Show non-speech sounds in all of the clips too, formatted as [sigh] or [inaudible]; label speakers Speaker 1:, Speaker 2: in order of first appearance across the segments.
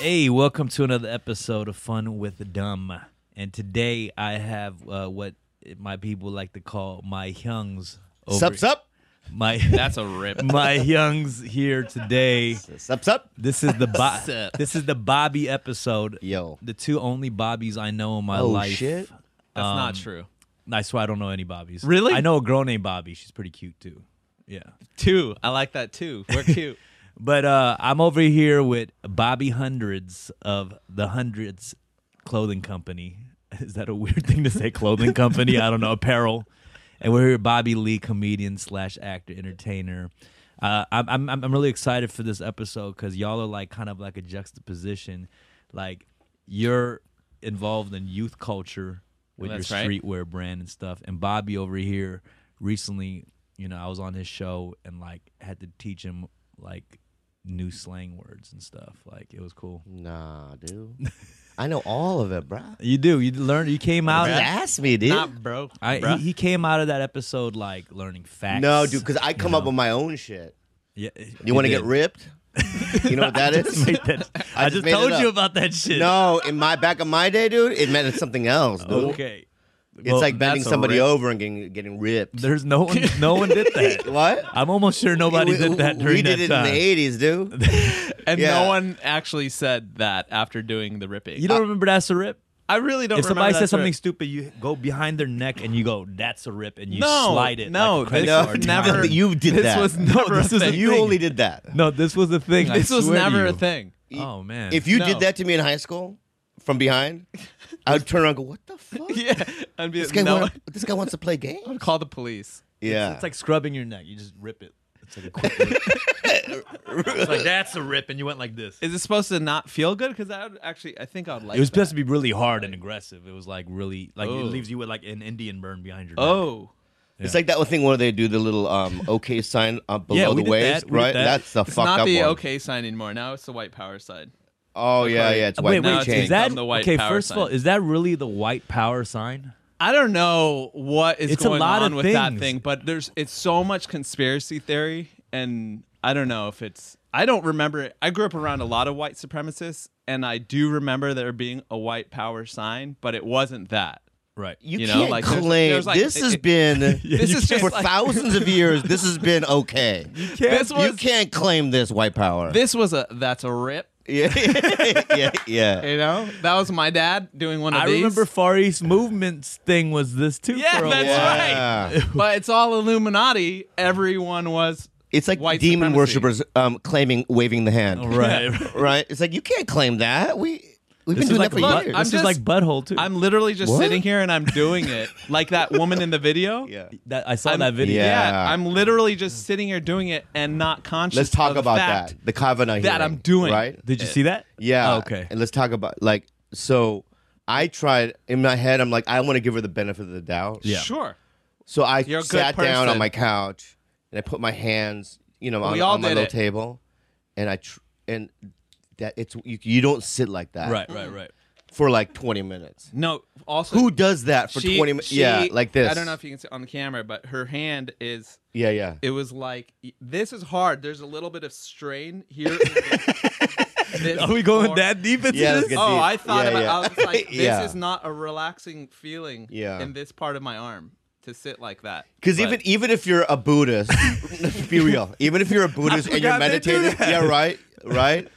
Speaker 1: Hey, welcome to another episode of Fun with Dumb. And today I have uh, what my people like to call my youngs.
Speaker 2: Sup, sup, [laughs]
Speaker 1: My
Speaker 3: That's a rip.
Speaker 1: my youngs here today.
Speaker 2: sup, sup.
Speaker 1: This is the Bo-
Speaker 3: Sup.
Speaker 1: this is the Bobby episode.
Speaker 2: Yo.
Speaker 1: the two only Bobbies I know in my
Speaker 2: Oh,
Speaker 1: life.
Speaker 2: shit.
Speaker 3: That's
Speaker 1: Um,
Speaker 3: not true.
Speaker 1: That's why I don't know any Bobbies.
Speaker 3: Really?
Speaker 1: I know a girl named Bobby. She's pretty cute too. Yeah.
Speaker 3: Two. I like that too. We're cute.
Speaker 1: But uh, I'm over here with Bobby Hundreds of the Hundreds Clothing Company. [laughs] Is that a weird thing to say? Clothing company? I don't know. Apparel. And we're here with Bobby Lee, comedian slash actor, entertainer. Uh, I'm, I'm I'm really excited for this episode because y'all are like kind of like a juxtaposition. Like you're involved in youth culture with
Speaker 3: That's
Speaker 1: your
Speaker 3: right.
Speaker 1: streetwear brand and stuff. And Bobby over here recently, you know, I was on his show and like had to teach him like new slang words and stuff. Like it was cool.
Speaker 2: Nah, dude. I know all of it, bruh.
Speaker 1: You do. You learn. You came out.
Speaker 2: You asked me, dude.
Speaker 3: Not bro.
Speaker 1: I, he,
Speaker 3: Bruh.
Speaker 1: he came out of that episode like learning facts.
Speaker 2: no, dude, because I come
Speaker 1: you
Speaker 2: up with my own shit.
Speaker 1: Yeah,
Speaker 2: You want to get ripped?
Speaker 1: [laughs]
Speaker 2: You know what that is?
Speaker 1: Made
Speaker 2: [laughs]
Speaker 1: that- I, just,
Speaker 2: just made it
Speaker 1: told you
Speaker 2: up.
Speaker 1: about that shit.
Speaker 2: No, in my back of my day, dude, it meant it's something else, dude.
Speaker 1: Okay.
Speaker 2: It's like bending
Speaker 3: that's a
Speaker 2: somebody
Speaker 3: rip.
Speaker 2: over and getting getting ripped.
Speaker 1: There's no one. No one did
Speaker 2: [laughs]
Speaker 1: that.
Speaker 2: What?
Speaker 1: I'm almost sure nobody
Speaker 2: We-
Speaker 1: did that
Speaker 2: we-
Speaker 1: during
Speaker 2: we
Speaker 1: that
Speaker 2: did it
Speaker 1: time.
Speaker 2: in the eighties, dude.
Speaker 3: And
Speaker 2: Yeah.
Speaker 3: no one actually said that after doing the ripping.
Speaker 1: you don't remember that's a rip?
Speaker 3: I really don't
Speaker 1: If somebody
Speaker 3: remember
Speaker 1: says
Speaker 3: that
Speaker 1: something
Speaker 3: rip.
Speaker 1: stupid, you go behind their neck and you go, "That's a rip," and you
Speaker 3: No,
Speaker 1: slide it.
Speaker 3: no,
Speaker 1: like a credit
Speaker 3: this
Speaker 1: card.
Speaker 3: was never-
Speaker 2: [laughs] you did
Speaker 3: this
Speaker 2: that.
Speaker 3: was never
Speaker 1: this
Speaker 3: a
Speaker 1: was a
Speaker 3: thing.
Speaker 2: you
Speaker 1: thing.
Speaker 2: only did that.
Speaker 1: No, this was the thing. I
Speaker 3: this was
Speaker 1: swear to
Speaker 3: never a
Speaker 1: you.
Speaker 3: thing.
Speaker 1: Oh man!
Speaker 2: If you
Speaker 3: No.
Speaker 2: did that to me in high school, from behind, I would turn around and go, "What the fuck?
Speaker 3: [laughs] Yeah. And be
Speaker 2: This guy,
Speaker 3: no
Speaker 2: wanna- this guy wants to play games."
Speaker 3: call the police.
Speaker 2: Yeah,
Speaker 1: it's like scrubbing your neck, you just rip it. It's like a quick rip. it's like that's a rip, and you went like this.
Speaker 3: Is it supposed to not feel good? Because I would actually, I think I would like.
Speaker 1: It was
Speaker 3: that.
Speaker 1: supposed to be really hard and aggressive. It was like really like it
Speaker 3: Oh.
Speaker 1: leaves you with like an Indian burn behind your neck.
Speaker 3: Oh,
Speaker 2: It's
Speaker 1: Yeah.
Speaker 2: like that thing where they do the little um, OK sign up below
Speaker 1: Yeah, we
Speaker 2: the
Speaker 1: did
Speaker 2: waist,
Speaker 1: that, we did
Speaker 2: right?
Speaker 1: that.
Speaker 2: That's the
Speaker 3: it's
Speaker 2: fucked
Speaker 3: not
Speaker 2: up
Speaker 3: the
Speaker 2: one.
Speaker 3: okay sign anymore. Now it's the white power side.
Speaker 2: Oh yeah,
Speaker 3: Okay.
Speaker 2: yeah. It's
Speaker 1: Uh,
Speaker 2: white
Speaker 1: wait,
Speaker 3: now
Speaker 1: wait,
Speaker 2: no,
Speaker 3: it's
Speaker 1: is
Speaker 2: change.
Speaker 1: that
Speaker 3: become the white
Speaker 1: okay?
Speaker 3: power
Speaker 1: First of all,
Speaker 3: sign.
Speaker 1: is that really the white power sign?
Speaker 3: I don't know what is
Speaker 1: It's a
Speaker 3: going
Speaker 1: lot
Speaker 3: on
Speaker 1: of
Speaker 3: with that
Speaker 1: things.
Speaker 3: thing, but there's it's so much conspiracy theory, and I don't know if it's. I don't remember. It. I grew up around a lot of white supremacists, and I do remember there being a white power sign, but it wasn't that.
Speaker 1: Right.
Speaker 2: you,
Speaker 3: you know,
Speaker 2: can't
Speaker 3: like, there's-
Speaker 2: claim
Speaker 3: there's like-
Speaker 2: this
Speaker 3: it-
Speaker 2: has [laughs]
Speaker 3: it-
Speaker 2: been
Speaker 3: This is
Speaker 2: for
Speaker 3: just like-
Speaker 2: thousands of years. This has been okay.
Speaker 3: This was
Speaker 2: you can't claim this white power.
Speaker 3: this was a that's a rip.
Speaker 2: yeah, [laughs] yeah, yeah.
Speaker 3: You know, that was my dad doing one of
Speaker 1: I
Speaker 3: these.
Speaker 1: remember [laughs] Far East Movement's thing was this too.
Speaker 3: Yeah,
Speaker 1: for a
Speaker 3: that's
Speaker 1: while.
Speaker 3: right.
Speaker 2: Yeah.
Speaker 3: but it's all Illuminati. Everyone was.
Speaker 2: It's like
Speaker 3: White
Speaker 2: demon
Speaker 3: supremacy.
Speaker 2: worshippers um, claiming waving the hand.
Speaker 1: [laughs] Right.
Speaker 2: [laughs] right. It's like you can't claim that. We we've
Speaker 1: This is
Speaker 2: been doing
Speaker 1: like
Speaker 2: that for
Speaker 1: butt,
Speaker 2: years.
Speaker 1: this
Speaker 3: I'm
Speaker 1: is
Speaker 3: just-
Speaker 1: like butthole too.
Speaker 3: I'm literally just
Speaker 2: What?
Speaker 3: sitting here and I'm doing it like that woman in the video.
Speaker 2: yeah.
Speaker 1: that, I saw
Speaker 3: I'm-
Speaker 1: that video.
Speaker 3: Yeah.
Speaker 2: Yeah.
Speaker 3: I'm literally just sitting here doing it and not conscious.
Speaker 2: Let's
Speaker 3: of
Speaker 2: talk
Speaker 3: the
Speaker 2: about
Speaker 3: fact.
Speaker 2: that. The Kavanaugh
Speaker 3: that
Speaker 2: hearing,
Speaker 3: I'm doing.
Speaker 2: Right.
Speaker 1: Did you see that?
Speaker 2: Yeah.
Speaker 1: Oh, okay.
Speaker 2: And let's talk about like so. I tried in my head. I'm like, I want to give her the benefit of the doubt.
Speaker 1: Yeah.
Speaker 3: Sure.
Speaker 2: So I
Speaker 3: You're a good
Speaker 2: sat down on
Speaker 3: person.
Speaker 2: my couch and I put my hands, you know, on,
Speaker 3: We all
Speaker 2: on my
Speaker 3: did
Speaker 2: little
Speaker 3: it.
Speaker 2: table, and I tr- and that it's you, you don't sit like that
Speaker 1: Right. Right. Right.
Speaker 2: for like 20 minutes.
Speaker 3: No. Also,
Speaker 2: Who does that for
Speaker 3: she-
Speaker 2: 20 minutes?
Speaker 3: she-
Speaker 2: Yeah, like this.
Speaker 3: I don't know if you can see on the camera, but her hand is.
Speaker 2: Yeah, yeah.
Speaker 3: It was like this is hard. There's a little bit of strain here.
Speaker 2: [laughs]
Speaker 3: This
Speaker 1: Are we going
Speaker 3: or-
Speaker 1: that deep into
Speaker 2: Yeah, let's
Speaker 1: this?
Speaker 2: get
Speaker 3: Oh,
Speaker 2: deep.
Speaker 3: I thought
Speaker 2: Yeah,
Speaker 3: about.
Speaker 2: yeah.
Speaker 3: I
Speaker 2: [laughs]
Speaker 3: was like, this
Speaker 2: Yeah.
Speaker 3: is not a relaxing feeling.
Speaker 2: Yeah.
Speaker 3: In this part of my arm to sit like that.
Speaker 2: Because
Speaker 3: But-
Speaker 2: even even if you're a Buddhist, let's be real. Even if you're a Buddhist and you're
Speaker 1: forgot they do
Speaker 2: meditating,
Speaker 1: that.
Speaker 2: yeah, right, right.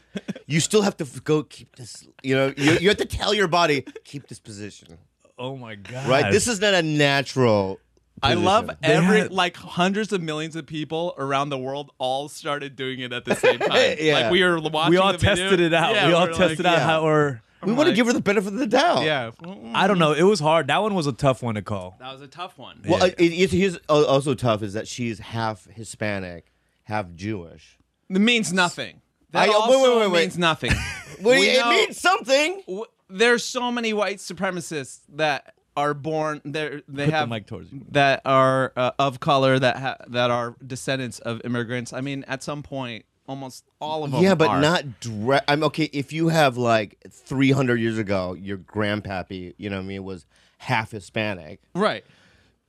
Speaker 2: You still have to f- go keep this. You know, you, you have to tell your body keep this position,
Speaker 1: Oh my god.
Speaker 2: right? This is not a natural.
Speaker 3: I love
Speaker 2: position.
Speaker 1: They
Speaker 3: every
Speaker 1: had-
Speaker 3: like hundreds of millions of people around the world all started doing it at
Speaker 1: [laughs]
Speaker 3: the same time.
Speaker 2: Yeah.
Speaker 3: Like we were watching.
Speaker 1: We all
Speaker 3: the video.
Speaker 1: tested it out.
Speaker 3: Yeah,
Speaker 1: we all
Speaker 3: were
Speaker 1: tested
Speaker 3: like,
Speaker 1: out
Speaker 2: yeah.
Speaker 1: how or
Speaker 2: We want to
Speaker 3: like-
Speaker 2: give her the benefit of the doubt.
Speaker 3: Yeah.
Speaker 1: I don't know. It was hard. That one was a tough one to call.
Speaker 3: That was a tough one.
Speaker 2: Well,
Speaker 1: Yeah.
Speaker 2: uh, it, it's, here's al- also tough is that she's half Hispanic, half Jewish.
Speaker 3: It means nothing.
Speaker 1: uh,
Speaker 2: I-
Speaker 3: That
Speaker 2: wait,
Speaker 3: also
Speaker 2: wait, wait, wait.
Speaker 3: means nothing. [laughs]
Speaker 2: Well,
Speaker 3: We
Speaker 2: it
Speaker 3: know-
Speaker 2: means something.
Speaker 3: W- There's so many white supremacists that are born. They they
Speaker 1: Put the
Speaker 3: have
Speaker 1: mic towards you.
Speaker 3: that are uh, of color that ha- that are descendants of immigrants. I mean, at some point. almost all of them.
Speaker 2: Yeah, but
Speaker 3: are.
Speaker 2: not. Dre- I'm okay. If you have like 300 years ago, your grandpappy, you know, what I mean, was half Hispanic.
Speaker 3: right.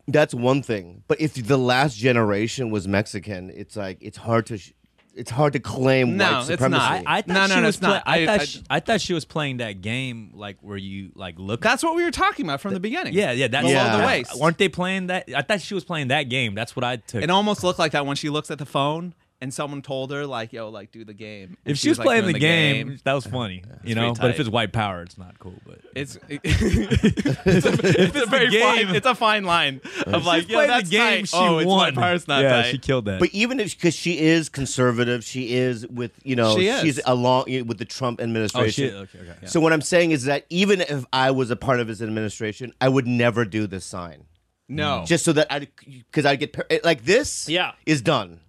Speaker 2: That's one thing. But if the last generation was Mexican, it's like it's hard to, sh- it's hard to claim
Speaker 3: No,
Speaker 2: white
Speaker 3: it's
Speaker 2: supremacy.
Speaker 1: I,
Speaker 3: not.
Speaker 1: I thought
Speaker 3: No,
Speaker 1: she
Speaker 3: no, no,
Speaker 1: was
Speaker 3: it's not.
Speaker 1: play- I,
Speaker 3: I-
Speaker 1: thought
Speaker 3: I-
Speaker 1: she, I thought she was playing that game like where you like look.
Speaker 3: That's what we were talking about from the beginning.
Speaker 1: yeah, yeah, that's
Speaker 3: below
Speaker 2: Yeah.
Speaker 3: the waist.
Speaker 1: Weren't they playing that? I thought she was playing that game. That's what I took.
Speaker 3: It almost looked like that when she looks at the phone and someone told her like, "Yo, like do the game." And
Speaker 1: if she was
Speaker 3: like,
Speaker 1: playing
Speaker 3: doing
Speaker 1: the game, that was funny, you know.
Speaker 3: pretty
Speaker 1: But if
Speaker 3: tight.
Speaker 1: it's white power, it's [laughs] not cool. But
Speaker 3: It's it's a, it's a very
Speaker 1: game.
Speaker 3: fine. It's a fine line of like,
Speaker 1: Played
Speaker 3: yeah, that's
Speaker 1: the game.
Speaker 3: tight.
Speaker 1: She
Speaker 3: oh,
Speaker 1: won.
Speaker 3: it's my part's not
Speaker 1: yeah,
Speaker 3: tight.
Speaker 1: she killed that.
Speaker 2: But even if because she is conservative, she is with you know
Speaker 3: She is.
Speaker 2: she's along you know, with the Trump
Speaker 1: oh shit!
Speaker 2: administration.
Speaker 1: Okay, okay.
Speaker 2: So what I'm saying is that even if I was a part of his administration, I would never do this sign.
Speaker 3: no,
Speaker 2: Just so that I, because I get par- like this.
Speaker 3: Yeah.
Speaker 1: [laughs]
Speaker 2: is done.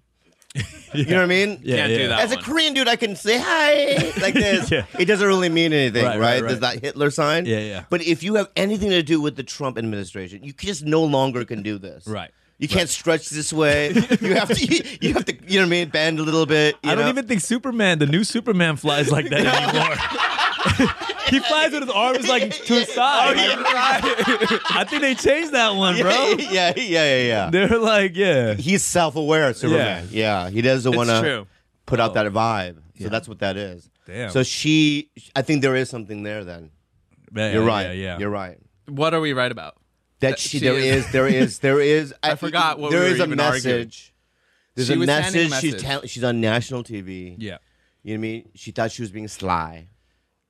Speaker 2: You know what I mean?
Speaker 1: Yeah,
Speaker 3: Can't
Speaker 1: yeah.
Speaker 3: do that.
Speaker 2: As a
Speaker 3: one.
Speaker 2: Korean dude, I can say hi
Speaker 1: [laughs]
Speaker 2: like this.
Speaker 1: Yeah.
Speaker 2: It doesn't really mean anything,
Speaker 1: Right,
Speaker 2: right?
Speaker 1: right,
Speaker 2: There's
Speaker 1: right.
Speaker 2: that Hitler sign.
Speaker 1: Yeah, yeah.
Speaker 2: But if you have anything to do with the Trump administration, you can just no longer can do this.
Speaker 1: Right.
Speaker 2: You can't stretch this way.
Speaker 1: [laughs]
Speaker 2: you have to. [laughs] You, have to. You know what I mean? Bend a little bit. you
Speaker 1: I don't
Speaker 2: know?
Speaker 1: even think Superman, the new Superman, flies like that anymore. [laughs] he flies with his arms like to his side. [laughs] I think they changed that one, bro.
Speaker 2: [laughs] yeah, yeah, yeah, yeah.
Speaker 1: They're like, yeah. Oh.
Speaker 2: He's self-aware, Superman. Yeah, he doesn't want to
Speaker 3: true.
Speaker 2: put out that vibe. So that's what that is.
Speaker 1: Damn.
Speaker 2: So she, I think there is something there. Then
Speaker 1: Yeah,
Speaker 2: you're right.
Speaker 1: Yeah, yeah.
Speaker 2: you're right.
Speaker 3: What are we right about?
Speaker 2: That she,
Speaker 3: she
Speaker 2: there
Speaker 3: is-
Speaker 2: is, there is,
Speaker 3: [laughs]
Speaker 2: there is. I,
Speaker 3: forgot what we
Speaker 2: there
Speaker 3: were
Speaker 2: is a
Speaker 3: even
Speaker 2: message.
Speaker 3: arguing.
Speaker 2: There's
Speaker 3: She
Speaker 2: a
Speaker 3: was
Speaker 2: message.
Speaker 3: sending a
Speaker 2: She's
Speaker 3: message.
Speaker 2: tell- she's on national TV.
Speaker 1: Yeah.
Speaker 2: You know what I mean? She thought she was being sly,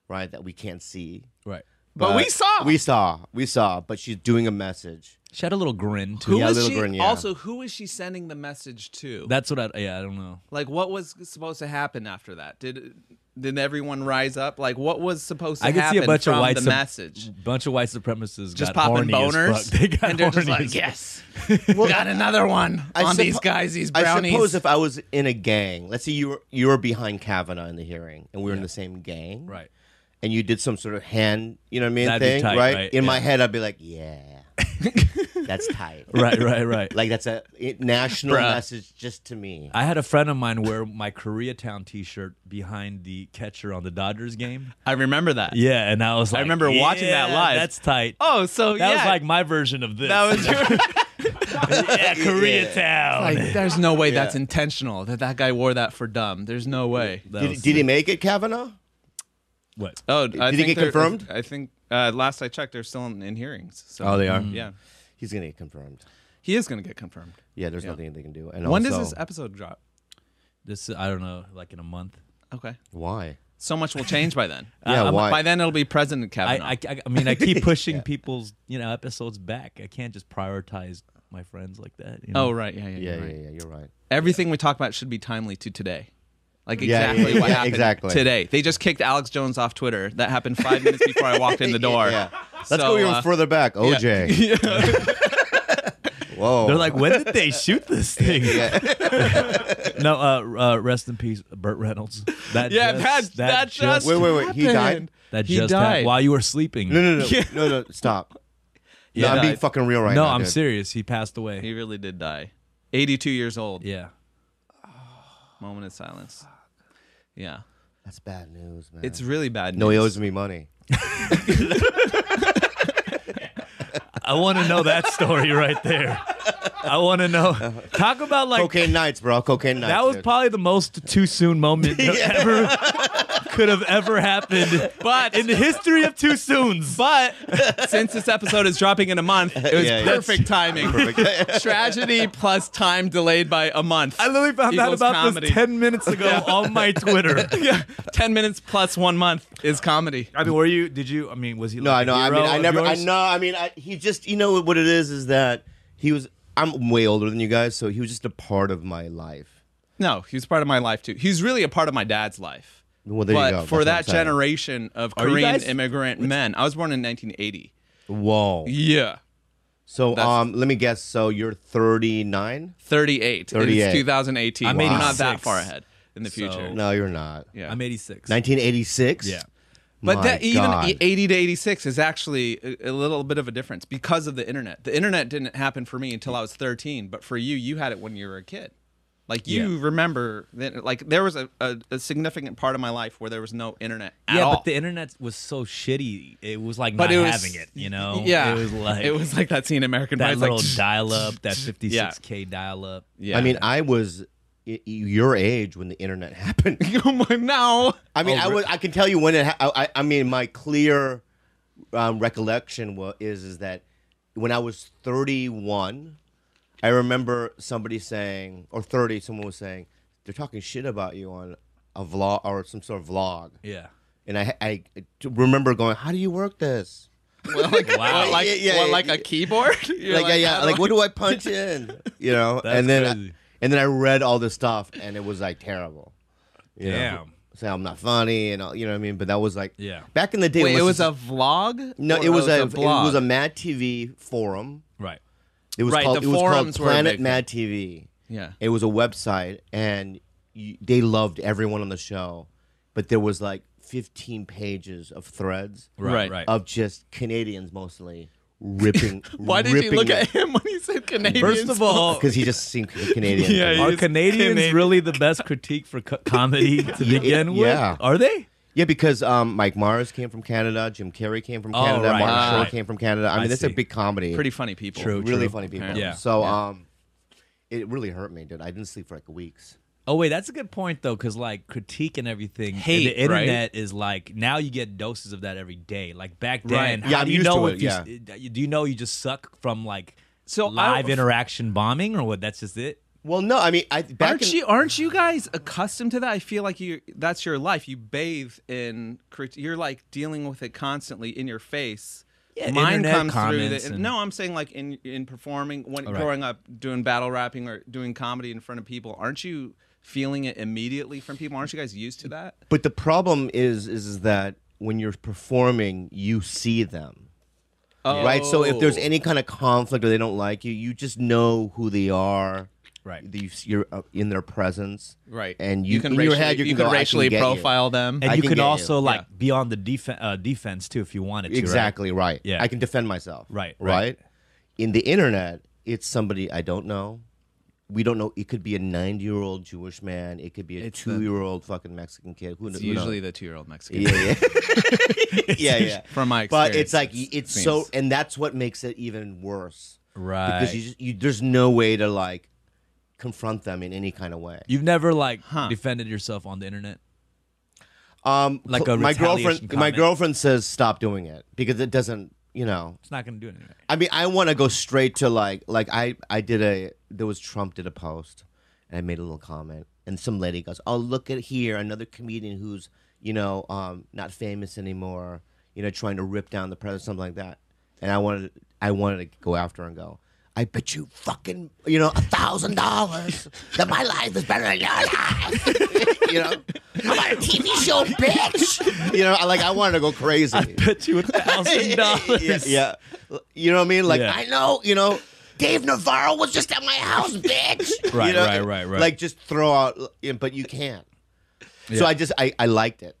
Speaker 2: right? That we can't see.
Speaker 1: Right.
Speaker 3: But, we saw.
Speaker 2: We saw. We saw. But she's doing a message.
Speaker 1: She had a little grin too.
Speaker 3: Who
Speaker 2: Yeah,
Speaker 3: was
Speaker 2: Little
Speaker 3: she?
Speaker 2: Grin, yeah.
Speaker 3: Also, who was she sending the message to?
Speaker 1: That's what I. Yeah, I don't know.
Speaker 3: like, what was supposed to happen after that? Did did everyone rise up? Like, what was supposed to
Speaker 1: I could
Speaker 3: happen
Speaker 1: see a bunch
Speaker 3: from
Speaker 1: of white
Speaker 3: the
Speaker 1: sup-
Speaker 3: message?
Speaker 1: Bunch of white supremacists got
Speaker 3: Just popping
Speaker 1: horny
Speaker 3: boners,
Speaker 1: As fuck. [laughs] They got
Speaker 3: and they're just
Speaker 1: horny
Speaker 3: like,
Speaker 1: as-
Speaker 3: "Yes, [laughs] got another one on
Speaker 2: suppo-
Speaker 3: these guys, these
Speaker 2: I
Speaker 3: brownies."
Speaker 2: suppose if I was in a gang, let's say you were you were behind Kavanaugh in the hearing, and we were in the same
Speaker 1: [laughs]
Speaker 2: gang,
Speaker 1: Right.
Speaker 2: And you did some sort of hand, you know what I mean,
Speaker 1: That'd be
Speaker 2: thing,
Speaker 1: tight,
Speaker 2: right?
Speaker 1: right,
Speaker 2: In my
Speaker 1: yeah.
Speaker 2: head, I'd be like, yeah,
Speaker 3: [laughs]
Speaker 2: that's tight,
Speaker 1: Right. Right. Right.
Speaker 2: Like that's a it- national
Speaker 3: Bruh.
Speaker 2: message just to me.
Speaker 1: I had a friend of mine wear my Koreatown T-shirt behind the catcher on the Dodgers game.
Speaker 3: I remember that.
Speaker 1: Yeah, and I was like,
Speaker 3: remember watching that
Speaker 1: "Yeah,
Speaker 3: live."
Speaker 1: That's tight.
Speaker 3: Oh, so
Speaker 1: That
Speaker 3: yeah,
Speaker 1: was like my version of this. [laughs]
Speaker 3: that was your.
Speaker 1: yeah, Koreatown.
Speaker 3: Like, there's no way that's intentional that that guy wore that for dumb. There's no way.
Speaker 1: That
Speaker 2: Did,
Speaker 1: was
Speaker 2: did he
Speaker 1: sick.
Speaker 2: make it, Kavanaugh?
Speaker 1: What?
Speaker 3: Oh, I
Speaker 2: Did he
Speaker 3: think
Speaker 2: get
Speaker 3: they're-
Speaker 2: confirmed?
Speaker 3: I think uh, last I checked, they're still in, in hearings. So,
Speaker 2: Oh, they are?
Speaker 3: Yeah,
Speaker 2: He's gonna get confirmed.
Speaker 3: he is gonna get confirmed.
Speaker 2: Yeah, there's nothing they can do. And
Speaker 3: When
Speaker 2: also-
Speaker 3: does this episode drop?
Speaker 1: This I don't know. Like in a month.
Speaker 3: Okay,
Speaker 2: Why?
Speaker 3: so much will change by
Speaker 1: [laughs]
Speaker 3: then. Uh, um,
Speaker 2: Yeah,
Speaker 1: I'm-
Speaker 2: why?
Speaker 3: By then, it'll be President
Speaker 1: I,
Speaker 3: Kavanaugh.
Speaker 1: I, I, I mean, I
Speaker 3: [laughs]
Speaker 1: keep pushing people's you know episodes back. I can't just prioritize my friends like that. you know?
Speaker 3: oh, right. Yeah, yeah,
Speaker 2: yeah,
Speaker 3: yeah.
Speaker 2: yeah, yeah. You're right.
Speaker 3: Everything we talk about should be timely to today. Like
Speaker 2: Yeah, yeah,
Speaker 3: exactly
Speaker 2: yeah,
Speaker 3: what
Speaker 2: yeah,
Speaker 3: happened
Speaker 2: exactly.
Speaker 3: today. They just kicked Alex Jones off Twitter. That happened five minutes before I walked in the door.
Speaker 2: [laughs] Yeah.
Speaker 3: [laughs]
Speaker 2: Let's
Speaker 3: So,
Speaker 2: go even
Speaker 3: uh,
Speaker 2: further back. OJ.
Speaker 3: [laughs]
Speaker 2: Whoa.
Speaker 1: They're like, when did they shoot this thing? [laughs] no, uh, uh, rest in peace, Burt Reynolds. That
Speaker 3: Yeah,
Speaker 1: just,
Speaker 3: that- that just-
Speaker 2: wait, wait, wait. He died.
Speaker 3: happened.
Speaker 1: that
Speaker 3: He
Speaker 1: just happened
Speaker 3: died.
Speaker 1: while you were sleeping.
Speaker 2: No, no, no, no, no. Stop.
Speaker 1: Yeah.
Speaker 2: no, I'm
Speaker 1: No,
Speaker 2: being
Speaker 1: I-
Speaker 2: fucking real right
Speaker 1: No,
Speaker 2: now.
Speaker 1: I'm
Speaker 2: dude.
Speaker 1: serious. He passed away.
Speaker 3: He really did die. 82 years old.
Speaker 1: yeah,
Speaker 3: Moment of silence. Yeah.
Speaker 2: That's bad news, man.
Speaker 3: It's really bad news.
Speaker 2: no, he owes me money.
Speaker 1: I want to know that story right there. I want to know. Talk about like
Speaker 2: Cocaine nights, bro. Cocaine nights.
Speaker 1: that was
Speaker 2: [laughs] dude.
Speaker 1: probably the most too soon moment that ever could have ever [laughs] happened. But in the history of too soons,
Speaker 2: [laughs]
Speaker 3: But since this episode is dropping in a month, it was
Speaker 2: Yeah, yeah.
Speaker 3: perfect timing. [laughs] Tragedy plus time delayed by a month.
Speaker 1: I literally found out
Speaker 3: Equals
Speaker 1: about
Speaker 3: comedy.
Speaker 1: this ten minutes ago on my
Speaker 3: [laughs]
Speaker 1: Twitter.
Speaker 3: [laughs] yeah. 10 minutes plus one month is comedy.
Speaker 1: I mean, were you? Did you? I mean, was he?
Speaker 2: [laughs] No, I
Speaker 1: like
Speaker 2: know.
Speaker 1: a
Speaker 2: I
Speaker 1: hero
Speaker 2: mean, I
Speaker 1: of
Speaker 2: never. I
Speaker 1: yours?
Speaker 2: know. I mean, I, he just. You know what it is is that he was. I'm way older than you guys, so he was just a part of my life.
Speaker 3: No, he was part of my life too. He's really a part of my dad's life.
Speaker 2: Well, there you
Speaker 3: but
Speaker 2: go. That's
Speaker 3: for that
Speaker 2: what I'm saying.
Speaker 3: generation of
Speaker 1: you
Speaker 3: Korean
Speaker 1: guys-
Speaker 3: immigrant men, I was born in 1980.
Speaker 2: Whoa.
Speaker 3: Yeah.
Speaker 2: So,
Speaker 3: That's-
Speaker 2: um, let me guess. So you're 39?
Speaker 3: 38.
Speaker 2: 38.
Speaker 3: It's 2018.
Speaker 1: I'm
Speaker 3: We're not
Speaker 1: 86.
Speaker 3: that far ahead in the future.
Speaker 1: So-
Speaker 2: No, you're not.
Speaker 3: Yeah.
Speaker 1: I'm 86.
Speaker 2: 1986.
Speaker 1: Yeah.
Speaker 3: But
Speaker 2: My
Speaker 3: that even
Speaker 2: God.
Speaker 3: e- 80 to 86 is actually a, a little bit of a difference because of the internet. The internet didn't happen for me until I was 13, but for you, you had it when you were a kid. Like you remember that like there was a, a, a significant part of my life where there was no internet at
Speaker 1: yeah,
Speaker 3: all.
Speaker 1: but the internet was so shitty. It was like
Speaker 3: But
Speaker 1: not
Speaker 3: it was-
Speaker 1: having it. You know,
Speaker 3: yeah,
Speaker 1: it
Speaker 3: [laughs]
Speaker 1: was like
Speaker 3: it was like that scene in American Pie.
Speaker 1: that
Speaker 3: It's
Speaker 1: little
Speaker 3: [laughs] like,
Speaker 1: dial up, that 56k dial up.
Speaker 3: yeah.
Speaker 2: I
Speaker 3: [laughs]
Speaker 2: mean, I was i- your age when the internet [laughs] happened.
Speaker 3: oh my, no. [laughs]
Speaker 2: I mean,
Speaker 1: Oh,
Speaker 2: I
Speaker 1: re-
Speaker 2: was. I can tell you when it. Ha- I, I- I mean, my clear um, recollection was is is that when I was 31, I remember somebody saying, or 30, someone was saying, they're talking shit about you on a vlog or some sort of vlog,
Speaker 1: Yeah.
Speaker 2: and I I remember going, how do you work this?
Speaker 3: Well, like,
Speaker 1: Wow.
Speaker 3: well, like,
Speaker 2: Yeah, yeah,
Speaker 3: well, like
Speaker 2: yeah.
Speaker 3: a keyboard.
Speaker 2: [laughs]
Speaker 3: You're
Speaker 2: like, yeah,
Speaker 3: I
Speaker 2: yeah.
Speaker 3: don't-
Speaker 2: Like, what do
Speaker 3: [laughs]
Speaker 2: I punch in? You know,
Speaker 1: That's
Speaker 2: and then
Speaker 1: crazy.
Speaker 2: and then I read all this stuff, and it was like terrible. You know?
Speaker 1: Damn.
Speaker 2: Say I'm not funny, and all, you know what I mean. But that was like,
Speaker 1: Yeah.
Speaker 2: Back in the day,
Speaker 3: Wait, it was
Speaker 2: a
Speaker 3: a vlog.
Speaker 2: no,
Speaker 3: Or
Speaker 2: it was, a, it
Speaker 3: blog?
Speaker 2: was a Mad TV forum.
Speaker 1: Right.
Speaker 2: It was
Speaker 3: Right,
Speaker 2: called
Speaker 3: the
Speaker 2: it was called
Speaker 3: forums were a
Speaker 2: Planet
Speaker 3: big
Speaker 2: Mad TV.
Speaker 3: Yeah.
Speaker 2: It was a website, and you, they loved everyone on the show, but there was like 15 pages of threads
Speaker 1: Right.
Speaker 3: Right.
Speaker 1: Right.
Speaker 2: of just Canadians mostly ripping.
Speaker 3: [laughs] Why did
Speaker 2: ripping
Speaker 3: you look at [laughs] him when he said Canadian?
Speaker 1: First of all,
Speaker 2: Because he just seemed Canadian.
Speaker 3: Yeah,
Speaker 2: yeah.
Speaker 3: yeah.
Speaker 1: are
Speaker 3: He's
Speaker 1: Canadians
Speaker 3: Canadian.
Speaker 1: really the best critique for co- comedy to begin with?
Speaker 2: yeah.
Speaker 1: Are they?
Speaker 2: because um, Mike Mars came from Canada, Jim Carrey came from
Speaker 1: Oh,
Speaker 2: Canada,
Speaker 1: right,
Speaker 2: Martin
Speaker 1: right,
Speaker 2: Short
Speaker 1: right.
Speaker 2: came from Canada. I mean, that's a
Speaker 1: see.
Speaker 2: big comedy.
Speaker 3: [laughs] pretty funny people.
Speaker 1: True.
Speaker 2: really funny people.
Speaker 3: apparently.
Speaker 1: Yeah.
Speaker 2: So um, it really hurt me, dude. I didn't sleep for like weeks.
Speaker 1: Oh wait, that's a good point though, because like critique and everything,
Speaker 3: Hate,
Speaker 1: the internet is like now you get doses of that every day. Like back then,
Speaker 3: Right.
Speaker 1: how
Speaker 2: Yeah, I'm
Speaker 1: do you
Speaker 2: used
Speaker 1: know
Speaker 2: to
Speaker 1: if
Speaker 2: it,
Speaker 1: you do you know you just suck from like
Speaker 3: So I-
Speaker 1: live interaction bombing or what? That's just it.
Speaker 2: Well, no, I mean, I back
Speaker 3: Aren't
Speaker 2: in-
Speaker 3: you aren't you guys accustomed to that? I feel like you that's your life. You bathe in crit- you're like dealing with it constantly in your face.
Speaker 1: Yeah, internet comments
Speaker 3: through the
Speaker 1: and-
Speaker 3: No, I'm saying like in in performing when
Speaker 1: right.
Speaker 3: growing up doing battle rapping or doing comedy in front of people. Aren't you feeling it immediately from people? Aren't you guys used to that?
Speaker 2: But the problem is, is that when you're performing, you see them, right? So if there's
Speaker 3: Oh.
Speaker 2: any kind of conflict or they don't like you, you just know who they are.
Speaker 1: Right.
Speaker 2: You- You're uh, in their presence.
Speaker 3: Right.
Speaker 2: And you, in your head, you, can, go, "I can
Speaker 3: racially
Speaker 2: get you."
Speaker 3: profile them.
Speaker 1: And
Speaker 2: I
Speaker 1: you
Speaker 2: can
Speaker 1: could
Speaker 2: get you.
Speaker 1: also like
Speaker 3: Yeah.
Speaker 1: be on the defen uh, defense too if you wanted to. right?
Speaker 2: Exactly right.
Speaker 1: Yeah.
Speaker 2: I can defend myself.
Speaker 1: Right,
Speaker 2: Right.
Speaker 1: right.
Speaker 2: In the internet, it's somebody I don't know. We don't know. It could be a 90 year old Jewish man. It could be a
Speaker 3: It's
Speaker 2: two
Speaker 3: the-
Speaker 2: year old fucking Mexican kid. Who, kn-
Speaker 3: It's
Speaker 2: who knows?
Speaker 3: usually the two year old
Speaker 2: [laughs]
Speaker 3: Mexican.
Speaker 2: Yeah, yeah. yeah, yeah.
Speaker 3: From my
Speaker 2: But it's
Speaker 3: experience,
Speaker 2: like
Speaker 3: it
Speaker 2: it's so,
Speaker 3: seems.
Speaker 2: and that's what makes it even worse
Speaker 1: Right.
Speaker 2: because you just you, there's no way to like confront them in any kind of way.
Speaker 1: You've never like
Speaker 3: Huh.
Speaker 1: defended yourself on the internet.
Speaker 2: Um,
Speaker 1: Like
Speaker 2: cl-
Speaker 1: a
Speaker 2: my girlfriend,
Speaker 1: retaliation
Speaker 2: my
Speaker 1: comment.
Speaker 2: girlfriend says stop doing it because it doesn't, you know.
Speaker 1: It's not gonna do
Speaker 2: [laughs]
Speaker 1: anything.
Speaker 2: I mean, I want to go straight to like, like I, I did a, there was Trump did a post, and I made a little comment, and some lady goes, "Oh, look at here, another comedian who's, you know, um, not famous anymore, you know, trying to rip down the president, something like that." And I wanted, I wanted to go after her and go, "I bet you fucking, you know, a thousand dollars that my life is better than your life." [laughs] you know, I'm on a TV show, bitch. You know, I like I wanted to go crazy.
Speaker 1: Bet you a [laughs] thousand dollars.
Speaker 2: Yeah, yeah. You know what I mean? Like
Speaker 1: Yeah.
Speaker 2: I know, you know, Dave Navarro was just at my
Speaker 1: [laughs]
Speaker 2: house, bitch.
Speaker 1: Right,
Speaker 2: you know?
Speaker 1: right, right, right.
Speaker 2: Like just throw out, yeah, but you can't. So
Speaker 1: Yeah.
Speaker 2: I just I I
Speaker 1: [laughs]
Speaker 2: liked it.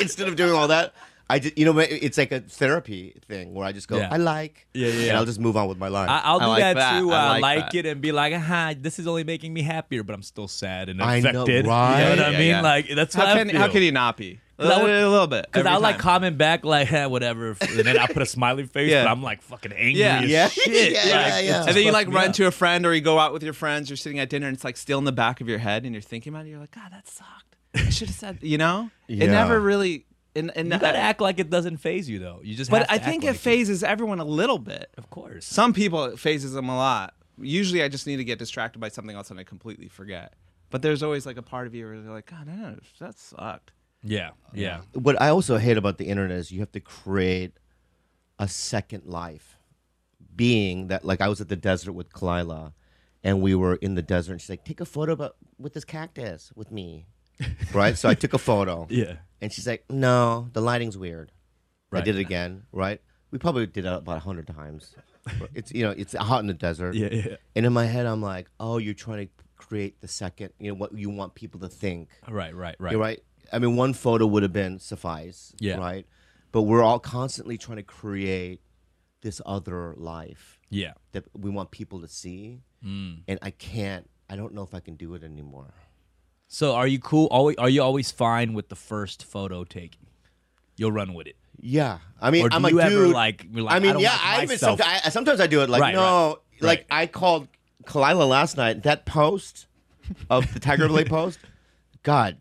Speaker 2: Instead of doing all that, I just you know it's like a therapy thing where I just go
Speaker 1: Yeah.
Speaker 2: I like,
Speaker 1: Yeah, yeah,
Speaker 2: and
Speaker 1: yeah.
Speaker 2: I'll just move on with my life.
Speaker 1: I, I'll
Speaker 3: I
Speaker 1: do
Speaker 3: like
Speaker 1: that,
Speaker 3: that.
Speaker 1: too.
Speaker 3: I
Speaker 1: I,
Speaker 3: like
Speaker 1: like,
Speaker 3: that.
Speaker 1: it and be like, aha, this is only making me happier, but I'm still sad and
Speaker 2: I know,
Speaker 1: affected.
Speaker 2: right?
Speaker 1: You know what I
Speaker 3: Yeah,
Speaker 1: mean?
Speaker 3: yeah.
Speaker 1: Like that's
Speaker 3: How
Speaker 1: how
Speaker 3: can
Speaker 1: I feel.
Speaker 3: how can he not be? A
Speaker 1: I would-
Speaker 3: little, little bit.
Speaker 1: Because
Speaker 3: every
Speaker 1: I like
Speaker 3: time.
Speaker 1: comment back like, "Hey, whatever, and then I put a smiley face,
Speaker 3: Yeah.
Speaker 1: but I'm like fucking angry.
Speaker 3: Yeah.
Speaker 1: as
Speaker 2: Yeah.
Speaker 3: [laughs]
Speaker 1: shit.
Speaker 2: Yeah,
Speaker 1: Like,
Speaker 2: yeah,
Speaker 1: it
Speaker 2: [laughs] yeah.
Speaker 1: just
Speaker 2: And
Speaker 3: and then you
Speaker 1: fucks
Speaker 3: like
Speaker 1: me
Speaker 3: run
Speaker 1: up.
Speaker 3: to a friend or you go out with your friends you're sitting at dinner and it's like still in the back of your head and you're thinking about it you're like god that sucked
Speaker 1: [laughs]
Speaker 3: i should have said you know
Speaker 2: Yeah.
Speaker 3: it never really and, and
Speaker 1: You gotta act like it doesn't phase you though. You just. have
Speaker 3: but
Speaker 1: to
Speaker 3: i
Speaker 1: act
Speaker 3: think
Speaker 1: like
Speaker 3: it phases everyone a little bit
Speaker 1: Of course.
Speaker 3: some people it phases them a lot usually i just need to get distracted by something else and i completely forget but there's always like a part of you where they're like god I don't know, that sucked
Speaker 1: Yeah. Yeah.
Speaker 2: what I also hate about the internet is you have to create a second life. Being that, like, I was at the desert with Kalila, and we were in the desert, and she's like, "Take a photo about, with this cactus with me,"
Speaker 1: [laughs]
Speaker 2: right? So I took a photo,
Speaker 1: Yeah.
Speaker 2: and she's like, "No, the lighting's weird." I
Speaker 1: Right.
Speaker 2: did it again, right? We probably did it about hundred times.
Speaker 1: [laughs]
Speaker 2: It's you know, it's hot in the desert.
Speaker 1: Yeah, yeah.
Speaker 2: And in my head, I'm like, "Oh, you're trying to create the second, you know, what you want people to think."
Speaker 1: Right. Right. Right.
Speaker 2: You're right. I mean, one photo would have been suffice.
Speaker 1: Yeah.
Speaker 2: Right. But we're all constantly trying to create this other life
Speaker 1: Yeah.
Speaker 2: that we want people to see,
Speaker 1: Mm.
Speaker 2: and I can't. I don't know if I can do it anymore.
Speaker 1: So are you cool? Always, are you always fine with the first photo taking? You'll run with it.
Speaker 2: Yeah, I mean,
Speaker 1: Or do
Speaker 2: I'm
Speaker 1: you
Speaker 2: like,
Speaker 1: ever,
Speaker 2: dude.
Speaker 1: like, you're like,
Speaker 2: I
Speaker 1: I
Speaker 2: mean,
Speaker 1: don't
Speaker 2: yeah,
Speaker 1: like
Speaker 2: I even
Speaker 1: myself.
Speaker 2: sometimes I, sometimes I do it. Like,
Speaker 1: Right,
Speaker 2: no,
Speaker 1: right,
Speaker 2: like
Speaker 1: right.
Speaker 2: I called Kalila last night. That post of the Tiger
Speaker 1: [laughs]
Speaker 2: Blade post, God,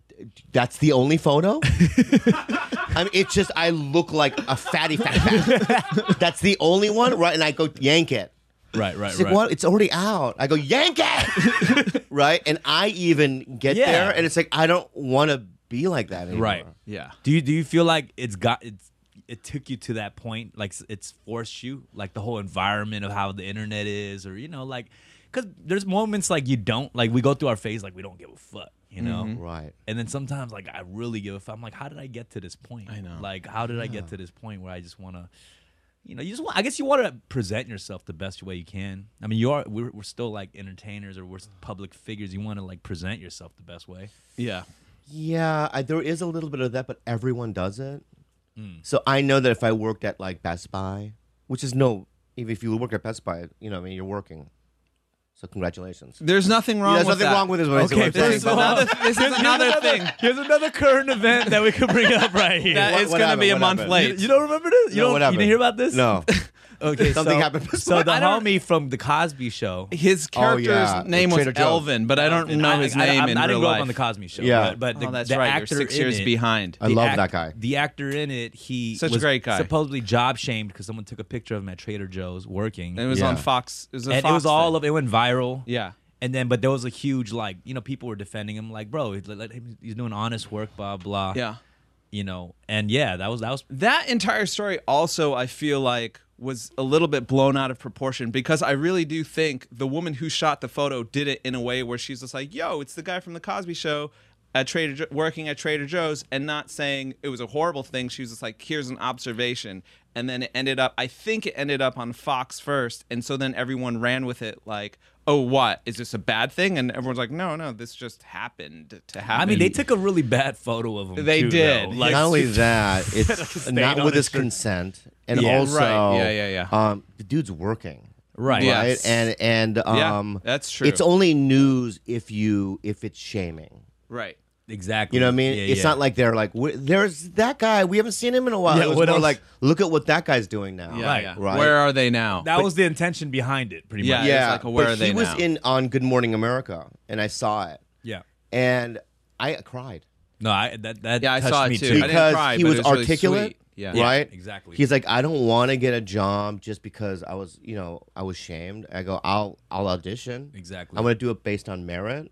Speaker 2: that's the only photo. [laughs] I mean, it's just I look like a fatty fat
Speaker 1: [laughs]
Speaker 2: fat. that's the only one, right? And I go yank it.
Speaker 1: Right, right,
Speaker 2: It's like, what? It's already out. I go, yank it!
Speaker 1: [laughs]
Speaker 2: right? And I even get
Speaker 1: Yeah.
Speaker 2: there, and it's like, I don't want to be like that anymore.
Speaker 1: Right.
Speaker 3: Yeah.
Speaker 1: Do you do you feel like it's got it's it took you to that point? Like s- it's forced you, like the whole environment of how the internet is, or you know, like because there's moments like you don't like we go through our phase like we don't give a fuck, you know.
Speaker 3: Mm-hmm.
Speaker 2: Right.
Speaker 1: And then sometimes like I really give a fuck. I'm like, how did I get to this point?
Speaker 3: I know.
Speaker 1: Like how did I get to this point where I just want to. You know, you just want, I guess you want to present yourself the best way you can. I mean, you are, we're, we're still like entertainers or we're public figures. You want to like present yourself the best way.
Speaker 3: Yeah.
Speaker 2: Yeah, I, there is a little bit of that, but everyone does it. So I know that if I worked at like Best Buy, which is no, even if you work at Best Buy, you know, I mean, you're working. So congratulations.
Speaker 3: There's nothing wrong.
Speaker 2: There's
Speaker 3: with
Speaker 2: nothing
Speaker 3: that.
Speaker 2: wrong with this, what I said, what I'm
Speaker 3: This
Speaker 2: saying,
Speaker 3: is
Speaker 1: [laughs]
Speaker 2: but-
Speaker 3: another. This is another thing.
Speaker 1: Here's another current event that we could bring up right here.
Speaker 3: That
Speaker 2: What-
Speaker 3: is
Speaker 2: what
Speaker 3: going to
Speaker 2: happened?
Speaker 3: be a
Speaker 2: What
Speaker 3: month
Speaker 2: happened?
Speaker 1: you,
Speaker 3: late.
Speaker 1: you don't remember this? You
Speaker 2: No,
Speaker 1: don't,
Speaker 2: what
Speaker 1: You didn't hear about this?
Speaker 2: No.
Speaker 1: [laughs] Okay.
Speaker 2: [laughs] Something
Speaker 1: so,
Speaker 2: happened.
Speaker 1: So the
Speaker 3: [laughs] I don't-
Speaker 1: homie from the Cosby Show.
Speaker 3: His character's
Speaker 2: yeah,
Speaker 3: name was
Speaker 2: Trader Joe's.
Speaker 3: Elvin, but I don't know
Speaker 1: I,
Speaker 3: his
Speaker 1: I,
Speaker 3: name
Speaker 1: I,
Speaker 3: in
Speaker 1: I
Speaker 3: real
Speaker 1: didn't grow
Speaker 3: life.
Speaker 1: up on the Cosby Show.
Speaker 2: Yeah.
Speaker 1: But, but the,
Speaker 3: oh, that's
Speaker 1: the
Speaker 3: right. You're
Speaker 1: actor
Speaker 3: six
Speaker 1: in
Speaker 3: years
Speaker 1: it-
Speaker 3: behind.
Speaker 2: I
Speaker 1: the
Speaker 2: love
Speaker 1: act-
Speaker 2: that guy.
Speaker 1: The actor in it, he
Speaker 3: Such a
Speaker 1: was
Speaker 3: great guy.
Speaker 1: supposedly job shamed because someone took a picture of him at Trader Joe's working,
Speaker 3: it was
Speaker 2: Yeah.
Speaker 3: on Fox. It was, a
Speaker 1: and it
Speaker 3: Fox
Speaker 1: was all
Speaker 3: thing.
Speaker 1: of it went viral.
Speaker 3: Yeah.
Speaker 1: And then, but there was a huge like, you know, people were defending him, like, bro, let, let him, he's doing honest work, blah blah.
Speaker 3: Yeah.
Speaker 1: You know, and yeah, that was that was
Speaker 3: That entire story also I feel like was a little bit blown out of proportion because I really do think the woman who shot the photo did it in a way where she's just like, "Yo, it's the guy from the Cosby Show." At Trader jo- working at Trader Joe's and not saying it was a horrible thing. She was just like, "Here's an observation," and then it ended up. I think it ended up on Fox first, and so then everyone ran with it like, "Oh, what is this a bad thing?" And everyone's like, "No, no, this just happened to happen."
Speaker 1: I mean, they took a really bad photo of him.
Speaker 3: They
Speaker 1: too,
Speaker 3: did.
Speaker 1: though.
Speaker 3: Like-
Speaker 2: not only that, it's
Speaker 1: stain
Speaker 2: not
Speaker 1: on
Speaker 2: with
Speaker 1: his
Speaker 2: his consent, and
Speaker 1: Yeah.
Speaker 2: also,
Speaker 3: Right. Yeah, yeah, yeah.
Speaker 2: Um, the dude's working,
Speaker 1: right?
Speaker 3: Yeah.
Speaker 2: right?
Speaker 3: Yes.
Speaker 2: And and
Speaker 3: Yeah,
Speaker 2: um,
Speaker 3: that's true.
Speaker 2: It's only news if you if it's shaming.
Speaker 3: right.
Speaker 1: Exactly.
Speaker 2: You know what I mean?
Speaker 1: Yeah,
Speaker 2: it's
Speaker 1: yeah.
Speaker 2: not like they're like, "Wh- there's that guy. We haven't seen him in a while.
Speaker 1: Yeah,
Speaker 2: it was
Speaker 1: what
Speaker 2: more
Speaker 1: else?
Speaker 2: like, look at what that guy's doing now.
Speaker 3: Yeah,
Speaker 1: Right,
Speaker 3: yeah.
Speaker 2: right.
Speaker 3: Where are they now?
Speaker 1: that was the intention behind it, pretty
Speaker 3: Yeah.
Speaker 1: much.
Speaker 3: It's
Speaker 2: Yeah.
Speaker 3: like a where
Speaker 2: but
Speaker 3: are
Speaker 2: he
Speaker 3: they
Speaker 2: was
Speaker 3: now?
Speaker 2: in on Good Morning America, and I saw it,
Speaker 1: Yeah.
Speaker 2: and I cried.
Speaker 1: No, I that that
Speaker 3: Yeah, I
Speaker 1: touched
Speaker 3: saw it
Speaker 1: me
Speaker 3: too.
Speaker 1: too.
Speaker 3: I didn't
Speaker 2: because
Speaker 3: cry,
Speaker 2: he
Speaker 3: but
Speaker 2: was,
Speaker 3: it was really
Speaker 2: articulate,
Speaker 3: sweet. Yeah. Yeah,
Speaker 2: right?
Speaker 1: exactly.
Speaker 2: He's like, I don't want to get a job just because I was, you know, I was shamed. I go, I'll, I'll audition.
Speaker 1: Exactly.
Speaker 2: I'm gonna do it based on merit.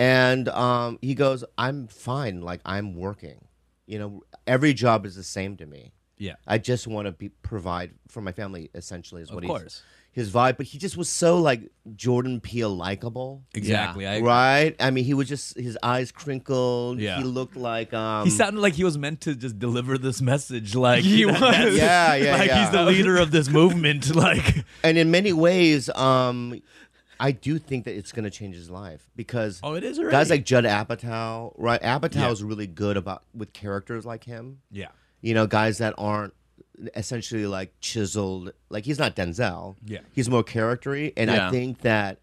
Speaker 2: And um, he goes, I'm fine. Like I'm working. You know, every job is the same to me.
Speaker 1: Yeah.
Speaker 2: I just want to be provide for my family. Essentially, is what he's,
Speaker 1: course.
Speaker 2: his vibe. But he just was so like Jordan Peele likable.
Speaker 1: Exactly. I,
Speaker 2: Right, I mean, he was just his eyes crinkled.
Speaker 1: Yeah.
Speaker 2: He looked like um,
Speaker 1: He sounded like he was meant to just deliver this message. Like [laughs] he
Speaker 3: was.
Speaker 2: Yeah, yeah,
Speaker 1: like
Speaker 2: yeah.
Speaker 1: he's the leader of this movement. [laughs] Like
Speaker 2: and in many ways, um, I do think that it's going to change his life because
Speaker 1: oh, it is already.
Speaker 2: guys like Judd Apatow, right? Apatow
Speaker 1: Yeah.
Speaker 2: is really good about with characters like him.
Speaker 1: yeah,
Speaker 2: You know, guys that aren't essentially like chiseled. Like he's not Denzel.
Speaker 1: Yeah.
Speaker 2: he's more charactery, and
Speaker 3: Yeah.
Speaker 2: I think that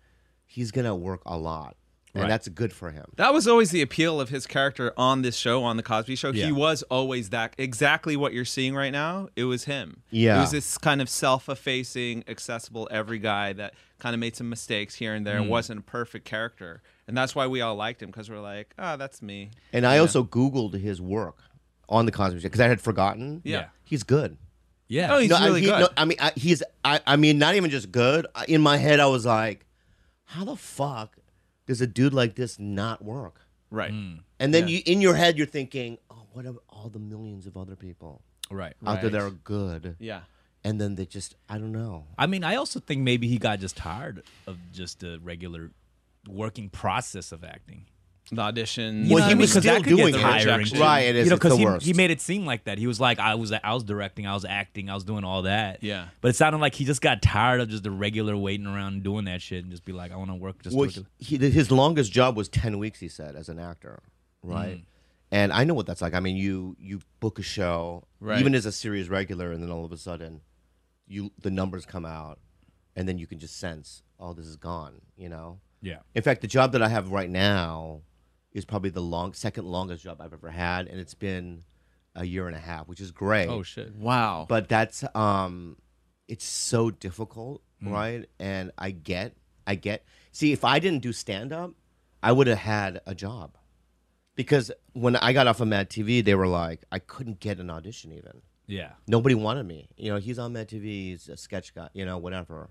Speaker 2: he's going to work a lot, and
Speaker 1: Right.
Speaker 2: that's good for him.
Speaker 3: That was always the appeal of his character on this show, on the Cosby Show.
Speaker 1: Yeah.
Speaker 3: He was always that exactly what you're seeing right now. It was him.
Speaker 2: Yeah.
Speaker 3: it was this kind of self-effacing, accessible every guy that kind of made some mistakes here and there
Speaker 2: Mm.
Speaker 3: and wasn't a perfect character, and that's why we all liked him because we're like, ah, that's me.
Speaker 2: And I also Googled his work on the Cosby Show because I had forgotten.
Speaker 3: Yeah.
Speaker 1: Yeah.
Speaker 2: he's good.
Speaker 1: yeah.
Speaker 3: Oh, he's
Speaker 2: I-
Speaker 3: really
Speaker 2: he-
Speaker 3: good.
Speaker 2: I mean, I, he's. I, I mean, not even just good. I- In my head, I was like, "How the fuck does a dude like this not work?"
Speaker 3: Right.
Speaker 1: Mm.
Speaker 2: And then you, in your head, you're thinking, "Oh, what are all the millions of other people
Speaker 1: right.
Speaker 2: out there
Speaker 3: Right.
Speaker 2: that are good?"
Speaker 3: Yeah.
Speaker 2: And then they just, I don't know.
Speaker 1: I mean, I also think maybe he got just tired of just the regular working process of acting.
Speaker 3: The audition.
Speaker 1: know
Speaker 2: Well, he
Speaker 1: what I
Speaker 2: was
Speaker 1: mean? 'Cause
Speaker 2: still
Speaker 1: that could get
Speaker 2: doing
Speaker 1: the
Speaker 2: it.
Speaker 1: rejection.
Speaker 2: Right, it is.
Speaker 1: you know,
Speaker 2: It's the
Speaker 1: he,
Speaker 2: worst.
Speaker 1: he made it seem like that. He was like, I was, I was directing, I was acting, I was doing all that.
Speaker 3: Yeah.
Speaker 1: But it sounded like he just got tired of just the regular waiting around and doing that shit and just be like, I want to work. Just
Speaker 2: Well,
Speaker 1: work.
Speaker 2: he, he- his longest job was ten weeks. He said as an actor, right? And I know what that's like. I mean, you you book a show,
Speaker 3: Right.
Speaker 2: even as a series regular, and then all of a sudden, you the numbers come out, and then you can just sense, oh, this is gone. You know.
Speaker 1: Yeah.
Speaker 2: In fact, the job that I have right now is probably the long second longest job I've ever had, and it's been a year and a half, which is great.
Speaker 1: Oh shit.
Speaker 3: Wow.
Speaker 2: But that's um, it's so difficult,
Speaker 1: Mm.
Speaker 2: right? And I get, I get. See, if I didn't do stand up, I would have had a job, because when I got off of Mad TV, they were like, I couldn't get an audition even
Speaker 1: Yeah.
Speaker 2: nobody wanted me. You know, he's on Mad TV, he's a sketch guy, you know, whatever.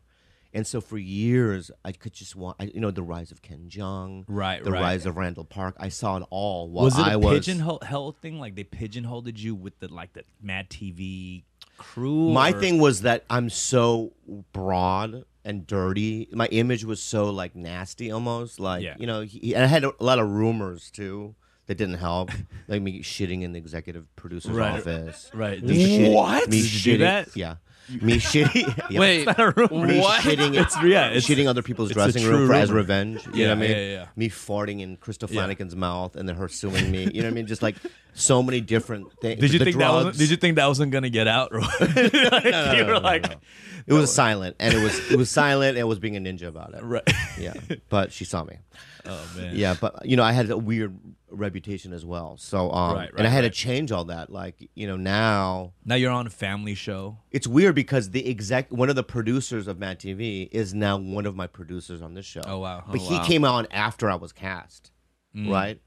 Speaker 2: And so for years, I could just want, I, you know, the rise of Ken Jeong,
Speaker 1: Right,
Speaker 2: The
Speaker 1: right.
Speaker 2: rise of Randall Park. I saw it all while
Speaker 1: Was it a
Speaker 2: I was.
Speaker 1: pigeonhole hell thing? Like they pigeonholed you with the like the Mad TV crew?
Speaker 2: My
Speaker 1: or-
Speaker 2: thing was that I'm so broad and dirty. My image was so like nasty, almost like
Speaker 1: Yeah.
Speaker 2: you know. He, and I had a lot of rumors too that didn't help, like me shitting in the executive producer's
Speaker 1: Right.
Speaker 2: office.
Speaker 1: Right. [laughs]
Speaker 2: Me shitting-
Speaker 3: What?
Speaker 2: Me
Speaker 1: Did you do
Speaker 2: shitting-
Speaker 1: that?
Speaker 2: Yeah.
Speaker 1: [laughs]
Speaker 2: Me shitting. [laughs] yeah.
Speaker 3: Wait,
Speaker 2: me
Speaker 3: What?
Speaker 2: shitting
Speaker 1: It's- yeah, it's-
Speaker 2: shitting other people's
Speaker 1: it's a
Speaker 2: dressing
Speaker 1: true
Speaker 2: room for as
Speaker 1: rumor.
Speaker 2: revenge. You know what I
Speaker 1: Yeah,
Speaker 2: mean?
Speaker 1: yeah, yeah.
Speaker 2: Me farting in Crystal Flanagan's mouth and then her suing me. You know what I mean? Just like so many different things.
Speaker 1: Did you
Speaker 2: The
Speaker 1: think that was
Speaker 2: drugs.
Speaker 1: Did you think that wasn't gonna get out? Roy? [laughs] Like, you were like,
Speaker 2: It was silent, and it was it was silent. And it was being a ninja about it.
Speaker 1: right.
Speaker 2: Yeah, but she saw me.
Speaker 1: [laughs] Oh man.
Speaker 2: Yeah, but you know, I had a weird reputation as well. So, um,
Speaker 1: Right, right,
Speaker 2: and I had
Speaker 1: right.
Speaker 2: to change all that. Like, you know, now
Speaker 1: Now you're on a family show.
Speaker 2: it's weird because the exec, one of the producers of Mad TV, is now one of my producers on this show.
Speaker 1: Oh, wow.
Speaker 2: But
Speaker 1: Oh,
Speaker 2: he
Speaker 1: wow. Mm.
Speaker 2: came on after I was cast, right?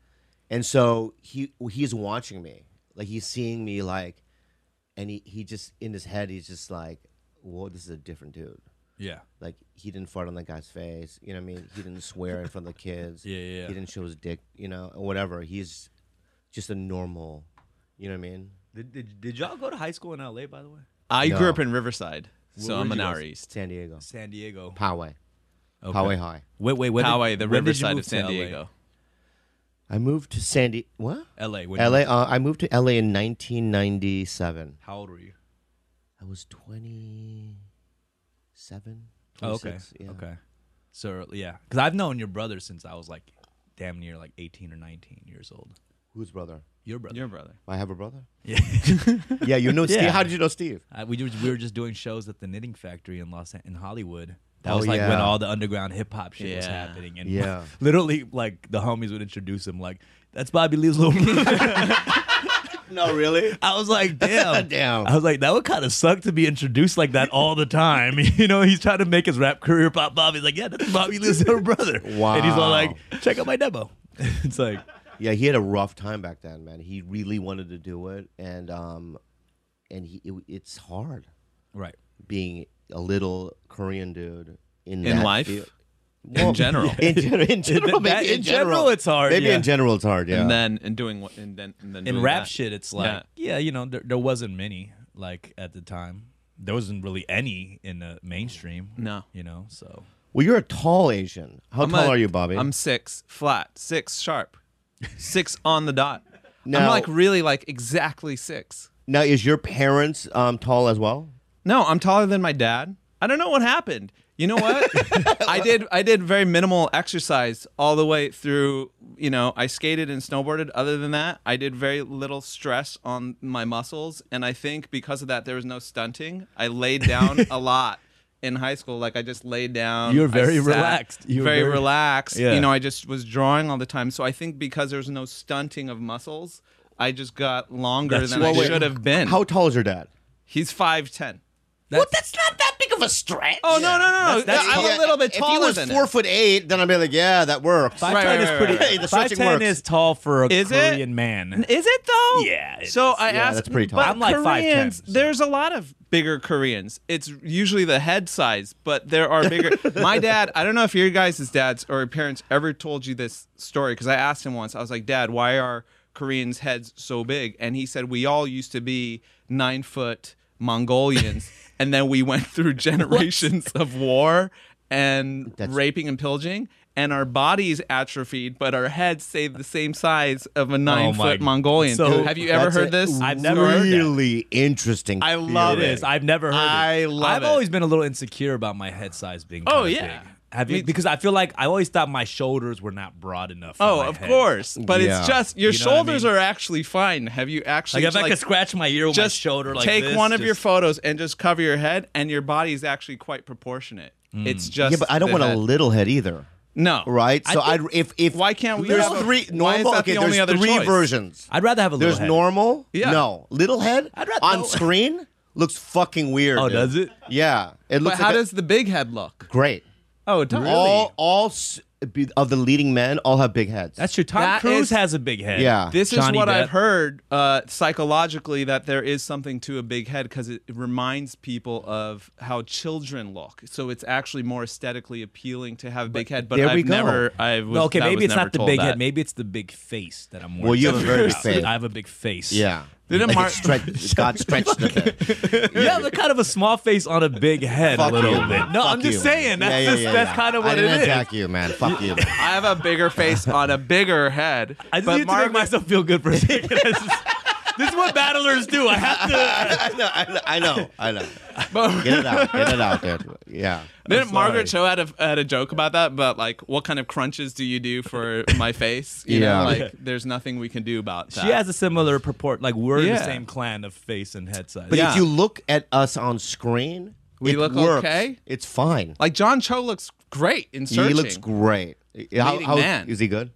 Speaker 2: And so he he's watching me, like he's seeing me, like, and he he just in his head he's just like, "Whoa, this is a different dude."
Speaker 1: Yeah.
Speaker 2: Like he didn't fart on that guy's face, you know what I mean? He didn't swear in front of the kids.
Speaker 1: [laughs] Yeah, yeah, yeah.
Speaker 2: He didn't show his dick, you know, or whatever. He's just a normal, you know what I mean?
Speaker 1: Did, did, did y'all go to high school in LA by the way?
Speaker 3: I
Speaker 2: No.
Speaker 3: grew up in Riverside, so
Speaker 1: Where-
Speaker 3: I'm
Speaker 1: where'd
Speaker 3: an
Speaker 1: you
Speaker 3: hour
Speaker 1: guys-
Speaker 3: east.
Speaker 2: San Diego,
Speaker 1: San Diego.
Speaker 2: Poway,
Speaker 1: Okay.
Speaker 2: Poway High.
Speaker 1: Wait, wait, wait.
Speaker 3: Poway, the Riverside of San Diego.
Speaker 2: I moved to San Diego. What?
Speaker 1: LA. LA. when
Speaker 2: LA.
Speaker 1: you-
Speaker 2: Uh, I moved to LA in 1997.
Speaker 1: How old were you?
Speaker 2: I was 27.
Speaker 1: Oh, okay.
Speaker 2: 26, yeah.
Speaker 1: Okay. So yeah, because I've known your brother since I was like damn near like 18 or 19 years old.
Speaker 2: Whose brother?
Speaker 1: Your brother.
Speaker 3: Your brother.
Speaker 2: I have a brother.
Speaker 1: [laughs]
Speaker 2: [laughs]
Speaker 1: Yeah.
Speaker 2: Yeah, you know
Speaker 1: [laughs]
Speaker 2: Steve.
Speaker 1: Yeah.
Speaker 2: How did you know Steve?
Speaker 1: I, we just, we were just doing shows at the Knitting Factory in Los An- in Hollywood. That
Speaker 2: Oh,
Speaker 1: was like when
Speaker 2: yeah.
Speaker 1: all the underground hip hop shit was
Speaker 3: Yeah.
Speaker 1: happening, and
Speaker 2: Yeah.
Speaker 1: [laughs] literally like the homies would introduce him like, "That's Bobby Lee's little [laughs] brother."
Speaker 2: No, [laughs] really.
Speaker 1: I was like, "Damn,
Speaker 2: [laughs] Damn.
Speaker 1: I was like, "That would kind of suck to be introduced like that all the time." [laughs] you know, he's trying to make his rap career pop. Bobby's like, "Yeah, that's Bobby Lee's little brother." and he's all
Speaker 2: [laughs] Wow.
Speaker 1: like, "Check out my demo." [laughs] it's like,
Speaker 2: Yeah, he had a rough time back then, man. He really wanted to do it, and um, and he it, it's hard
Speaker 1: right,
Speaker 2: being a little Korean dude in
Speaker 3: In
Speaker 2: that
Speaker 3: life?
Speaker 2: field.
Speaker 3: In general.
Speaker 2: [laughs] in, gen-
Speaker 3: [laughs]
Speaker 2: in general,
Speaker 1: That-
Speaker 2: maybe
Speaker 1: in general, it's hard,
Speaker 2: Maybe
Speaker 1: yeah.
Speaker 2: in general, it's hard. Yeah.
Speaker 3: And then and doing what and then and then
Speaker 1: in
Speaker 3: doing
Speaker 1: rap
Speaker 3: that.
Speaker 1: shit, it's like, yeah, you know, there, there wasn't many like at the time. There wasn't really any in the mainstream.
Speaker 3: No.
Speaker 1: you know, so
Speaker 2: well, you're a tall Asian. How
Speaker 3: I'm
Speaker 2: tall
Speaker 3: a-
Speaker 2: are you, Bobby?
Speaker 3: I'm six, flat, six sharp, six on
Speaker 2: [laughs]
Speaker 3: the dot. I'm
Speaker 2: Now-
Speaker 3: like really like exactly six.
Speaker 2: Now, is your parents um, tall as well?
Speaker 3: No, I'm taller than my dad. I don't know what happened. You
Speaker 1: [laughs]
Speaker 3: know what? I did I did very minimal exercise all the way through, you know, I skated and snowboarded. Other than that, I did very little stress on my muscles and I think because of that there was no stunting. I laid down
Speaker 1: [laughs]
Speaker 3: a lot in high school like I just laid down.
Speaker 1: You were
Speaker 3: I
Speaker 1: very
Speaker 3: sat,
Speaker 1: relaxed. You were
Speaker 3: very,
Speaker 1: very-
Speaker 3: relaxed.
Speaker 1: Yeah.
Speaker 3: You know, I just was drawing all the time. So I think because there was no stunting of muscles, I just got longer
Speaker 1: That's
Speaker 3: than
Speaker 1: what
Speaker 3: I
Speaker 1: we-
Speaker 3: should have been.
Speaker 2: How tall is your dad?
Speaker 3: He's 5'10.
Speaker 1: that's,
Speaker 2: That's not that big of a stretch.
Speaker 3: Oh no no no! no.
Speaker 1: that's-
Speaker 3: I'm a little bit
Speaker 2: If
Speaker 3: taller
Speaker 2: he was
Speaker 3: than
Speaker 2: four
Speaker 3: it.
Speaker 2: foot eight, then I'd be like, yeah, that works.
Speaker 1: five
Speaker 3: Right,
Speaker 1: ten
Speaker 3: right,
Speaker 1: is
Speaker 3: right,
Speaker 1: pretty.
Speaker 3: right,
Speaker 2: right. The
Speaker 1: Five
Speaker 2: stretching
Speaker 1: ten
Speaker 2: works.
Speaker 1: is tall for a
Speaker 3: Is it?
Speaker 1: Korean man.
Speaker 3: Is it though?
Speaker 1: Yeah, it
Speaker 3: so
Speaker 1: is.
Speaker 3: I
Speaker 2: Yeah,
Speaker 3: asked.
Speaker 2: that's pretty tall.
Speaker 3: but
Speaker 1: I'm like 5'10",
Speaker 3: Koreans,
Speaker 1: so-
Speaker 3: There's a lot of bigger Koreans. It's usually the head size, but there are
Speaker 1: [laughs]
Speaker 3: bigger. My dad. I don't know if your guys' dads or your parents ever told you this story because I asked him once. I was like, Dad, why are Koreans' heads so big? And he said, We all used to be nine foot
Speaker 1: [laughs]
Speaker 3: Mongolians, and then we went through generations of war and raping and pillaging. And our bodies atrophied, but our heads stayed the same size of a nine
Speaker 1: Oh my-
Speaker 3: foot Mongolian.
Speaker 1: So-
Speaker 3: have you ever
Speaker 2: That's
Speaker 3: heard
Speaker 2: a
Speaker 3: this?
Speaker 1: I've never heard that.
Speaker 2: really interesting.
Speaker 3: I love
Speaker 1: It is. I've never heard
Speaker 3: I
Speaker 1: it.
Speaker 3: love
Speaker 1: I've
Speaker 3: it.
Speaker 1: always been a little insecure about my head size being.
Speaker 3: Oh
Speaker 1: kinda
Speaker 3: yeah.
Speaker 1: big. Have you?
Speaker 3: mean-
Speaker 1: because I feel like I always thought my shoulders were not broad enough. for
Speaker 3: Oh,
Speaker 1: my
Speaker 3: of
Speaker 1: head.
Speaker 3: course. But
Speaker 2: Yeah.
Speaker 3: it's just your
Speaker 1: You know what I
Speaker 3: shoulders
Speaker 1: mean?
Speaker 3: are actually fine. Have you actually
Speaker 1: Like if I
Speaker 3: like,
Speaker 1: could scratch my ear with
Speaker 3: just
Speaker 1: my shoulder, like
Speaker 3: take
Speaker 1: this,
Speaker 3: one of your
Speaker 1: just-
Speaker 3: photos and just cover your head, and your body is actually quite proportionate.
Speaker 1: Mm.
Speaker 3: It's just
Speaker 2: yeah, but I don't
Speaker 3: the
Speaker 2: want a
Speaker 3: head.
Speaker 2: little head either,
Speaker 3: no
Speaker 2: right?
Speaker 1: I
Speaker 2: so
Speaker 1: think-
Speaker 2: I'd if if
Speaker 3: Why can't we
Speaker 2: There's
Speaker 3: have a-
Speaker 2: three
Speaker 3: why is
Speaker 2: normal.
Speaker 3: that
Speaker 2: okay,
Speaker 3: the
Speaker 2: there's
Speaker 3: only other
Speaker 2: three
Speaker 3: choice?
Speaker 2: versions.
Speaker 1: I'd rather have a little
Speaker 2: There's
Speaker 1: head.
Speaker 2: normal.
Speaker 3: Yeah.
Speaker 2: No, little head
Speaker 1: I'd rather-
Speaker 2: on
Speaker 1: no.
Speaker 2: screen looks fucking weird.
Speaker 1: Oh,
Speaker 2: dude.
Speaker 1: does it?
Speaker 2: Yeah, it
Speaker 3: But
Speaker 2: looks.
Speaker 3: how
Speaker 2: like a-
Speaker 3: does the big head look?
Speaker 2: great?
Speaker 3: Oh, it does.
Speaker 2: All all s- be- of the leading men all have big heads.
Speaker 1: That's your Tom
Speaker 3: That
Speaker 1: Cruise
Speaker 3: is-
Speaker 1: has a big head.
Speaker 2: Yeah.
Speaker 3: This is
Speaker 1: Johnny
Speaker 3: what
Speaker 1: Depp.
Speaker 3: I've heard uh, psychologically that there is something to a big head because it reminds people of how children look. So it's actually more aesthetically appealing to have a big head. But
Speaker 2: there we
Speaker 3: I've
Speaker 2: go.
Speaker 3: never, I was
Speaker 1: No, okay,
Speaker 3: I was
Speaker 1: maybe it's
Speaker 3: never
Speaker 1: not the
Speaker 3: told
Speaker 1: big
Speaker 3: that.
Speaker 1: head. Maybe it's the big face that I'm wearing.
Speaker 2: Well, you have a very big
Speaker 1: [laughs]
Speaker 2: face.
Speaker 1: I have a big face. [laughs]
Speaker 2: yeah.
Speaker 3: Didn't
Speaker 2: Like
Speaker 3: Mark-
Speaker 2: it's stretch, God stretched a bit.
Speaker 1: you have a kind of a small face on a big head
Speaker 2: Fuck
Speaker 1: a little
Speaker 2: you.
Speaker 1: bit. No,
Speaker 2: Fuck
Speaker 1: I'm just
Speaker 2: you.
Speaker 1: saying that's
Speaker 2: Yeah, yeah,
Speaker 1: just,
Speaker 2: yeah,
Speaker 1: that's
Speaker 2: yeah.
Speaker 1: kind of
Speaker 2: I
Speaker 1: what it
Speaker 2: didn't
Speaker 1: is.
Speaker 2: attack you,
Speaker 1: [laughs]
Speaker 2: man. Fuck you. [laughs] man.
Speaker 3: I have a bigger face on a bigger head.
Speaker 1: I just
Speaker 3: but
Speaker 1: need to make
Speaker 3: Margaret-
Speaker 1: myself feel good for a [laughs] second. That's just- [laughs] this is what battlers do. I have to.
Speaker 2: I know, I know, I know, I know.
Speaker 3: but-
Speaker 2: Get it out, get it out, dude.
Speaker 1: [laughs]
Speaker 2: Yeah.
Speaker 3: [laughs] Didn't Margaret Cho had a had a joke about that? But like, what kind of crunches do you do for my face? You
Speaker 2: Yeah.
Speaker 3: know, like there's nothing we can do about that.
Speaker 1: She has a similar purport. Like we're in the
Speaker 3: Yeah.
Speaker 1: same clan of face and head size.
Speaker 2: But
Speaker 3: Yeah.
Speaker 2: if you look at us on screen,
Speaker 3: We
Speaker 2: it
Speaker 3: look
Speaker 2: works.
Speaker 3: okay?
Speaker 2: It's fine.
Speaker 3: like John Cho looks great in searching.
Speaker 2: He looks great. How,
Speaker 3: Leading
Speaker 2: how-
Speaker 3: man.
Speaker 2: is he good?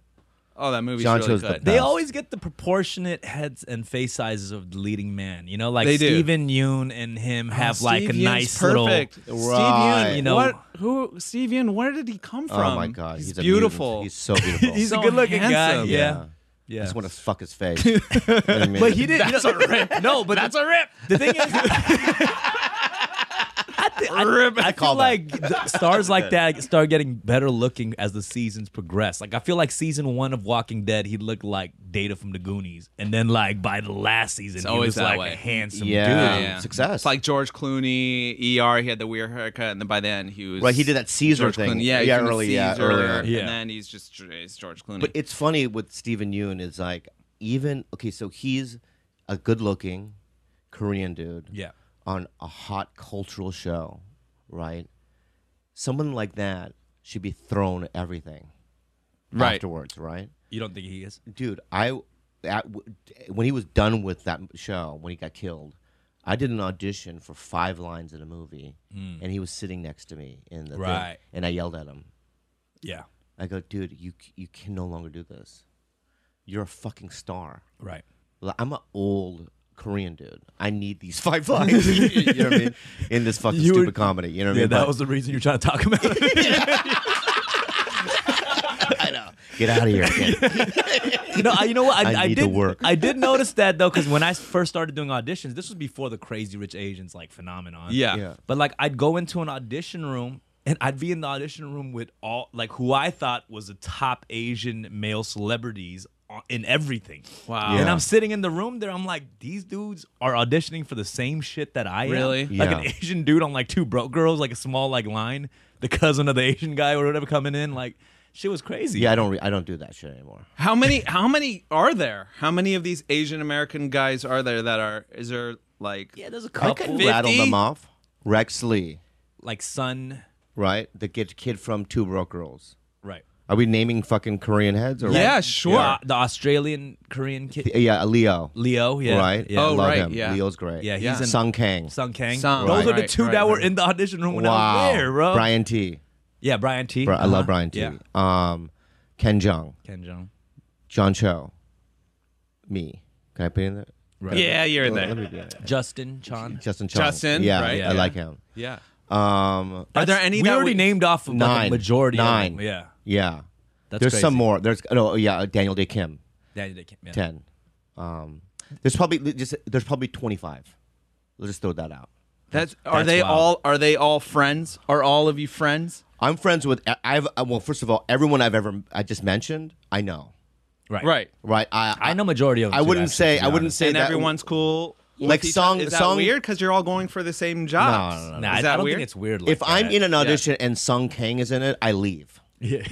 Speaker 3: oh, that movie's
Speaker 2: John
Speaker 3: really
Speaker 2: Cho's the
Speaker 3: good.
Speaker 1: They
Speaker 2: Yes.
Speaker 1: always get the proportionate heads and face sizes of the leading man. You know, like
Speaker 3: They do.
Speaker 1: Steven Yoon and him have
Speaker 3: Steve
Speaker 1: like a
Speaker 3: Yeun's
Speaker 1: nice
Speaker 3: perfect.
Speaker 1: little.
Speaker 3: Steve
Speaker 2: Right.
Speaker 3: Yeun,
Speaker 1: You know-
Speaker 3: what? Who? Steve Yeun? Where did he come from?
Speaker 2: oh my god,
Speaker 3: he's,
Speaker 2: he's, a mutant.
Speaker 3: beautiful. [laughs]
Speaker 2: He's so beautiful.
Speaker 1: He's
Speaker 3: So
Speaker 1: a good-looking guy.
Speaker 3: handsome.
Speaker 1: Yeah, yeah.
Speaker 2: I just want to fuck his
Speaker 3: [laughs]
Speaker 2: face. You know what I mean?
Speaker 1: But he didn't. That's a
Speaker 2: [laughs]
Speaker 1: rip. No, but that's a rip. The thing is, I, thi- I, I feel
Speaker 2: call that.
Speaker 1: like th- stars like that start getting better looking as the seasons progress. Like I feel like season one of Walking Dead, he looked like Data from the Goonies, and then like by the last season, he
Speaker 3: always
Speaker 1: was
Speaker 3: that
Speaker 1: like
Speaker 3: way.
Speaker 1: a handsome
Speaker 2: Yeah.
Speaker 1: dude.
Speaker 2: Yeah. um, Success.
Speaker 3: It's like George Clooney, ER. He had the weird haircut, and then by then he was
Speaker 2: Right, he did that Caesar
Speaker 3: George
Speaker 2: thing.
Speaker 3: Clooney. Yeah, he
Speaker 2: Yeah,
Speaker 3: was
Speaker 2: early-
Speaker 3: Caesar,
Speaker 2: yeah, earlier.
Speaker 1: Yeah.
Speaker 3: And then he's just he's George Clooney.
Speaker 2: But it's funny with Steven Yeun is like even okay, so he's a good-looking Korean dude.
Speaker 1: Yeah.
Speaker 2: on a hot cultural show, right? Someone like that should be thrown everything
Speaker 3: Right.
Speaker 2: afterwards, right?
Speaker 1: You don't think he is?
Speaker 2: Dude, I at, when he was done with that show, when he got killed, I did an audition for five lines in a movie, and he was sitting next to me in the thing,
Speaker 1: Right.
Speaker 2: and I yelled at him.
Speaker 1: Yeah.
Speaker 2: I go, dude, you c- you can no longer do this. You're a fucking star.
Speaker 1: Right.
Speaker 2: Like, I'm an old Korean dude. I need these [laughs] five lines. [laughs] you know what I mean? In this fucking
Speaker 1: You were-
Speaker 2: stupid comedy. You know what
Speaker 1: Yeah,
Speaker 2: I mean?
Speaker 1: that
Speaker 2: But-
Speaker 1: was the reason you're trying to talk about
Speaker 2: [laughs]
Speaker 1: it.
Speaker 2: I know. Get out of here. [laughs] Kid.
Speaker 1: you know, I, you know what? I,
Speaker 2: I need to
Speaker 1: did,
Speaker 2: work.
Speaker 1: I did notice that though, because when I first started doing auditions, this was before the Crazy Rich Asians like phenomenon.
Speaker 3: yeah.
Speaker 2: Yeah.
Speaker 1: But like I'd go into an audition room and I'd be in the audition room with all like who I thought was the top Asian male celebrities on- in everything.
Speaker 3: Wow.
Speaker 1: And
Speaker 2: Yeah.
Speaker 1: I'm sitting in the room there I'm like these dudes are auditioning for the same shit that I am.
Speaker 3: Really?
Speaker 1: Like an
Speaker 2: Yeah.
Speaker 1: Asian dude on like two broke girls like a small like line, the cousin of the Asian guy or whatever coming in like shit was crazy.
Speaker 2: Yeah, I don't. Re- I don't do that shit anymore.
Speaker 3: How many? How many are there? How many of these Asian American guys are there that are? Is there like?
Speaker 1: Yeah, there's a
Speaker 2: I
Speaker 1: couple
Speaker 2: could rattle
Speaker 3: 50?
Speaker 2: them off. Rex Lee,
Speaker 1: like Sun
Speaker 2: right? The kid, kid from Two Broke Girls.
Speaker 1: right.
Speaker 2: Are we naming fucking Korean heads or what?
Speaker 3: Yeah, sure.
Speaker 1: The, uh, the Australian Korean kid
Speaker 2: The- yeah, Leo.
Speaker 1: Leo, yeah.
Speaker 2: Right.
Speaker 1: Yeah.
Speaker 2: I
Speaker 3: Oh,
Speaker 2: love
Speaker 3: right,
Speaker 2: him.
Speaker 3: yeah.
Speaker 2: Leo's great.
Speaker 1: Yeah, he's
Speaker 3: Yeah.
Speaker 1: in
Speaker 2: Sung Kang.
Speaker 1: Sung Kang.
Speaker 3: Sung,
Speaker 1: Those are the
Speaker 3: right,
Speaker 1: two
Speaker 3: right,
Speaker 1: that were
Speaker 3: right.
Speaker 1: in the audition room when I
Speaker 2: wow.
Speaker 1: was there, bro.
Speaker 2: Brian T.
Speaker 1: Yeah, Brian T.
Speaker 2: Bro, I love
Speaker 1: Uh-huh.
Speaker 2: Brian T.
Speaker 1: Yeah.
Speaker 2: Um, Ken Jong,
Speaker 1: Ken Jeong.
Speaker 2: John Cho, me. Can I put in there? Oh,
Speaker 1: Right.
Speaker 3: Yeah, you're
Speaker 2: Let-
Speaker 3: there.
Speaker 2: let me do that.
Speaker 1: Justin Chon.
Speaker 2: Justin Chong.
Speaker 3: Justin,
Speaker 2: Yeah,
Speaker 3: right,
Speaker 2: I
Speaker 1: yeah.
Speaker 2: like him.
Speaker 3: Yeah.
Speaker 2: Um,
Speaker 3: Are there
Speaker 1: That's-
Speaker 3: any
Speaker 1: We
Speaker 3: that
Speaker 1: already
Speaker 3: we-
Speaker 1: named off of like
Speaker 2: nine.
Speaker 1: a majority. of
Speaker 2: Nine.
Speaker 1: them. Yeah.
Speaker 2: yeah.
Speaker 1: That's
Speaker 2: There's some
Speaker 1: crazy.
Speaker 2: more. There's no. Yeah, Daniel Day Kim.
Speaker 1: Daniel Day Kim, yeah.
Speaker 2: ten. Um, there's probably just there's probably twenty five. Let's just throw that out.
Speaker 3: That's are
Speaker 1: that's
Speaker 3: they
Speaker 1: wild.
Speaker 3: all are they all friends? Are all of you friends?
Speaker 2: I'm friends with I- I've uh, well first of all everyone I've ever I just mentioned I know
Speaker 1: Right.
Speaker 2: right I
Speaker 1: I know majority of them.
Speaker 2: I
Speaker 1: too,
Speaker 2: wouldn't
Speaker 1: actually,
Speaker 2: say
Speaker 1: to be
Speaker 2: I wouldn't
Speaker 1: honest.
Speaker 2: say
Speaker 3: and
Speaker 2: that
Speaker 3: everyone's cool. with
Speaker 2: Like
Speaker 3: each other?
Speaker 2: song-
Speaker 3: Is that
Speaker 2: song-
Speaker 3: weird? Because you're all going for the same jobs.
Speaker 2: no, no,
Speaker 1: Nah,
Speaker 3: Is
Speaker 1: I-
Speaker 3: that
Speaker 1: I don't
Speaker 3: weird?
Speaker 1: think it's weird. Like
Speaker 2: if I'm
Speaker 1: that.
Speaker 2: in an audition and Sung Kang is in it I leave
Speaker 1: [laughs] yeah.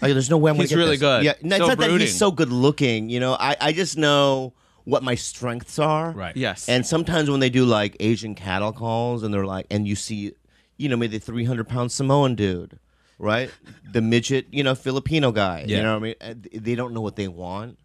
Speaker 2: like there's no way I'm gonna
Speaker 3: He's
Speaker 2: get
Speaker 3: really
Speaker 2: this.
Speaker 3: good.
Speaker 2: yeah no, it's
Speaker 3: So
Speaker 2: not that
Speaker 3: brooding.
Speaker 2: he's so good looking you know I I just know what my strengths are
Speaker 1: Right.
Speaker 3: Yes.
Speaker 2: And sometimes when they do like Asian cattle calls and they're like, and you see, you know, maybe the 300 pound Samoan dude right? The midget, you know, Filipino guy.
Speaker 1: Yeah.
Speaker 2: You know what I mean? Uh, th- They don't know what they want,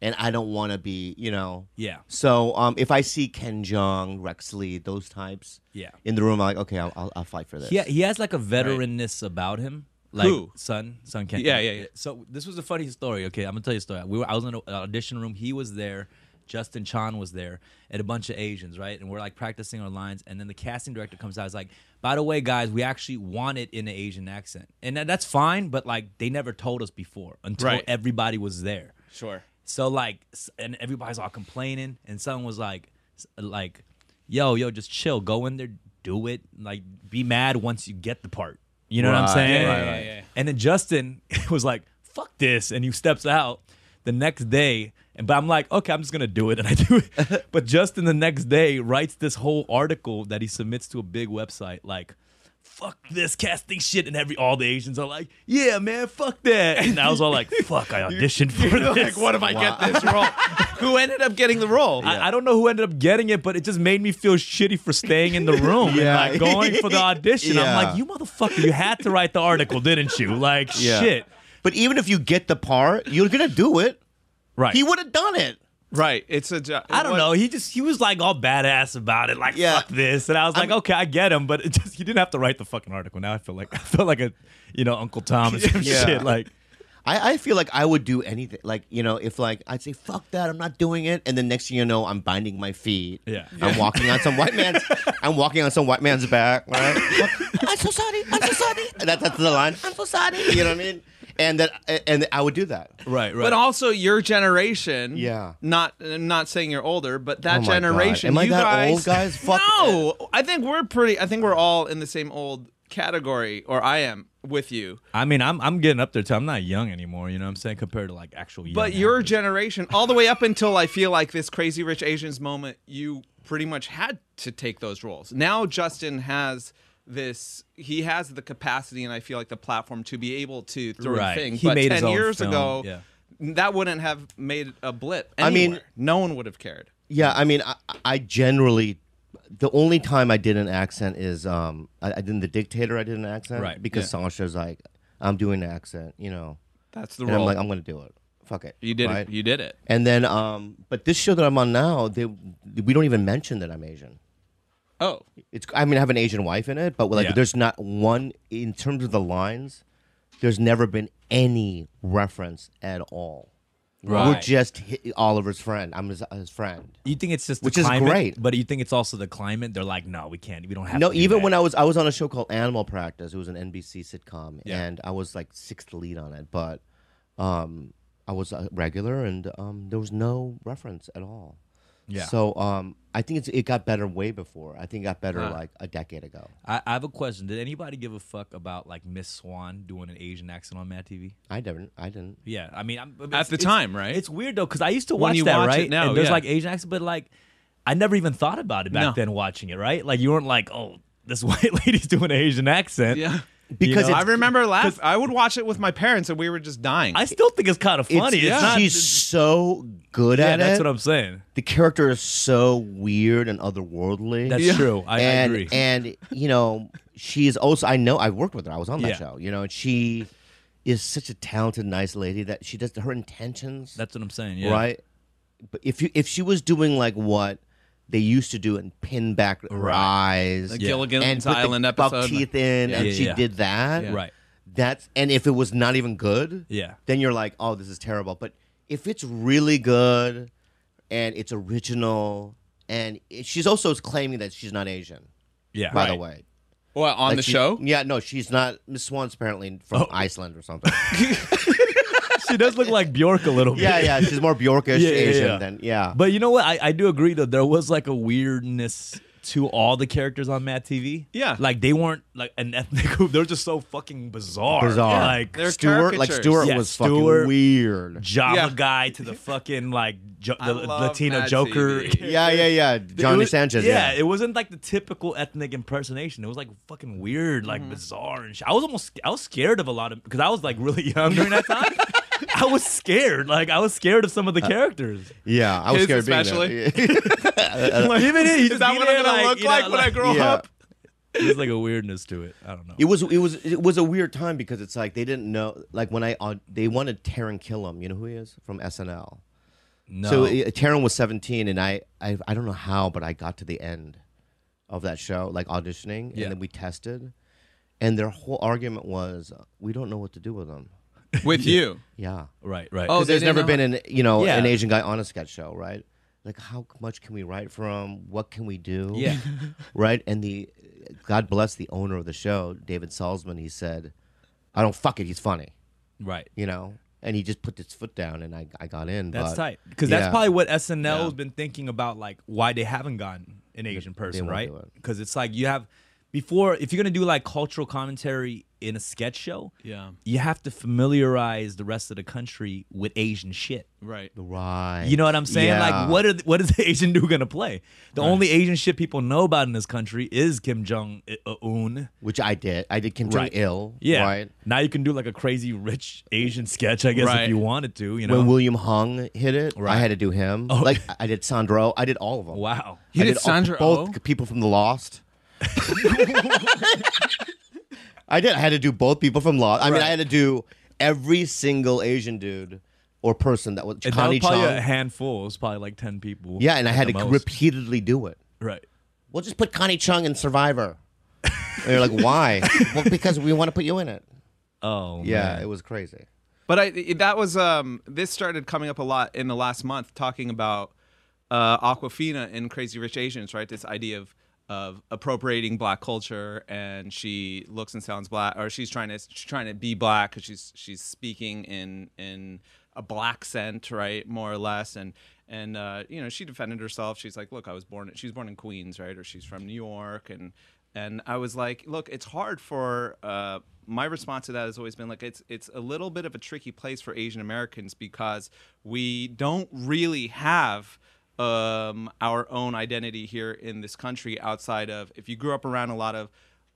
Speaker 2: and I don't want to be, you know.
Speaker 1: Yeah.
Speaker 2: So um, if I see Ken Jeong, Rex Lee, those types,
Speaker 1: Yeah.
Speaker 2: in the room, I'm like, okay, I'll, I'll, I'll fight for this.
Speaker 1: He, he has like a veteranness about him. Like
Speaker 3: Who?
Speaker 1: son, son Ken.
Speaker 3: Yeah, yeah, yeah.
Speaker 1: So this was a funny story. Okay, I'm gonna tell you a story. We were I was in an audition room. He was there. Justin Chan was there, and a bunch of Asians, right? And we're like practicing our lines, and then the casting director comes out. He's like, "By the way, guys, we actually want it in an Asian accent, and that, that's fine, but like they never told us before until
Speaker 3: Right.
Speaker 1: everybody was there."
Speaker 3: Sure.
Speaker 1: So like, s- and everybody's all complaining, and someone was like, s- like, yo, yo, just chill, go in there, do it, like, be mad once you get the part. You know what I'm
Speaker 2: Right,
Speaker 1: saying?
Speaker 2: right, right.
Speaker 3: Yeah, yeah, yeah.
Speaker 1: And then Justin [laughs] was like, fuck this, and he steps out the next day. And but I'm like, okay, I'm just gonna do it, and I do
Speaker 2: [laughs]
Speaker 1: it. but Justin the next day writes this whole article that he submits to a big website, like. Fuck this casting shit, and every all the Asians are like, "Yeah, man, fuck that." And I was all
Speaker 2: [laughs]
Speaker 1: like, "Fuck, I auditioned for
Speaker 3: You're
Speaker 1: this."
Speaker 3: like, what if I get this role? Who ended up getting the role?
Speaker 1: I, I don't know who ended up getting it, but it just made me feel shitty for staying in the room
Speaker 2: Yeah.
Speaker 1: and like going for the audition.
Speaker 2: Yeah.
Speaker 1: I'm like, you motherfucker, you had to write the article, didn't you? Like,
Speaker 2: Yeah.
Speaker 1: shit.
Speaker 2: But even if you get the part, you're gonna do it.
Speaker 1: Right.
Speaker 2: He would have done it.
Speaker 3: right. It's a job.
Speaker 1: I don't know. He just he was like all badass about it, like
Speaker 2: Yeah.
Speaker 1: fuck this, and I was like, okay, I get him, but it just he didn't have to write the fucking article. Now I feel like [laughs] I feel like a you know Uncle Tom and some
Speaker 2: [laughs] Yeah.
Speaker 1: shit. Like,
Speaker 2: I, I feel like I would do anything. Like, you know, if like I'd say, fuck that, I'm not doing it. And then next thing you know, I'm binding my feet.
Speaker 1: Yeah.
Speaker 2: I'm walking on some white man's I'm walking on some white man's back. Right? I'm so sorry. I'm so sorry. And [laughs] that, that's the line. I'm so sorry. You know what I mean? And that and I would do that. Oh
Speaker 1: right, right.
Speaker 3: But also your generation.
Speaker 2: Yeah.
Speaker 3: Not I'm not saying you're older, but
Speaker 2: Oh
Speaker 3: that
Speaker 2: my God.
Speaker 3: generation.
Speaker 2: Am I
Speaker 3: you
Speaker 2: that
Speaker 3: guys,
Speaker 2: old,
Speaker 3: [laughs]
Speaker 2: guys? Fuck
Speaker 3: No. I think we're pretty I think we're all in the same old category, or I am with you.
Speaker 1: I mean, I'm I'm getting up there too. I'm not young anymore. You know what I'm saying? Compared to like actual. Young
Speaker 3: But your generation, all the way up until I feel like this crazy rich Asians moment, you pretty much had to take those roles. Now Justin has this he has the capacity and I feel like the platform to be able to throw
Speaker 1: Right.
Speaker 3: a thing.
Speaker 1: He
Speaker 3: but
Speaker 1: made his
Speaker 3: ten
Speaker 1: own
Speaker 3: years
Speaker 1: film,
Speaker 3: ago
Speaker 1: yeah.
Speaker 3: that wouldn't have made a blip.
Speaker 2: I mean-
Speaker 3: anywhere. no one would have cared.
Speaker 2: Yeah, I mean, I, I generally, the only time I did an accent is um, I, I did the dictator. I did an accent,
Speaker 1: Right,
Speaker 2: Because Sasha's like, I'm doing an accent, you know,
Speaker 3: That's the
Speaker 2: and
Speaker 3: role.
Speaker 2: I'm like, I'm gonna do it. Fuck it.
Speaker 3: you did
Speaker 2: right?
Speaker 3: it. You did it.
Speaker 2: And then, um, but this show that I'm on now, they we don't even mention that I'm Asian.
Speaker 3: Oh,
Speaker 2: It's I mean, I have an Asian wife in it, but like,
Speaker 1: Yeah.
Speaker 2: there's not one in terms of the lines. There's never been any reference at all. We're
Speaker 1: Right.
Speaker 2: just hi Oliver's friend. I'm his, his friend.
Speaker 1: You think it's just the
Speaker 2: Which is
Speaker 1: climate,
Speaker 2: great.
Speaker 1: but you think it's also the climate. They're like, no, we can't. We don't have.
Speaker 2: No,
Speaker 1: to do
Speaker 2: even
Speaker 1: that."
Speaker 2: when I was I was on a show called Animal Practice. It was an NBC sitcom,
Speaker 1: Yeah.
Speaker 2: and I was like sixth lead on it. But um, I was a regular, and um, there was no reference at all.
Speaker 1: Yeah.
Speaker 2: So um, I think it's, it got better way before. I think it got better like a decade ago.
Speaker 1: I, I have a question. Did anybody give a fuck about like Miss Swan doing an Asian accent on Mad TV?
Speaker 2: I didn't. I didn't.
Speaker 1: Yeah, I mean, I'm, at
Speaker 3: the time, right?
Speaker 1: It's weird though because I used to
Speaker 3: When
Speaker 1: watch
Speaker 3: you
Speaker 1: that
Speaker 3: watch it
Speaker 1: right
Speaker 3: now,
Speaker 1: And there's
Speaker 3: yeah.
Speaker 1: like Asian accent, but like I never even thought about it back
Speaker 3: No.
Speaker 1: then watching it. Right? Like you weren't like, oh, this [laughs] white lady's doing an Asian accent.
Speaker 3: yeah.
Speaker 2: Because
Speaker 1: know,
Speaker 3: I
Speaker 2: it's,
Speaker 3: remember laugh. I would watch it with my parents, and we were just dying.
Speaker 1: I still think it's kind of
Speaker 2: it's,
Speaker 1: funny. It's,
Speaker 3: yeah.
Speaker 1: not.
Speaker 2: she's so good
Speaker 1: yeah,
Speaker 2: at
Speaker 1: that's
Speaker 2: it.
Speaker 1: what I'm saying.
Speaker 2: the character is so weird and otherworldly.
Speaker 1: That's
Speaker 3: Yeah.
Speaker 1: true. I, I
Speaker 2: and,
Speaker 1: agree.
Speaker 2: And you know, she's also I know I worked with her. I was on that
Speaker 1: Yeah.
Speaker 2: show. You know, and she is such a talented, nice lady that she does her intentions
Speaker 1: that's what I'm saying. Yeah.
Speaker 2: right. But if you if she was doing like what they used to do and pin back her eyes,
Speaker 3: The
Speaker 1: Yeah.
Speaker 3: Gilligan's
Speaker 2: and put
Speaker 3: Island
Speaker 2: the buck
Speaker 3: episode.
Speaker 2: teeth in, and
Speaker 1: Yeah,
Speaker 2: she
Speaker 1: yeah.
Speaker 2: did that,
Speaker 1: Yeah. Right.
Speaker 2: That's and if it was not even good,
Speaker 1: Yeah.
Speaker 2: then you're like, oh, this is terrible. But if it's really good and it's original, and it, she's also claiming that she's not Asian,
Speaker 1: Yeah.
Speaker 2: by
Speaker 1: Right.
Speaker 2: the way.
Speaker 3: Well, on
Speaker 2: Like
Speaker 3: the
Speaker 2: she-
Speaker 3: show,
Speaker 2: Yeah, no, she's not. Miss Swan's apparently from Iceland or something.
Speaker 1: [laughs] she does look like Bjork a little bit.
Speaker 2: yeah, yeah, she's more Bjorkish
Speaker 1: Yeah, yeah,
Speaker 2: Asian
Speaker 1: yeah.
Speaker 2: than yeah.
Speaker 1: But you know what? I, I do agree though. There was like a weirdness to all the characters on Mad TV.
Speaker 3: Yeah.
Speaker 1: like they weren't like an ethnic group. They're just so fucking bizarre.
Speaker 2: Bizarre.
Speaker 1: Like
Speaker 3: They're
Speaker 2: Stuart, like
Speaker 3: caricatures.
Speaker 2: Stuart
Speaker 1: Yeah,
Speaker 2: was
Speaker 1: Stuart-
Speaker 2: fucking weird.
Speaker 1: Java
Speaker 3: Yeah.
Speaker 1: guy to the fucking like jo-
Speaker 3: I
Speaker 1: the
Speaker 3: love
Speaker 1: Latino
Speaker 3: Mad
Speaker 1: Joker.
Speaker 3: TV.
Speaker 2: Yeah, yeah, yeah.
Speaker 1: [laughs] It
Speaker 2: Johnny
Speaker 1: was-
Speaker 2: Sanchez.
Speaker 1: Yeah,
Speaker 2: Yeah,
Speaker 1: it wasn't like the typical ethnic impersonation. It was like fucking weird, like
Speaker 3: Mm-hmm.
Speaker 1: bizarre and shit. I was almost I was scared of a lot of because I was like really [laughs] young during that
Speaker 3: [laughs]
Speaker 1: time. I was scared. Like I was scared of some
Speaker 2: Uh,
Speaker 1: of the characters.
Speaker 2: yeah. I was
Speaker 3: His
Speaker 2: scared being there. [laughs]
Speaker 3: especially.
Speaker 1: [laughs]
Speaker 2: uh,
Speaker 1: Even he
Speaker 3: is that what I'm gonna look like, when I grow
Speaker 2: Yeah.
Speaker 3: up?
Speaker 1: There's like a weirdness to it. I don't know.
Speaker 2: It was it was it was a weird time because it's like they didn't know like when I uh, they wanted Taron Killam, you know who he is from SNL.
Speaker 1: No.
Speaker 2: So uh, Taron was 17, and I, I I don't know how, but I got to the end of that show, like auditioning,
Speaker 1: Yeah.
Speaker 2: and then we tested, and their whole argument was we don't know what to do with them.
Speaker 3: with you.
Speaker 2: Yeah,
Speaker 1: right, right.
Speaker 3: Oh,
Speaker 2: because
Speaker 3: they
Speaker 2: there's
Speaker 3: didn't
Speaker 2: never
Speaker 3: know
Speaker 2: been an you know
Speaker 1: Yeah.
Speaker 2: an Asian guy on a sketch show, right? Like how much can we write from? What can we do?
Speaker 1: yeah.
Speaker 2: [laughs] right? And the God bless the owner of the show, David Salzman. He said, "I don't fuck it. He's funny,
Speaker 1: right.
Speaker 2: you know." And he just put his foot down, and I, I got in.
Speaker 1: That's
Speaker 2: but
Speaker 1: tight. Because that's
Speaker 2: Uh, yeah.
Speaker 1: probably what SNL has been thinking about, like why they haven't gotten an Asian person,
Speaker 2: won't
Speaker 1: right?
Speaker 2: do it.
Speaker 1: Because it's like you have before if you're gonna do like cultural commentary in a sketch show,
Speaker 3: Yeah.
Speaker 1: you have to familiarize the rest of the country with Asian shit.
Speaker 3: Right.
Speaker 2: right.
Speaker 1: You know what I'm saying? Like,
Speaker 2: Yeah.
Speaker 1: what are the, what is [laughs] the Asian dude gonna play? The only Asian shit people know about in this country is Kim Jong Un.
Speaker 2: Which I did. I did Kim
Speaker 1: Right.
Speaker 2: Jong Il.
Speaker 1: Yeah.
Speaker 2: Right.
Speaker 1: Now you can do like a crazy rich Asian sketch, I guess, if
Speaker 3: Right.
Speaker 1: you wanted to. You know?
Speaker 2: When William Hung hit it,
Speaker 1: Right. Oh.
Speaker 2: I had to do him. Like I did Sandro. I did all of them.
Speaker 1: [laughs] wow.
Speaker 2: I
Speaker 3: You did
Speaker 2: all-
Speaker 3: Sandro
Speaker 2: both
Speaker 3: Oh?
Speaker 2: people from The Lost. [laughs] I did. I had to do both people from Lost. I mean, I had to do every single Asian dude or person that was
Speaker 1: And that was
Speaker 2: Connie
Speaker 1: probably
Speaker 2: Chung.
Speaker 1: a handful. It was probably like ten people.
Speaker 2: Yeah, and I
Speaker 1: at
Speaker 2: had
Speaker 1: the
Speaker 2: to
Speaker 1: most.
Speaker 2: repeatedly do it.
Speaker 1: Right.
Speaker 2: We'll just put Connie Chung in Survivor. and you're
Speaker 1: [laughs]
Speaker 2: like, why? well, because we want to put you in it.
Speaker 1: Oh
Speaker 2: Yeah,
Speaker 1: man.
Speaker 2: it was crazy.
Speaker 3: But I that was um this started coming up a lot in the last month talking about uh, Aquafina in Crazy Rich Asians, right? This idea of of appropriating black culture, and she looks and sounds black, or she's trying to she's trying to be black because she's she's speaking in in a black scent, right, more or less, and and uh, you know she defended herself. She's like, look, I was born she was born in Queens, right, or she's from New York, and and I was like, look, it's hard for. Uh, my response to that has always been like it's it's a little bit of a tricky place for Asian Americans because we don't really have um, our own identity here in this country outside of if you grew up around a lot of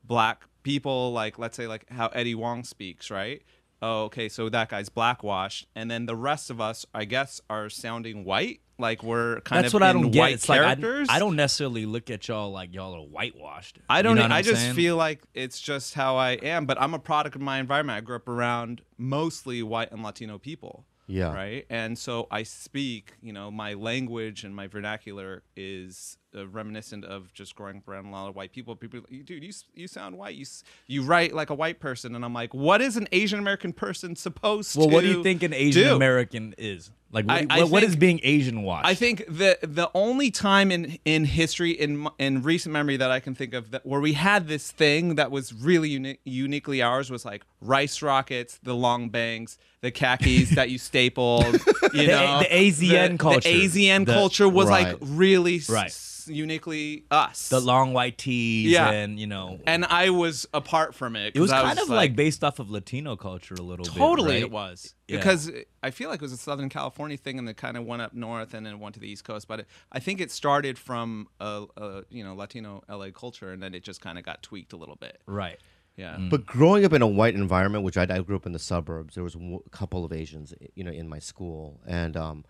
Speaker 3: black people, like let's say like how Eddie Wong speaks, right? Oh, okay, so that guy's blackwashed, and then the rest of us, I guess, are sounding white, like we're kind
Speaker 1: That's
Speaker 3: of
Speaker 1: what I
Speaker 3: in
Speaker 1: don't
Speaker 3: white
Speaker 1: get. It's like I,
Speaker 3: characters.
Speaker 1: I don't necessarily look at y'all like y'all are whitewashed.
Speaker 3: I don't. e,
Speaker 1: You know what
Speaker 3: I
Speaker 1: I'm
Speaker 3: just
Speaker 1: saying?
Speaker 3: feel like it's just how I am. But I'm a product of my environment. I grew up around mostly white and Latino people.
Speaker 2: Yeah.
Speaker 3: Right. And so I speak. You know, my language and my vernacular is uh, reminiscent of just growing up around a lot of white people. People, you, dude, you s- you sound white. You s- you write like a white person. And I'm like, what is an Asian American person supposed
Speaker 1: Well,
Speaker 3: to?
Speaker 1: what do you think an Asian
Speaker 3: do?
Speaker 1: American is? Like, what,
Speaker 3: I- I
Speaker 1: what- what
Speaker 3: think-
Speaker 1: is being Asian washed?
Speaker 3: I think the the only time in in history in m- in recent memory that I can think of that where we had this thing that was really uni- uniquely ours was like rice rockets, the long bangs, the khakis that you
Speaker 1: [laughs]
Speaker 3: stapled, you know,
Speaker 1: the AZN culture.
Speaker 3: The AZN
Speaker 1: The-
Speaker 3: culture was like
Speaker 2: Right.
Speaker 3: really s-
Speaker 1: Right.
Speaker 3: s- uniquely us.
Speaker 1: the long white tees
Speaker 3: Yeah.
Speaker 1: and you know,
Speaker 3: and I was apart from it.
Speaker 1: it was kind of like, based off of Latino culture a little bit.
Speaker 3: Totally,
Speaker 1: right?
Speaker 3: it was
Speaker 1: Yeah.
Speaker 3: because I feel like it was a Southern California thing, and it kind of went up north and then went to the East Coast. But it, I think it started from a, a you know Latino LA culture, and then it just kind of got tweaked a little bit.
Speaker 1: Right.
Speaker 3: Yeah,
Speaker 1: Mm.
Speaker 2: But growing up in a white environment, which I, I grew up in the suburbs, there was a couple of Asians, eh, you know, in my school, and um,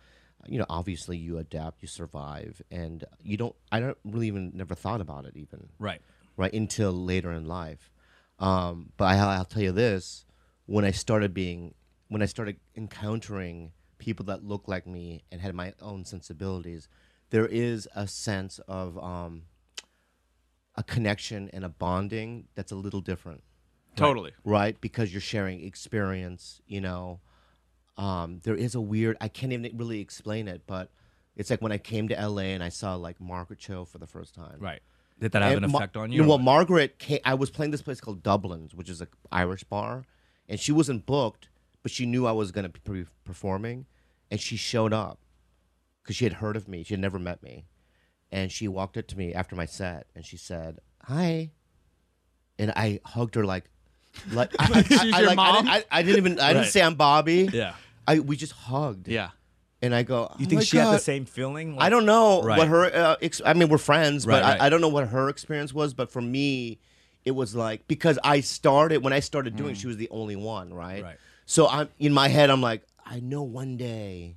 Speaker 2: you know, obviously you adapt, you survive, and you don't. I don't really even never thought about it even.
Speaker 1: Right.
Speaker 2: right until later in life. Um, but I, I'll tell you this: when I started being, when I started encountering people that looked like me and had my own sensibilities, there is a sense of um, a connection and a bonding that's a little different,
Speaker 3: totally.
Speaker 2: right? Because you're sharing experience. You know, um, there is a weird. I can't even really explain it, but. It's like when I came to LA and I saw like Margaret Cho for the first time.
Speaker 1: Right. Did that have an
Speaker 2: And Ma-
Speaker 1: effect on you? or
Speaker 2: Well,
Speaker 1: what?
Speaker 2: Margaret, came, I was playing this place called Dublin's, which is an Irish bar, and she wasn't booked, but she knew I was going to be performing, and she showed up because she had heard of me. She had never met me, and she walked up to me after my set, and she said, "Hi," and I hugged her like, like,
Speaker 1: [laughs]
Speaker 2: I, I,
Speaker 3: she's
Speaker 2: I-
Speaker 3: your
Speaker 2: like, I
Speaker 3: mom?
Speaker 2: didn't- I, I didn't even I
Speaker 1: Right.
Speaker 2: didn't say I'm Bobby.
Speaker 1: Yeah.
Speaker 2: I we just hugged.
Speaker 3: Yeah,
Speaker 2: and I go,
Speaker 1: you
Speaker 2: "Oh
Speaker 1: think
Speaker 2: my
Speaker 1: she had the
Speaker 2: God."
Speaker 1: same feeling?
Speaker 2: I
Speaker 1: Like-
Speaker 2: don't know
Speaker 1: Right.
Speaker 2: what her. Uh, ex- I mean, we're friends,
Speaker 1: Right,
Speaker 2: but
Speaker 1: right.
Speaker 2: I, I don't know what her experience was. But for me, it was like because I started when I started doing, it, she was the only one, right?
Speaker 1: Mm. Right.
Speaker 2: So I'm in my head, I'm like, I know one day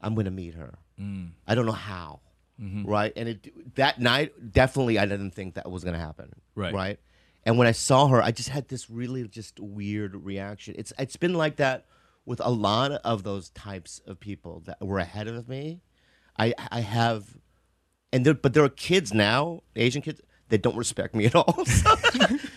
Speaker 2: I'm gonna meet her.
Speaker 1: Mm.
Speaker 2: I don't know
Speaker 1: Mm-hmm.
Speaker 2: how, right? And it that night definitely I didn't think that was gonna happen,
Speaker 1: Right.
Speaker 2: Right. And when I saw her, I just had this really just weird reaction. It's it's been like that with a lot of those types of people that were ahead of me. I I have and there, but there are kids now, Asian kids, that don't respect me at all. [laughs] so,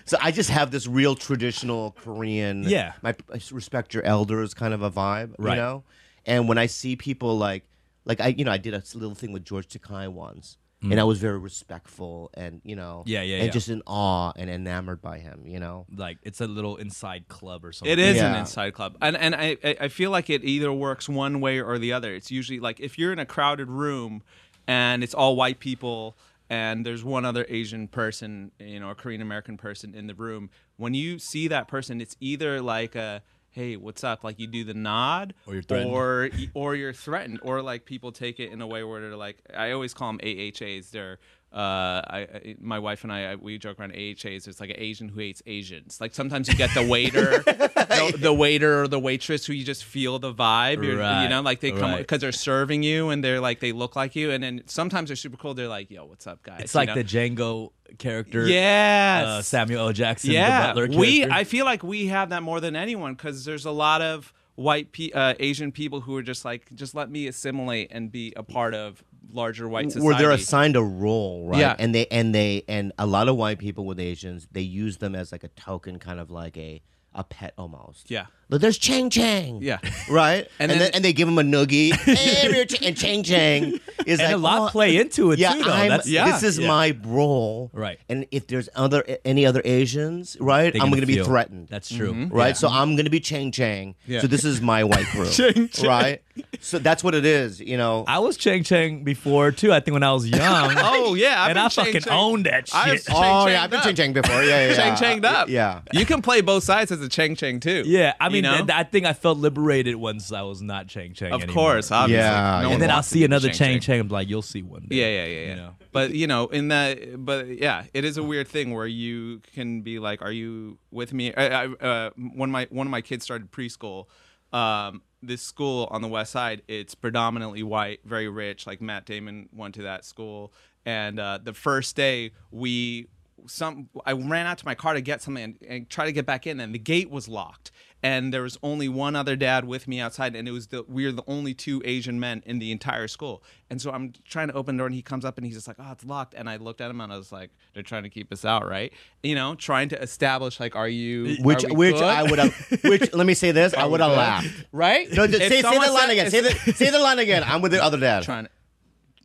Speaker 2: so I just have this real traditional Korean,
Speaker 1: Yeah.
Speaker 2: my I respect your elders kind of a vibe,
Speaker 1: Right.
Speaker 2: you know. And when I see people like, like I, you know, I did a little thing with George Takai once,
Speaker 1: Mm.
Speaker 2: and I was very respectful and you know,
Speaker 1: Yeah, yeah,
Speaker 2: and
Speaker 1: yeah.
Speaker 2: just in awe and enamored by him, you know.
Speaker 1: Like it's a little inside club or something.
Speaker 3: It is an
Speaker 2: Yeah.
Speaker 3: inside club, and and I I I feel like it either works one way or the other. It's usually like if you're in a crowded room, and it's all white people, and there's one other Asian person, you know, a Korean American person in the room. When you see that person, it's either like a hey, what's up? Like you do the nod,
Speaker 1: Or you're threatened.
Speaker 3: or or you're threatened, or like people take it in a way where they're like, I always call them AHAs. They're uh, I, I, my wife and I, I- we joke around AHAs. It's like an Asian who hates Asians. Like sometimes you get the
Speaker 1: [laughs]
Speaker 3: waiter, the, the waiter or the waitress who you just feel the vibe. You're-
Speaker 1: Right,
Speaker 3: You know, like they come
Speaker 1: right.
Speaker 3: because they're serving you and they're like they look like you. And then sometimes they're super cool. They're like, Yo, what's up, guys?
Speaker 1: It's
Speaker 3: you
Speaker 1: like
Speaker 3: know?
Speaker 1: the Django character.
Speaker 3: yes
Speaker 1: Uh, Samuel L. Jackson. The
Speaker 3: yeah,
Speaker 1: Butler
Speaker 3: we.
Speaker 1: character.
Speaker 3: I feel like we have that more than anyone because there's a lot of white pe- uh, Asian people who are just like, just let me assimilate and be a part of larger white society.
Speaker 2: where they're assigned a role, right?
Speaker 3: Yeah.
Speaker 2: And they and they and a lot of white people with Asians, they use them as like a token, kind of like a a pet almost.
Speaker 3: Yeah.
Speaker 2: But there's Chang Chang.
Speaker 3: Yeah.
Speaker 2: [laughs] Right? and,
Speaker 3: And then-
Speaker 2: then, and they give him
Speaker 1: [laughs]
Speaker 2: a noogie. Hey, we're Ch- and Chang Chang is
Speaker 1: and
Speaker 2: like
Speaker 1: a lot
Speaker 2: oh,
Speaker 1: play into it
Speaker 2: Yeah,
Speaker 1: too. Though
Speaker 2: I'm-
Speaker 1: that's
Speaker 3: yeah.
Speaker 2: this is
Speaker 1: yeah.
Speaker 2: my role.
Speaker 1: Right.
Speaker 2: And if there's other any other Asians, right,
Speaker 1: They're
Speaker 2: I'm gonna be
Speaker 1: feel-
Speaker 2: threatened
Speaker 1: That's true.
Speaker 2: right? So I'm gonna be Chang Chang.
Speaker 3: Yeah.
Speaker 2: So this is my
Speaker 3: [laughs]
Speaker 2: white group, right? So that's what it is, you know.
Speaker 1: I was Chang Chang before too. I think when I was young.
Speaker 3: [laughs] Oh yeah, I've
Speaker 1: and
Speaker 3: been
Speaker 1: I
Speaker 3: Chang
Speaker 1: fucking
Speaker 3: Chang-
Speaker 1: owned that shit.
Speaker 3: I've-
Speaker 2: oh yeah,
Speaker 3: Chang
Speaker 2: I've been
Speaker 3: up.
Speaker 2: Chang Chang before. Yeah, yeah,
Speaker 3: [laughs] Chang
Speaker 2: yeah.
Speaker 3: changed up.
Speaker 2: Yeah.
Speaker 3: you can play both sides as a Chang Chang too.
Speaker 1: [laughs] yeah, I mean,
Speaker 3: You know?
Speaker 1: th- I think I felt liberated once I was not Chang Chang.
Speaker 3: of
Speaker 1: anymore.
Speaker 3: course, obviously.
Speaker 2: Yeah,
Speaker 3: No
Speaker 2: yeah.
Speaker 3: one
Speaker 1: and then I'll
Speaker 3: wants to
Speaker 1: see
Speaker 3: be
Speaker 1: another Chang Chang. I'm like, you'll see one day.
Speaker 3: Yeah, yeah, yeah, yeah.
Speaker 1: You know?
Speaker 3: But you know, in that, but yeah, it is a weird thing where you can be like, "Are you with me?" I, I, uh, when my one of my kids started preschool, um, this school on the west side, it's predominantly white, very rich. Like Matt Damon went to that school, and uh, the first day we some I ran out to my car to get something and, and try to get back in, and the gate was locked. And there was only one other dad with me outside, and it was the we were the only two Asian men in the entire school. And so I'm trying to open the door, and he comes up, and he's just like, "Oh, it's locked." And I looked at him, and I was like, "They're trying to keep us out, right?" You know, trying to establish like, "Are you?"
Speaker 2: Which
Speaker 3: are we
Speaker 2: which
Speaker 3: good?
Speaker 2: I would have which let me say this, I would have laughed.
Speaker 3: [laughs] right?
Speaker 2: No, just
Speaker 3: If
Speaker 2: say, say
Speaker 3: someone
Speaker 2: the line
Speaker 3: said-
Speaker 2: again.
Speaker 3: if-
Speaker 2: Say the say the line again. I'm with the other dad.
Speaker 3: trying. to-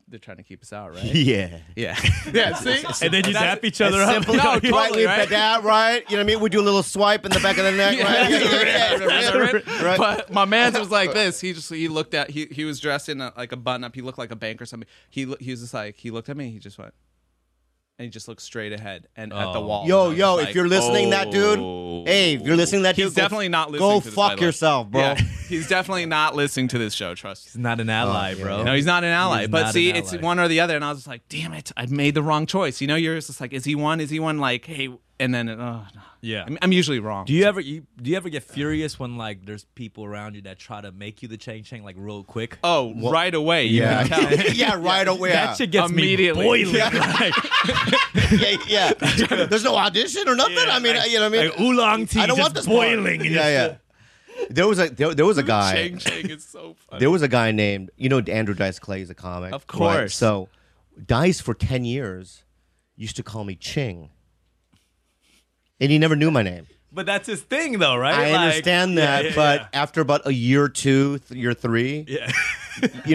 Speaker 3: They're trying to keep us out, right?
Speaker 2: [laughs] Yeah.
Speaker 3: yeah, yeah. See, [laughs]
Speaker 1: And they just zap each
Speaker 2: As
Speaker 1: other up.
Speaker 2: simple,
Speaker 3: No,
Speaker 2: right?
Speaker 3: totally,
Speaker 2: we
Speaker 3: right?
Speaker 2: put that right. You know what I mean? We do a little swipe in the back of the
Speaker 3: [laughs]
Speaker 2: neck, right? [laughs] Yeah, yeah, yeah,
Speaker 3: That's
Speaker 2: yeah,
Speaker 3: right.
Speaker 2: right. Uh,
Speaker 3: But my man's was like this. He just he looked at he he was dressed in a, like a button up. He looked like a bank or something. He lo- he was just like he looked at me. He just went and he just looked straight ahead and at the
Speaker 1: Oh.
Speaker 3: wall.
Speaker 2: Yo,
Speaker 3: And I was
Speaker 2: yo,
Speaker 3: like,
Speaker 2: if you're listening, that
Speaker 3: "Oh."
Speaker 2: dude, hey, if you're listening, that dude,
Speaker 3: he's
Speaker 2: go-
Speaker 3: definitely not listening.
Speaker 2: Go
Speaker 3: to this, by
Speaker 2: fuck
Speaker 3: the way.
Speaker 2: yourself, bro.
Speaker 3: Yeah, he's definitely not listening to this show. Trust. me.
Speaker 1: He's not an ally,
Speaker 2: yeah.
Speaker 1: bro.
Speaker 3: Oh, No, he's not an ally.
Speaker 1: He's not
Speaker 3: but
Speaker 1: an
Speaker 3: see, it's
Speaker 1: ally.
Speaker 3: one or the other. And I was just like, damn it, I made the wrong choice. You know, you're just like, is he one? Is he one? Like, hey, and then, oh, no.
Speaker 1: Yeah.
Speaker 3: I'm, I'm usually wrong.
Speaker 1: Do you ever you do you ever get furious when like there's people around you that try to make you the Chang Chang like real quick?
Speaker 3: oh, right away. You [laughs] yeah. Can tell.
Speaker 2: [laughs] yeah, right away.
Speaker 1: That shit gets
Speaker 3: Immediately.
Speaker 1: me boiling. [laughs]
Speaker 2: Yeah.
Speaker 1: Like,
Speaker 2: [laughs] yeah,
Speaker 3: [laughs]
Speaker 2: yeah. There's no audition or nothing. I mean, you know what I mean?
Speaker 1: like oolong tea
Speaker 2: I don't
Speaker 1: just
Speaker 2: want this part.
Speaker 1: boiling. and
Speaker 2: Yeah,
Speaker 1: just-
Speaker 2: yeah. There was a there, there was a guy.
Speaker 3: Chang Chang is so funny.
Speaker 2: There was a guy named you know Andrew Dice Clay is a comic.
Speaker 3: Of
Speaker 2: right?
Speaker 3: course.
Speaker 2: So Dice for ten years used to call me Ching, and he never knew my name.
Speaker 1: But that's his thing though, right?
Speaker 2: I
Speaker 1: Like-
Speaker 2: understand
Speaker 1: Yeah,
Speaker 2: that,
Speaker 1: yeah,
Speaker 2: but
Speaker 1: yeah.
Speaker 2: after about a year or two, th- year three,
Speaker 1: Yeah.
Speaker 2: you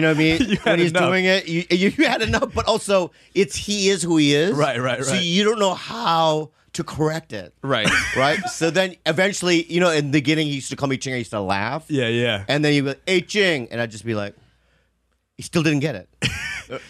Speaker 1: [laughs]
Speaker 2: know what I mean.
Speaker 1: had
Speaker 2: when he's
Speaker 1: enough.
Speaker 2: doing it, you, you, you had enough. But also, it's he is who he is.
Speaker 1: Right, right,
Speaker 2: So
Speaker 1: right.
Speaker 2: you don't know how to correct it. [laughs]
Speaker 3: right.
Speaker 2: Right. so then eventually, you know, in the beginning, he used to call me Ching. I used to laugh.
Speaker 1: yeah, [laughs] yeah.
Speaker 2: And then he'd be like, hey, Ching. And I'd just be like, he still didn't get
Speaker 3: [laughs]
Speaker 2: it.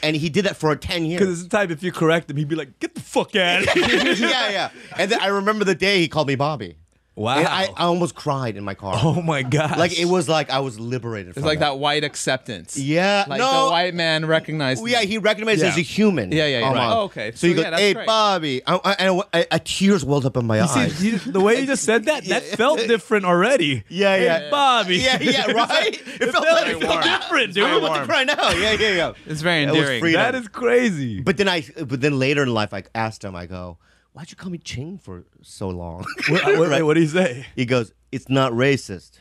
Speaker 2: and he did that for 10
Speaker 1: Because
Speaker 2: years.
Speaker 1: it's the type if you correct him, he'd be like, "Get the fuck out of
Speaker 2: [laughs]
Speaker 1: here!"
Speaker 2: yeah, yeah. And then I remember the day he called me Bobby.
Speaker 1: Wow.
Speaker 2: And I, I almost cried in my car.
Speaker 1: [laughs] oh my god!
Speaker 2: like, it was like I was liberated
Speaker 3: It's like that white acceptance.
Speaker 2: Yeah.
Speaker 3: Like
Speaker 2: no.
Speaker 3: the white man recognized.
Speaker 2: Oh, yeah, he recognized
Speaker 1: Yeah.
Speaker 2: as a human.
Speaker 3: Yeah, yeah, yeah.
Speaker 2: almost.
Speaker 3: Right. Oh, okay.
Speaker 2: So, he
Speaker 3: So,
Speaker 2: goes,
Speaker 3: yeah, that's
Speaker 2: "Hey,
Speaker 3: great.
Speaker 2: Bobby," I, I, and I- I- tears welled up in my
Speaker 1: [laughs] See,
Speaker 2: eyes.
Speaker 1: you- the way you just said that, that
Speaker 2: [laughs]
Speaker 1: felt different already.
Speaker 2: Yeah,
Speaker 1: Hey,
Speaker 2: yeah.
Speaker 1: Bobby.
Speaker 2: Yeah,
Speaker 1: [laughs]
Speaker 2: yeah, right.
Speaker 1: It felt, like it
Speaker 3: very
Speaker 1: felt
Speaker 3: warm.
Speaker 1: different,
Speaker 3: very
Speaker 1: dude.
Speaker 3: warm.
Speaker 2: I'm crying now. Yeah, yeah, yeah.
Speaker 3: It's very
Speaker 2: That was
Speaker 3: endearing.
Speaker 2: freedom.
Speaker 1: That is crazy.
Speaker 2: But then I, but then later in life, I asked him. I go, why'd you call me Ching for so long?
Speaker 1: [laughs] What, what, what do you say?
Speaker 2: He goes, it's not racist.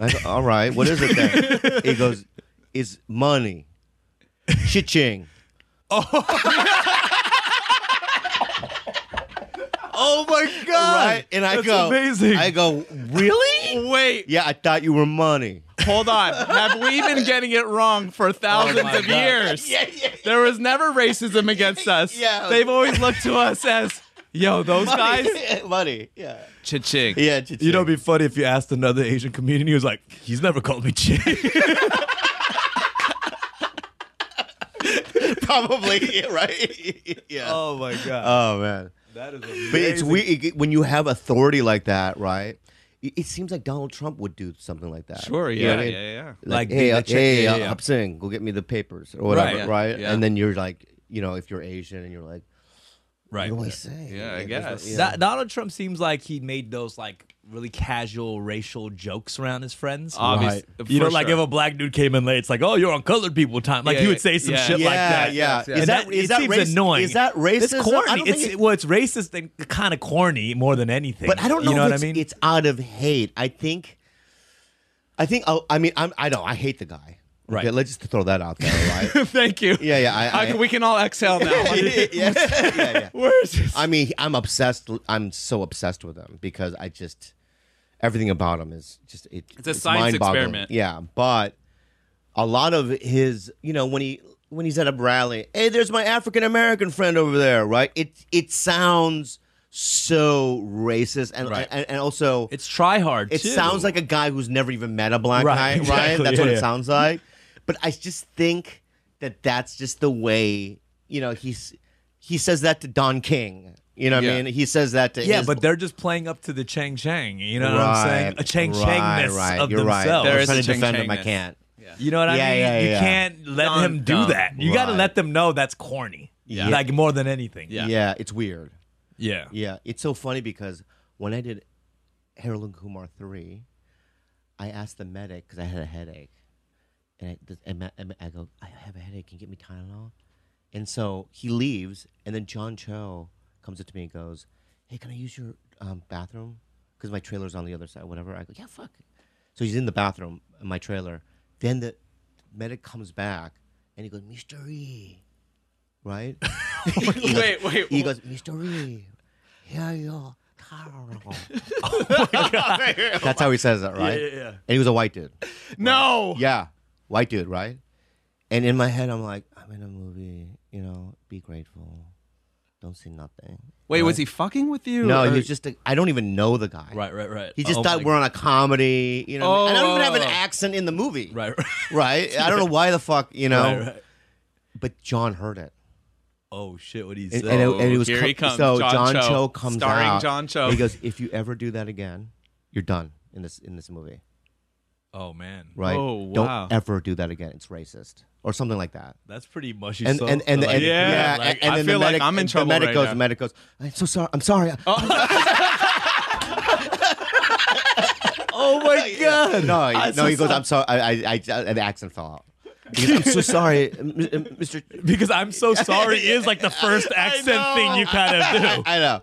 Speaker 2: I go, all right, what is it
Speaker 1: [laughs]
Speaker 2: then? he goes, it's money.
Speaker 1: [laughs]
Speaker 2: Cha-ching.
Speaker 1: Oh my god!
Speaker 2: Right? And I
Speaker 1: That's
Speaker 2: go,
Speaker 1: amazing.
Speaker 2: I go, really?
Speaker 3: Wait,
Speaker 2: Yeah, I thought you were money.
Speaker 3: hold on. Have we been getting it wrong
Speaker 2: Oh
Speaker 3: for thousands
Speaker 1: my
Speaker 3: of
Speaker 1: God.
Speaker 2: [laughs]
Speaker 3: years? There was never racism against us.
Speaker 2: Yeah.
Speaker 3: They've always looked to us as,
Speaker 2: [laughs]
Speaker 3: yo, those guys.
Speaker 2: money. Yeah.
Speaker 3: Cha-ching.
Speaker 2: Yeah.
Speaker 1: You know,
Speaker 2: cha-ching.
Speaker 1: it'd be funny if you asked another Asian comedian. He was like, "He's never called me
Speaker 2: [laughs]
Speaker 1: Ching."
Speaker 2: [laughs] probably yeah, right. [laughs] yeah. Oh.
Speaker 1: my god,
Speaker 2: man.
Speaker 1: that is.
Speaker 2: But it's weird it- when you have authority like that, right? It, it seems like Donald Trump would do something like that.
Speaker 3: Sure,
Speaker 2: You know
Speaker 3: yeah,
Speaker 2: what I mean?
Speaker 3: yeah, yeah.
Speaker 1: Like
Speaker 2: Like,
Speaker 1: being
Speaker 2: hey,
Speaker 1: a
Speaker 2: uh,
Speaker 1: chick-
Speaker 2: hey,
Speaker 1: yeah,
Speaker 2: uh,
Speaker 1: yeah, yeah.
Speaker 2: Hub Singh, go get me the papers or whatever,
Speaker 1: yeah,
Speaker 2: right?
Speaker 3: yeah.
Speaker 2: And then you're like, you know, if you're Asian and you're like,
Speaker 1: Right.
Speaker 2: what do I say?
Speaker 3: Yeah, I
Speaker 2: Like, there's no-
Speaker 3: guess.
Speaker 2: yeah.
Speaker 1: Do- Donald Trump seems like he made those like really casual racial jokes around his friends.
Speaker 3: Obvious- Right.
Speaker 1: You know,
Speaker 3: for
Speaker 1: like
Speaker 3: sure.
Speaker 1: if a black dude came in late, it's like, "Oh, you're on colored people time." Like
Speaker 3: Yeah,
Speaker 1: he
Speaker 3: yeah,
Speaker 1: would say some
Speaker 3: yeah.
Speaker 1: shit like
Speaker 2: Yeah,
Speaker 1: that.
Speaker 2: yeah.
Speaker 1: And
Speaker 2: Is that-
Speaker 1: that,
Speaker 2: is
Speaker 1: it
Speaker 2: that
Speaker 1: seems
Speaker 2: race-
Speaker 1: annoying?
Speaker 2: is that
Speaker 1: It's
Speaker 2: racism? I
Speaker 1: corny.
Speaker 2: don't
Speaker 1: It's
Speaker 2: think it-
Speaker 1: well, it's racist and kind of corny more than anything.
Speaker 2: But I don't know.
Speaker 1: You know
Speaker 2: if
Speaker 1: what I
Speaker 2: it's,
Speaker 1: mean?
Speaker 2: It's out of hate. I think. I think. Oh, I mean, I'm. I know. I hate the guy.
Speaker 1: Right.
Speaker 2: Okay, let's just throw that out there. Right.
Speaker 3: [laughs]
Speaker 1: [laughs]
Speaker 3: Thank you.
Speaker 2: Yeah, yeah, I-
Speaker 3: I
Speaker 2: I-
Speaker 3: can- we can all exhale now.
Speaker 2: yes. [laughs] Yeah, yeah.
Speaker 3: Where is this?
Speaker 2: I mean, I'm obsessed. I'm so obsessed with him because I just everything about him is just it,
Speaker 3: It's a science
Speaker 2: mind-boggling.
Speaker 3: experiment.
Speaker 2: Yeah, but a lot of his, you know, when he when he's at a rally, hey, there's my African American friend over there, right? It it sounds so racist and
Speaker 1: Right.
Speaker 2: and, and also
Speaker 1: it's try hard.
Speaker 2: it
Speaker 1: too.
Speaker 2: sounds like a guy who's never even met a black
Speaker 1: Right,
Speaker 2: guy, [laughs] right?
Speaker 1: exactly,
Speaker 2: That's
Speaker 1: yeah,
Speaker 2: what
Speaker 1: yeah.
Speaker 2: it sounds like. But I just think that that's just the way, you know, he's he says that to Don King. You know what
Speaker 3: Yeah.
Speaker 2: I mean? He says that to
Speaker 1: Yeah,
Speaker 2: his-
Speaker 1: but they're just playing up to the Chang Chang. You know what I'm saying?
Speaker 2: Right,
Speaker 1: A Chang
Speaker 2: right,
Speaker 1: Changness
Speaker 2: right,
Speaker 1: of
Speaker 2: you're right.
Speaker 1: themselves.
Speaker 3: There
Speaker 2: I'm
Speaker 3: is
Speaker 2: trying
Speaker 3: a
Speaker 2: to defend him. I
Speaker 3: Chang-Changness.
Speaker 2: can't.
Speaker 1: You know what I
Speaker 2: Yeah,
Speaker 1: mean?
Speaker 2: yeah,
Speaker 1: you
Speaker 2: yeah.
Speaker 1: can't let
Speaker 3: Dumb,
Speaker 1: him do
Speaker 3: dumb.
Speaker 1: that. You got to
Speaker 2: Right.
Speaker 1: let them know that's corny.
Speaker 2: Yeah.
Speaker 1: Like more than anything.
Speaker 3: Yeah.
Speaker 2: Yeah. it's weird.
Speaker 1: Yeah.
Speaker 2: Yeah, it's so funny because when I did Harold and Kumar three, I asked the medic because I had a headache, and I, th- and ma- and I go, I have a headache. Can you get me Tylenol? And so he leaves, and then John Cho comes up to me and goes, Hey, can I use your um, bathroom? Because my trailer's on the other side, whatever. I go, Yeah, fuck. So he's in the bathroom in my trailer. Then the medic comes back, and he goes, Mr. E, right? He goes-
Speaker 3: Wait, wait,
Speaker 2: He
Speaker 3: wh-
Speaker 2: goes, Mr. E, here you
Speaker 1: [laughs]
Speaker 2: Tylenol. That's how he says it, right?
Speaker 1: yeah, yeah.
Speaker 2: And he was a white dude.
Speaker 3: no.
Speaker 2: Yeah, white dude, right? And in my head, I'm like, I'm in a movie, you know, be grateful. Don't see nothing.
Speaker 3: Wait, was he fucking with you?
Speaker 2: No,
Speaker 3: or-
Speaker 2: he was just, a, I don't even know the guy.
Speaker 1: Right, right, right.
Speaker 2: He just
Speaker 1: Oh
Speaker 2: thought
Speaker 1: my-
Speaker 2: we're on a comedy, you know. what I mean? And I don't even
Speaker 3: Oh.
Speaker 2: have an accent in the movie.
Speaker 1: Right,
Speaker 2: [laughs]
Speaker 1: right.
Speaker 2: Right? I don't know why the fuck, you know.
Speaker 1: right, right.
Speaker 2: But John heard it.
Speaker 1: Oh, shit. What do you
Speaker 2: And,
Speaker 1: say?
Speaker 2: and it,
Speaker 3: So
Speaker 2: and it was
Speaker 3: here he comes,
Speaker 2: So
Speaker 3: John
Speaker 2: John,
Speaker 3: Cho,
Speaker 2: Cho, comes
Speaker 3: starring
Speaker 2: out.
Speaker 3: John Cho.
Speaker 2: and He goes, "If you ever do that again, you're done in this in this movie,
Speaker 1: oh, man.
Speaker 2: right?
Speaker 3: Oh, wow.
Speaker 2: Don't ever do that again. It's racist or something like that."
Speaker 1: That's pretty mushy.
Speaker 2: and
Speaker 1: so,
Speaker 2: and and,
Speaker 1: like,
Speaker 2: and
Speaker 3: Yeah,
Speaker 2: yeah,
Speaker 1: like,
Speaker 2: and, and
Speaker 3: I
Speaker 2: then
Speaker 3: feel
Speaker 2: the
Speaker 3: like
Speaker 2: medic,
Speaker 3: I'm in
Speaker 2: and
Speaker 3: trouble
Speaker 2: The medic
Speaker 3: right
Speaker 2: goes,
Speaker 3: now.
Speaker 2: the medic goes, I'm so sorry. I'm sorry.
Speaker 1: [laughs] oh, my God.
Speaker 2: [laughs]
Speaker 3: [laughs]
Speaker 2: no, he-
Speaker 1: I'm
Speaker 2: no,
Speaker 1: so
Speaker 2: he goes,
Speaker 1: sorry.
Speaker 2: I'm sorry. I, I, I, the accent fell out. He goes, I'm
Speaker 3: [laughs]
Speaker 2: so sorry, M- M- Mr.
Speaker 1: Because I'm
Speaker 2: [laughs]
Speaker 1: so sorry is like the first accent
Speaker 2: know.
Speaker 1: thing you kind of do.
Speaker 2: I know.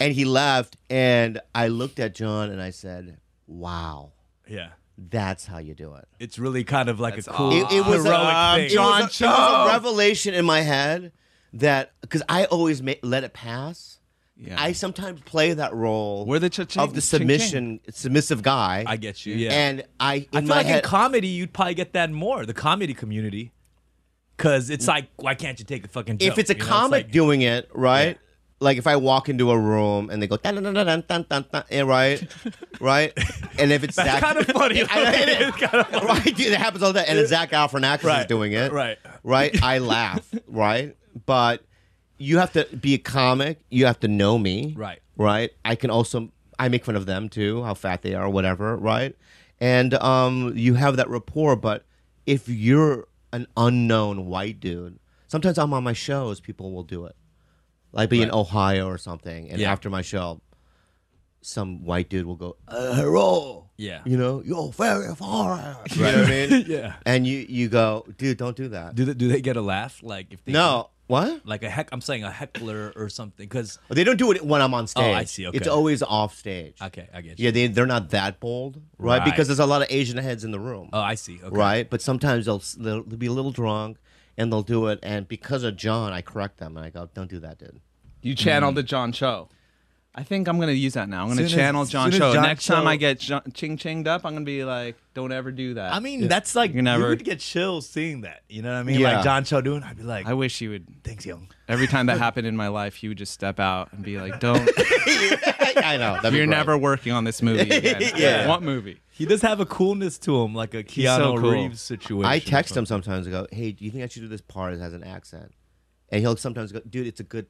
Speaker 2: And he left, and I looked at John and I said, "Wow, [laughs]
Speaker 1: yeah.
Speaker 2: that's how you do it."
Speaker 1: It's really kind of like a cool,
Speaker 2: It, it was
Speaker 1: heroic
Speaker 2: a, um,
Speaker 1: thing.
Speaker 2: it was a-
Speaker 3: John
Speaker 2: It was
Speaker 3: Cho.
Speaker 2: a revelation in my head that because I always ma- let it pass.
Speaker 3: Yeah.
Speaker 2: I sometimes play that role
Speaker 3: We're the cha-ching-
Speaker 2: of the
Speaker 3: ching-ching.
Speaker 2: submission submissive guy.
Speaker 1: I get you. Yeah.
Speaker 2: And I in
Speaker 1: I feel
Speaker 2: my
Speaker 1: like
Speaker 2: head,
Speaker 1: in comedy you'd probably get that more the comedy community, because it's like why can't you take a fucking joke?
Speaker 2: if it's a
Speaker 1: You know,
Speaker 2: comic
Speaker 1: like-
Speaker 2: doing it, right?
Speaker 1: Yeah.
Speaker 2: Like if I walk into a room and they go dun dun dun dun dun dun dun,
Speaker 1: [laughs]
Speaker 2: eh, right, right, and if it's
Speaker 1: that's
Speaker 2: Zach,
Speaker 1: kind of funny.
Speaker 2: [laughs] I know, it
Speaker 1: [laughs]
Speaker 2: is.
Speaker 1: It's kind of funny.
Speaker 2: [laughs] right, dude, it happens all the time, and if Zach Galifianakis
Speaker 1: Right.
Speaker 2: is doing it,
Speaker 1: Right.
Speaker 2: right, I laugh, [laughs] right, but you have to be a comic, you have to know me,
Speaker 1: Right.
Speaker 2: right. I can also I make fun of them too, how fat they are, whatever, right, and um, you have that rapport, but if you're an unknown white dude, sometimes I'm on my shows, people will do it like be in Ohio or something, and
Speaker 1: Yeah.
Speaker 2: after my show, some white dude will go, uh, "Hello,
Speaker 1: Yeah.
Speaker 2: you know, you're very foreign." [laughs] You know what I mean?
Speaker 1: Yeah.
Speaker 2: And you you go, dude, don't do that.
Speaker 1: Do they, do they get a laugh? Like if they
Speaker 2: no, What?
Speaker 1: Like a heck, I'm saying a heckler or something. Because
Speaker 2: They don't do it when I'm on stage.
Speaker 1: Oh, I see,
Speaker 2: It's
Speaker 1: okay.
Speaker 2: always off stage.
Speaker 1: okay, I get you.
Speaker 2: Yeah, they they're not that bold, right?
Speaker 1: Right.
Speaker 2: Because there's a lot of Asian heads in the room,
Speaker 1: Oh, I see. Okay.
Speaker 2: right? But sometimes they'll, s- they'll they'll be a little drunk and they'll do it. And because of John, I correct them and I go, "Don't do that, dude." [laughs]
Speaker 3: You channeled the John Cho. Mm-hmm. I think I'm gonna use that now. I'm gonna
Speaker 1: Soon as-
Speaker 3: channel John
Speaker 1: soon as
Speaker 3: Cho.
Speaker 1: John
Speaker 3: Next time
Speaker 1: Cho-
Speaker 3: I get jo- ching chinged up, I'm gonna be like, don't ever do that.
Speaker 1: I mean, that's like
Speaker 3: You
Speaker 1: you,
Speaker 3: never-
Speaker 1: would get chills seeing that. You know what I mean?
Speaker 2: Yeah.
Speaker 1: Like John Cho doing. I'd be like,
Speaker 3: I wish you would.
Speaker 1: thanks, young.
Speaker 3: Every time that happened in my life, you would just step out and be like, don't.
Speaker 2: I know. That'd be
Speaker 3: You're
Speaker 2: great.
Speaker 3: never working on this movie again.
Speaker 2: Yeah.
Speaker 3: What movie?
Speaker 1: He does have a coolness to him, like a Keanu
Speaker 3: so cool.
Speaker 1: Reeves situation.
Speaker 2: I text him sometimes. I go, "Hey, do you think I should do this part that has an accent?" And he'll sometimes go, "Dude, it's a good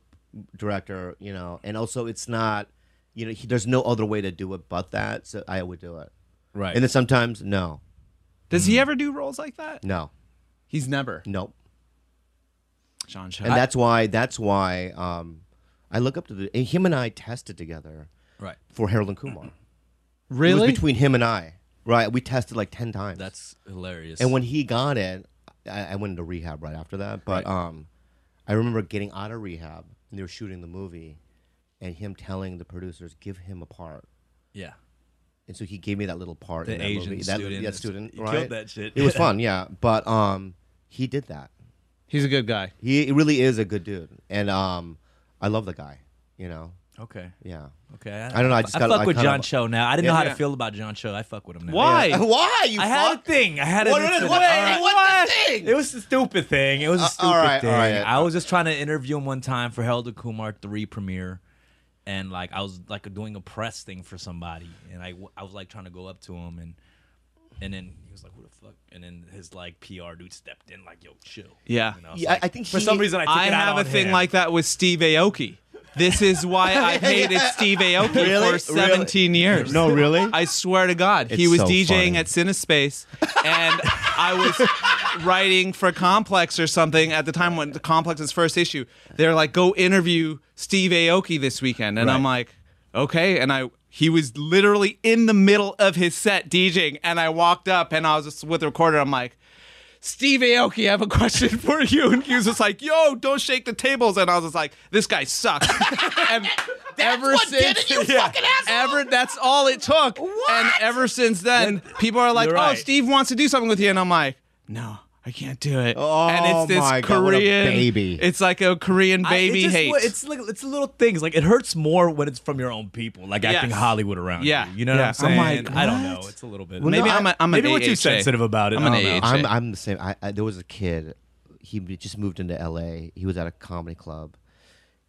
Speaker 2: director, you know." And also, it's not, you know, he, there's no other way to do it but that. So I would do it.
Speaker 1: right?
Speaker 2: And then sometimes, no,
Speaker 3: Does he ever do roles like that?
Speaker 2: no,
Speaker 3: He's never.
Speaker 2: nope.
Speaker 3: John Cho.
Speaker 2: and that's why that's why um, I look up to the and him and I tested together
Speaker 1: right.
Speaker 2: for Harold and Kumar. It was
Speaker 3: really?
Speaker 2: between him and I, right? We tested like ten times.
Speaker 1: That's hilarious.
Speaker 2: and when he got it, I, I went into rehab right after that. But um, I remember getting out of rehab and they were shooting the movie, and him telling the producers, "Give him a part."
Speaker 1: yeah,
Speaker 2: And so he gave me that little part.
Speaker 1: the
Speaker 2: in that
Speaker 1: Asian
Speaker 2: movie. That,
Speaker 1: student,
Speaker 2: yeah,
Speaker 1: is-
Speaker 2: student,
Speaker 1: he
Speaker 2: right?
Speaker 1: killed that shit. [laughs]
Speaker 2: It was fun, yeah. But um, he did that.
Speaker 3: He's a good guy.
Speaker 2: He really is a good dude, and um, I love the guy. You know,
Speaker 1: okay,
Speaker 2: yeah.
Speaker 1: okay.
Speaker 2: I don't know, I just got-
Speaker 1: fuck
Speaker 2: I
Speaker 1: with
Speaker 2: kinda-
Speaker 1: John Cho now. I didn't know
Speaker 2: Yeah,
Speaker 1: how
Speaker 3: yeah.
Speaker 1: to feel about John Cho. I fuck with him now.
Speaker 3: Why?
Speaker 2: Yeah. [laughs] Why you?
Speaker 1: I had a
Speaker 2: fuck?
Speaker 1: thing. I had an
Speaker 2: What- what-
Speaker 1: incident.
Speaker 2: what-
Speaker 1: All right.
Speaker 2: what's the thing?
Speaker 1: It was a stupid thing. It was a
Speaker 2: Uh,
Speaker 1: stupid
Speaker 2: all right, all
Speaker 1: thing.
Speaker 2: right.
Speaker 1: I was just trying to interview him one time for Harold and Kumar three premiere, and like I was like doing a press thing for somebody, and I, w- I was like trying to go up to him, and and then he was like, "Who the fuck?" And then his like PR dude stepped in, like, "Yo, chill."
Speaker 3: Yeah.
Speaker 1: And was
Speaker 2: Yeah, I-
Speaker 1: like-
Speaker 2: I think
Speaker 1: for
Speaker 2: he-
Speaker 1: some reason I, took
Speaker 3: I
Speaker 1: it out
Speaker 3: have a
Speaker 1: on
Speaker 3: thing
Speaker 1: him.
Speaker 3: like that with Steve Aoki. This is why I hated Steve Aoki
Speaker 2: Really?
Speaker 3: for 17 years.
Speaker 2: No, really?
Speaker 3: I swear to God, he
Speaker 2: It's
Speaker 3: was
Speaker 2: so
Speaker 3: DJing
Speaker 2: funny.
Speaker 3: at Cinespace, and I was writing for Complex or something at the time when the Complex's first issue. They're like, "Go interview Steve Aoki this weekend," and I'm like, "Okay." And I he was literally in the middle of his set DJing, and I walked up and I was just with the recorder. I'm like. Steve Aoki, I have a question for you. And he was just like, yo, don't shake the tables. And I was just like, this guy sucks. and ever
Speaker 2: what did it,
Speaker 3: since
Speaker 2: you
Speaker 3: [laughs]
Speaker 2: fucking asshole!
Speaker 3: Ever that's all it took. And ever since then, people are like,
Speaker 1: You're
Speaker 3: oh,
Speaker 1: right.
Speaker 3: Steve wants to do something with you. And I'm like, no. I can't do it.
Speaker 2: Oh
Speaker 3: and it's this
Speaker 2: my God, what a
Speaker 3: Korean
Speaker 2: baby.
Speaker 3: It's like a Korean
Speaker 1: I- it
Speaker 3: baby
Speaker 1: just-
Speaker 3: hate.
Speaker 1: It's like it's little things. Like it hurts more when it's from your own people, like acting
Speaker 3: Yes.
Speaker 1: Hollywood around
Speaker 3: Yeah.
Speaker 1: you. You know
Speaker 3: Yeah.
Speaker 1: what
Speaker 3: Oh
Speaker 1: I'm
Speaker 3: I'm
Speaker 1: saying?
Speaker 3: like,
Speaker 1: I don't
Speaker 3: what?
Speaker 1: know. It's a little bit.
Speaker 2: Well, no,
Speaker 1: maybe
Speaker 2: I-
Speaker 3: I'm, a, I'm
Speaker 1: maybe
Speaker 3: an
Speaker 1: we're too
Speaker 3: AHA.
Speaker 1: sensitive about it.
Speaker 3: I'm an
Speaker 1: I don't know.
Speaker 3: AHA.
Speaker 2: I'm I'm the same. I, I there was a kid. He b- just moved into L.A. He was at a comedy club,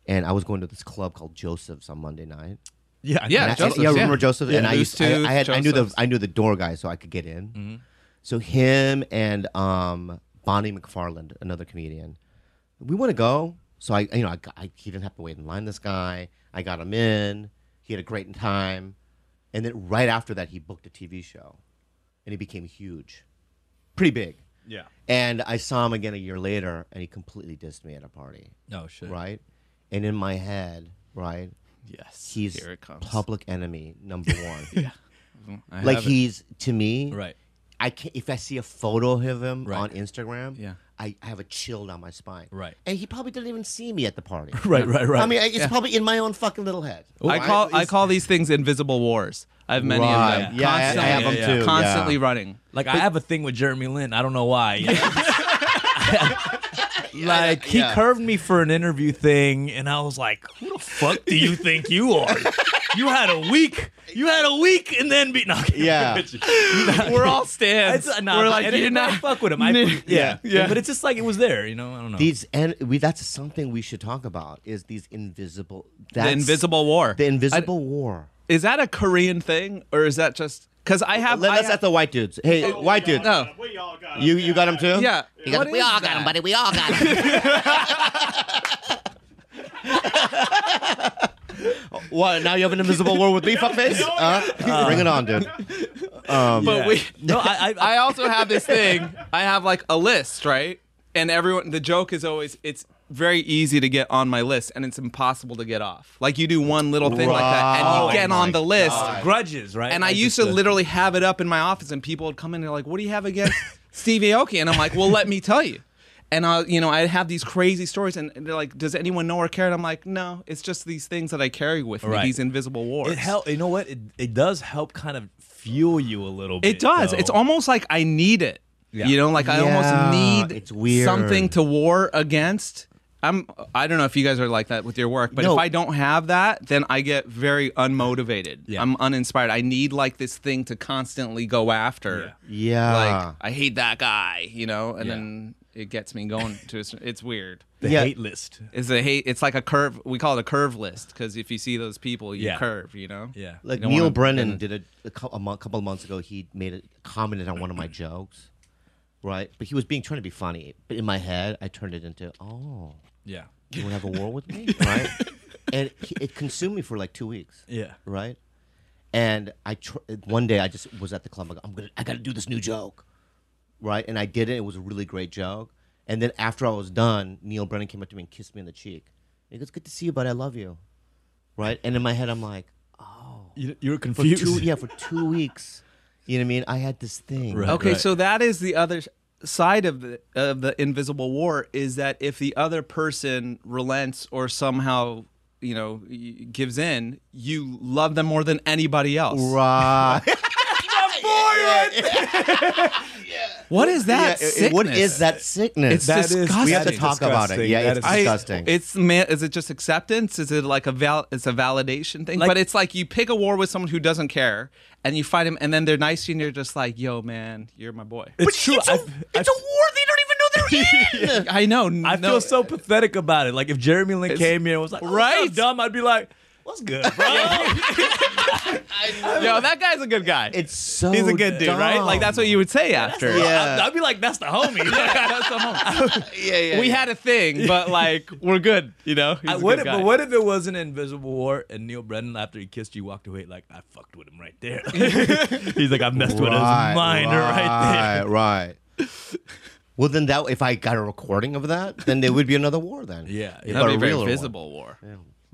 Speaker 2: and I was going to this club called Joseph's on Monday night.
Speaker 1: Yeah, I
Speaker 3: Yeah,
Speaker 1: know.
Speaker 2: And I-
Speaker 3: Joseph's,
Speaker 2: yeah, I remember
Speaker 3: yeah.
Speaker 2: Joseph? And I,
Speaker 3: Loose
Speaker 2: used, I,
Speaker 3: Tooth,
Speaker 2: I had I knew the
Speaker 3: Joseph's. Mm-hmm.
Speaker 2: I knew the door guy, so I could get in. So him and um, Bonnie McFarland, another comedian, we want to go. So I, you know, I, got- I, he didn't have to wait in line. This guy, I got him in. He had a great time, and then right after that, he booked a TV show, and he became huge, pretty big.
Speaker 1: Yeah.
Speaker 2: And I saw him again a year later, and he completely dissed me at a party,
Speaker 1: No Oh, shit.
Speaker 2: right? And in my head, right,
Speaker 3: yes.
Speaker 2: he's
Speaker 3: here it comes.
Speaker 2: public enemy
Speaker 3: [laughs]
Speaker 2: number one.
Speaker 3: I
Speaker 2: like
Speaker 3: have it.
Speaker 2: he's to me
Speaker 1: Right.
Speaker 2: i can't if i see a photo of him
Speaker 1: Right.
Speaker 2: on instagram
Speaker 3: Yeah.
Speaker 2: I, I have a chill down my spine
Speaker 1: Right.
Speaker 2: and he probably didn't even see me at the
Speaker 3: [laughs]
Speaker 2: party
Speaker 1: Right. Right. Right.
Speaker 2: i mean it's probably in my own fucking little head
Speaker 3: I call I call these things invisible wars. I have many
Speaker 2: Right.
Speaker 3: of them.
Speaker 2: Yeah, I- I have
Speaker 3: Constantly-
Speaker 1: them too,
Speaker 2: yeah.
Speaker 3: Constantly running.
Speaker 1: like I have a thing with Jeremy Lin. I don't know
Speaker 3: [laughs]
Speaker 1: why. like he
Speaker 2: Yeah.
Speaker 1: curved me for an interview thing, and I was like, "Who the fuck do you think you are? you had a week. You had a week, and then be [laughs] no,
Speaker 2: Yeah.
Speaker 3: [laughs] We're all stands.
Speaker 1: It's, nah,
Speaker 3: We're
Speaker 1: but-
Speaker 3: like,
Speaker 1: and,
Speaker 3: you're
Speaker 1: and I
Speaker 3: not.
Speaker 1: fuck with him. I,
Speaker 3: Yeah.
Speaker 1: yeah, yeah,
Speaker 3: Yeah.
Speaker 1: But it's just like it was there, you know. I don't know.
Speaker 2: these and we that's something we should talk about is these invisible that's,
Speaker 3: The Invisible War.
Speaker 2: the invisible war
Speaker 3: is that a Korean thing or is that just because I have?
Speaker 2: Let,
Speaker 3: I
Speaker 2: that's
Speaker 3: have- Oh,
Speaker 2: at the white dudes hey white dude
Speaker 3: No.
Speaker 4: We all got
Speaker 2: you you got him too
Speaker 3: Yeah.
Speaker 2: You got-
Speaker 3: What
Speaker 2: we
Speaker 3: is
Speaker 2: all got
Speaker 3: that?
Speaker 2: him buddy we all got him [laughs] what now you have an invisible war with me
Speaker 3: [laughs]
Speaker 2: fuckface uh, bring it on dude
Speaker 3: But
Speaker 1: Yeah.
Speaker 3: we. [laughs]
Speaker 1: no, I, I,
Speaker 3: I also have this thing. I have like a list, right? And everyone, the joke is always it's very easy to get on my list, and it's impossible to get off. Like you do one little thing like that, and
Speaker 2: Right.
Speaker 3: you get
Speaker 2: Oh
Speaker 3: on
Speaker 2: my
Speaker 3: the list.
Speaker 1: grudges, right?
Speaker 3: And I
Speaker 1: Like,
Speaker 3: used to
Speaker 1: just, uh,
Speaker 3: literally
Speaker 1: [laughs]
Speaker 3: have it up in my office, and people would come in and they're like, "What do you have against Steve Aoki?" And I'm like, "Well, let me tell you." and I, you know, I have these crazy stories, and they're like, "Does anyone know or care?" And I'm like, "No, it's just these things that I carry with me,
Speaker 1: Right.
Speaker 3: these invisible wars."
Speaker 1: It help. You know what? It, it does help kind of fuel you a little bit.
Speaker 3: It does.
Speaker 1: though.
Speaker 3: It's almost like I need it.
Speaker 1: Yeah.
Speaker 3: You know, like I
Speaker 2: Yeah,
Speaker 3: almost need
Speaker 2: it's weird.
Speaker 3: something to war against. I'm I don't know if you guys are like that with your work, but
Speaker 2: No.
Speaker 3: if I don't have that, then I get very unmotivated.
Speaker 1: Yeah.
Speaker 3: I'm uninspired. I need like this thing to constantly go after.
Speaker 2: Yeah.
Speaker 3: Like I hate that guy, you know, and
Speaker 1: Yeah.
Speaker 3: then it gets me going to a cer- it's weird.
Speaker 1: the
Speaker 2: Yeah.
Speaker 1: hate list.
Speaker 3: It's a hate it's like a curve we call it a curve list because if you see those people, you
Speaker 1: Yeah.
Speaker 3: curve, you know?
Speaker 1: Yeah.
Speaker 2: Like
Speaker 3: don't
Speaker 2: Neil
Speaker 3: wanna-
Speaker 2: Brennan did a, a, cou- a month, couple of months ago. He made a commented on one of my jokes, right? But he was being trying to be funny. But in my head, I turned it into, oh,
Speaker 1: yeah.
Speaker 2: you want to have a war with
Speaker 3: [laughs]
Speaker 2: me, right? And he, it consumed me for like two weeks,
Speaker 1: Yeah.
Speaker 2: right? And I tr- one day I just was at the club. I go, I'm gonna, I gotta do this new joke, right? And I did it. It was a really great joke. And then after I was done, Neil Brennan came up to me and kissed me on the cheek. He goes, "Good to see you, buddy. I love you," right? And in my head, I'm like.
Speaker 1: You, you were
Speaker 2: for
Speaker 1: confused. [laughs]
Speaker 2: two yeah for two weeks you know what i mean i had this thing
Speaker 1: Right.
Speaker 3: Okay, so that is the other s- side of the of the invisible war is that if the other person relents or somehow you know y- gives in, you love them more than anybody else. [laughs]
Speaker 2: right
Speaker 3: What is that?
Speaker 2: Yeah, it- what
Speaker 3: sickness?
Speaker 2: is that sickness
Speaker 3: It's That is- disgusting.
Speaker 2: we have to
Speaker 3: that is
Speaker 2: talk about it
Speaker 1: disgusting.
Speaker 2: yeah
Speaker 1: That
Speaker 2: it's
Speaker 1: is
Speaker 2: disgusting
Speaker 3: I, it's ma- is it just acceptance? Is it like a val? It's a validation thing.
Speaker 1: Like-
Speaker 3: but it's like you pick a war with someone who doesn't care, and you fight him, and then they're nice to you, and you're just like, "Yo, man, you're my boy."
Speaker 1: It's true.
Speaker 2: it's, a,
Speaker 1: I've-
Speaker 2: it's a war they don't even know
Speaker 3: [laughs]
Speaker 2: they're in
Speaker 3: I know.
Speaker 1: I feel so pathetic about it. Like if Jeremy Lin came here and was like, oh, right,
Speaker 3: Right?
Speaker 1: so dumb, I'd be like, what's good, bro?
Speaker 3: Yo, that guy's a good guy.
Speaker 2: it's so
Speaker 3: He's a good dude, right? Like that's what you would say after.
Speaker 2: Yeah.
Speaker 1: I'd, I'd be like, that's the homie. [laughs]
Speaker 3: [laughs] That's
Speaker 2: [laughs]
Speaker 3: the moment.
Speaker 2: yeah, yeah,
Speaker 3: we
Speaker 2: yeah.
Speaker 3: had a thing, but like we're good, you know. He's
Speaker 1: I-
Speaker 3: a
Speaker 1: what
Speaker 3: good
Speaker 1: if,
Speaker 3: guy.
Speaker 1: but what if it was an invisible war and Neil Brennan, after he kissed you, walked away like, I fucked with him right there. [laughs] He's like, I messed with his mind right there.
Speaker 2: right right well then that if i got a recording of that then there would be another war then
Speaker 1: Yeah,
Speaker 2: If
Speaker 1: yeah.
Speaker 2: a
Speaker 3: That'd be very
Speaker 2: realer one.
Speaker 3: visible war.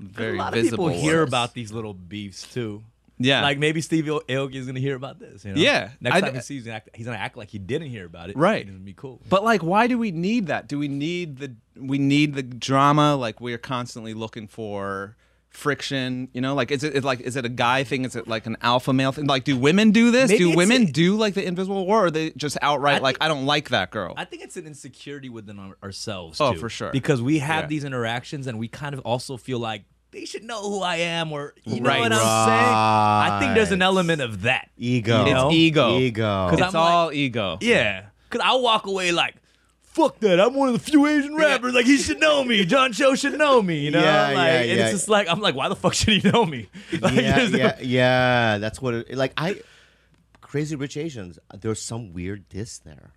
Speaker 3: Very
Speaker 1: a lot of
Speaker 3: visible.
Speaker 1: people hear
Speaker 3: wars.
Speaker 1: about these little beefs too.
Speaker 3: Yeah.
Speaker 1: like maybe Steve Aoki is gonna hear about this. You know?
Speaker 3: Yeah.
Speaker 1: next
Speaker 3: I-
Speaker 1: time he sees, him, act- he's gonna act like he didn't hear about it.
Speaker 3: Right.
Speaker 1: it's gonna be cool.
Speaker 3: But like, why do we need that? Do we need the we need the drama? Like we are constantly looking for friction. You know, like is it, it like is it a guy thing? Is it like an alpha male thing? Like, do women do this?
Speaker 1: Maybe
Speaker 3: do
Speaker 1: it's
Speaker 3: women
Speaker 1: a-
Speaker 3: do like the invisible war? Or are they just outright like I don't like that girl?
Speaker 1: I think it's an insecurity within our, ourselves.
Speaker 3: Oh,
Speaker 1: too,
Speaker 3: for sure.
Speaker 1: Because we have
Speaker 3: Yeah.
Speaker 1: these interactions, and we kind of also feel like they should know who I am, or you know
Speaker 3: Right.
Speaker 1: what I'm saying. I think there's an
Speaker 2: Right.
Speaker 1: element of that.
Speaker 2: ego
Speaker 1: It's
Speaker 3: ego.
Speaker 2: ego
Speaker 1: 'Cause
Speaker 3: it's
Speaker 1: I'm like-
Speaker 3: all ego.
Speaker 1: Yeah, because I'll walk away like. Fuck that! I'm one of the few Asian rappers. Like he should know me. John Cho should know me. You know,
Speaker 2: Yeah,
Speaker 1: like
Speaker 2: yeah,
Speaker 1: and
Speaker 2: yeah.
Speaker 1: it's just like I'm like, why the fuck should he know me? [laughs] Like,
Speaker 2: yeah,
Speaker 1: there's no-
Speaker 2: yeah, yeah. That's what. It, like I, Crazy Rich Asians. There's some weird diss there.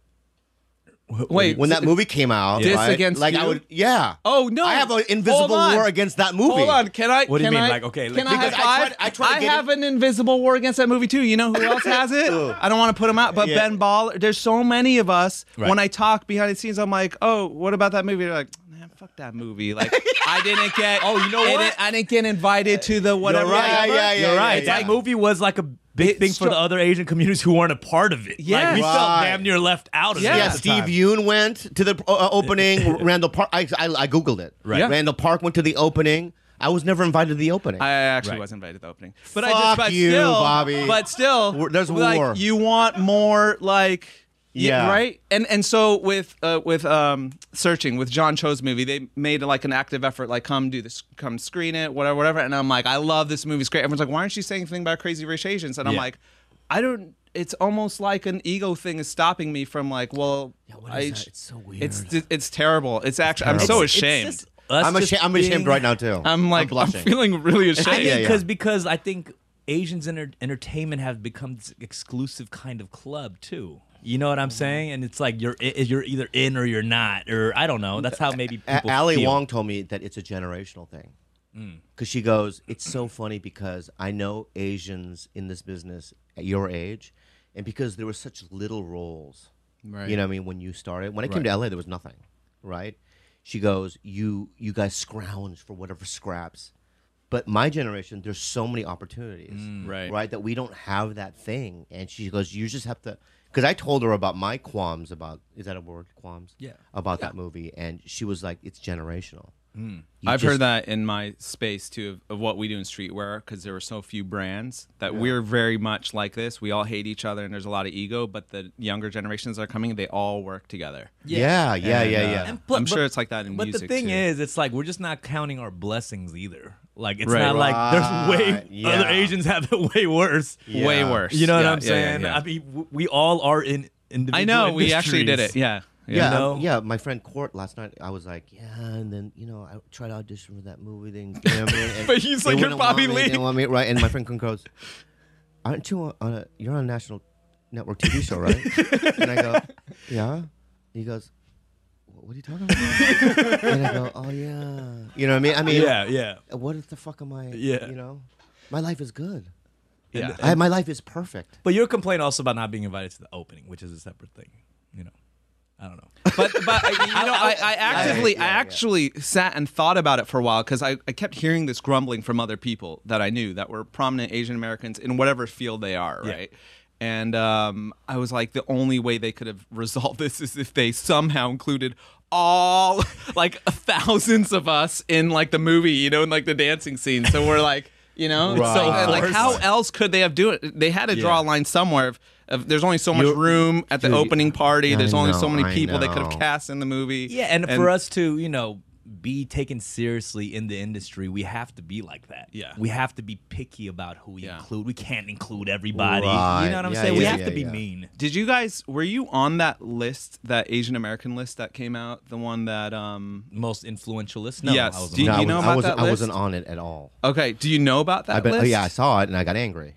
Speaker 3: Wait,
Speaker 2: When that
Speaker 3: so-
Speaker 2: movie came out,
Speaker 3: Diss
Speaker 2: right,
Speaker 3: against
Speaker 2: like I
Speaker 3: you?
Speaker 2: would, yeah.
Speaker 3: Oh, no.
Speaker 2: I have an invisible
Speaker 3: Hold on.
Speaker 2: war against that movie.
Speaker 3: Hold on, can I?
Speaker 1: What do you
Speaker 3: can
Speaker 1: mean?
Speaker 3: I-
Speaker 1: Like, okay,
Speaker 3: can I
Speaker 1: because
Speaker 2: I
Speaker 3: high
Speaker 2: tried- I tried to
Speaker 3: I
Speaker 2: get
Speaker 3: have
Speaker 2: it-
Speaker 3: an invisible war against that movie too. You know who else has it? I don't want to put him out, but
Speaker 2: Yeah.
Speaker 3: Ben Baller. There's so many of us.
Speaker 1: Right.
Speaker 3: When I talk behind the scenes, I'm like, oh, what about that movie? They're like, man, fuck that movie. Like, I didn't get. Oh, you know
Speaker 1: what?
Speaker 3: I didn't get invited to the whatever.
Speaker 2: right.
Speaker 3: whatever.
Speaker 2: Yeah, yeah, yeah,
Speaker 3: You're
Speaker 2: yeah,
Speaker 3: right.
Speaker 2: yeah.
Speaker 1: that movie was like a big thing for
Speaker 3: stru-
Speaker 1: the other Asian communities who weren't a part of it.
Speaker 3: Yeah.
Speaker 1: like, we felt
Speaker 2: Right.
Speaker 1: damn near left out of
Speaker 3: Yeah.
Speaker 1: it.
Speaker 2: Yeah,
Speaker 1: at the
Speaker 2: Steve
Speaker 1: time.
Speaker 2: Yoon went to the uh,
Speaker 1: [laughs]
Speaker 2: opening. Randall Park. I, I, I googled it.
Speaker 1: Right.
Speaker 3: Yeah.
Speaker 2: Randall Park went to the opening. I was never invited to the opening.
Speaker 3: I actually
Speaker 1: Right.
Speaker 3: was invited to the opening, but I
Speaker 2: Fuck
Speaker 3: just but
Speaker 2: you,
Speaker 3: still,
Speaker 2: Bobby.
Speaker 3: But still,
Speaker 2: We're- there's
Speaker 3: like,
Speaker 2: war.
Speaker 3: You want more, like
Speaker 2: Yeah.
Speaker 3: yeah, right. And and so with uh, with um searching with John Cho's movie, they made like an active effort, like come do this, come screen it, whatever, whatever. And I'm like, I love this movie. It's great. Everyone's like, why aren't you saying anything about Crazy Rich Asians? And I'm
Speaker 1: Yeah.
Speaker 3: like, I don't. It's almost like an ego thing is stopping me from like, well,
Speaker 2: what
Speaker 3: I
Speaker 2: is
Speaker 3: sh-
Speaker 2: that? It's so weird.
Speaker 3: It's it's terrible. It's actually I'm
Speaker 2: terrible.
Speaker 3: so
Speaker 2: It's-
Speaker 3: ashamed.
Speaker 1: It's just us
Speaker 2: I'm
Speaker 1: just
Speaker 2: ashamed. I'm ashamed
Speaker 1: being-
Speaker 2: right now too.
Speaker 3: I'm like I'm,
Speaker 2: blushing. [laughs]
Speaker 3: feeling really ashamed.
Speaker 1: I think
Speaker 2: Yeah, yeah.
Speaker 1: because because I think Asians in entertainment have become this exclusive kind of club too. You know what
Speaker 3: Mm-hmm.
Speaker 1: I'm saying? And it's like you're i- you're either in or you're not, or I don't know. That's how maybe people.
Speaker 2: A- Ali
Speaker 1: feel.
Speaker 2: Wong told me that it's a generational thing. Because she goes, it's so funny because I know Asians in this business at your age, and because there were such little roles.
Speaker 3: Right.
Speaker 2: You know what I mean? When you started, when I came to LA, there was nothing, right? She goes, you you guys scrounge for whatever scraps. But my generation, there's so many opportunities,
Speaker 3: Mm, Right.
Speaker 2: Right, that we don't have that thing. And she goes, you just have to. because I told her about my qualms about is that a word qualms?
Speaker 1: Yeah.
Speaker 2: About that movie, and she was like, "It's generational." You
Speaker 3: Mm. I've
Speaker 2: just-
Speaker 3: heard that in my space too of, of what we do in streetwear because there were so few brands that we're very much like this. We all hate each other and there's a lot of ego, but the younger generations that are coming, they all work together.
Speaker 2: Yeah, yeah, yeah,
Speaker 3: And,
Speaker 2: yeah.
Speaker 3: uh,
Speaker 2: yeah.
Speaker 1: pl-
Speaker 3: I'm
Speaker 1: but-
Speaker 3: sure it's like that in
Speaker 1: But
Speaker 3: music.
Speaker 1: the thing
Speaker 3: too.
Speaker 1: is, it's like we're just not counting our blessings either. Like it's
Speaker 3: Right.
Speaker 1: not like there's way
Speaker 2: Right, yeah.
Speaker 1: other Asians have it way worse.
Speaker 3: way
Speaker 2: Yeah.
Speaker 3: worse.
Speaker 1: You know what
Speaker 3: Yeah,
Speaker 1: I'm
Speaker 3: yeah, yeah,
Speaker 1: saying?
Speaker 3: yeah.
Speaker 1: I mean, w- we all are in individual.
Speaker 3: I know we actually did it.
Speaker 1: industries.
Speaker 3: Yeah.
Speaker 2: Yeah,
Speaker 1: You know?
Speaker 2: um, yeah. My friend Court last night. I was like, yeah, and then you know, I tried to audition for that movie. They didn't give
Speaker 3: [laughs]
Speaker 2: me it, and
Speaker 3: But he's
Speaker 2: they
Speaker 3: like, "You're
Speaker 2: wouldn't
Speaker 3: Bobby
Speaker 2: want me,
Speaker 3: Lee."
Speaker 2: They didn't want me, right? And my friend Court goes, "Aren't you on on a? You're on a national network TV show, right?" and I
Speaker 3: [laughs]
Speaker 2: go, "Yeah." He goes, "What are you talking about?" and I go, "Oh yeah." You know what I mean? I mean,
Speaker 1: Yeah, yeah,
Speaker 2: What the fuck am I?
Speaker 1: Yeah.
Speaker 2: You know, my life is good.
Speaker 1: And-
Speaker 3: Yeah.
Speaker 2: I, my life is perfect.
Speaker 1: But your complaint also about not being invited to the opening, which is a separate thing. You know, I don't know.
Speaker 3: but
Speaker 2: [laughs]
Speaker 3: but you know, I, I actively,
Speaker 2: yeah,
Speaker 3: I
Speaker 2: yeah.
Speaker 3: actually sat and thought about it for a while because I, I kept hearing this grumbling from other people that I knew that were prominent Asian Americans in whatever field they are, right? And um, I was like, the only way they could have [laughs] resolved this is if they somehow included all [laughs] like thousands of us in like the movie, you know, in like the dancing scene. So we're like, you know, it's so,
Speaker 2: Right.
Speaker 3: like how else could they have do it? They had to draw a line somewhere. Of, of, there's only so much room at the
Speaker 2: Dude,
Speaker 3: opening party.
Speaker 2: I
Speaker 3: There's only so
Speaker 2: know,
Speaker 3: many
Speaker 2: I
Speaker 3: people they could have
Speaker 2: know.
Speaker 3: cast in the movie.
Speaker 1: Yeah, and, for us to, you know, be taken seriously in the industry, we have to be like that.
Speaker 3: Yeah.
Speaker 1: We have to be picky about who we
Speaker 3: Yeah.
Speaker 1: include. We can't include everybody.
Speaker 2: Right.
Speaker 1: You know what I'm
Speaker 2: Yeah,
Speaker 1: saying? we
Speaker 2: yeah,
Speaker 1: have
Speaker 2: yeah,
Speaker 1: to be
Speaker 2: yeah.
Speaker 1: mean.
Speaker 3: Did you guys were you on that list, that Asian American list that came out, the one that um
Speaker 1: Most influentialist? No,
Speaker 3: Yes.
Speaker 1: I was
Speaker 3: Do you-
Speaker 2: I
Speaker 3: know
Speaker 2: was-
Speaker 3: about
Speaker 2: I wasn't,
Speaker 3: that
Speaker 2: I
Speaker 3: list?
Speaker 2: wasn't on it at all.
Speaker 3: Okay, do you know about that
Speaker 2: I bet, oh,
Speaker 3: list?
Speaker 2: yeah, I saw it and I got angry.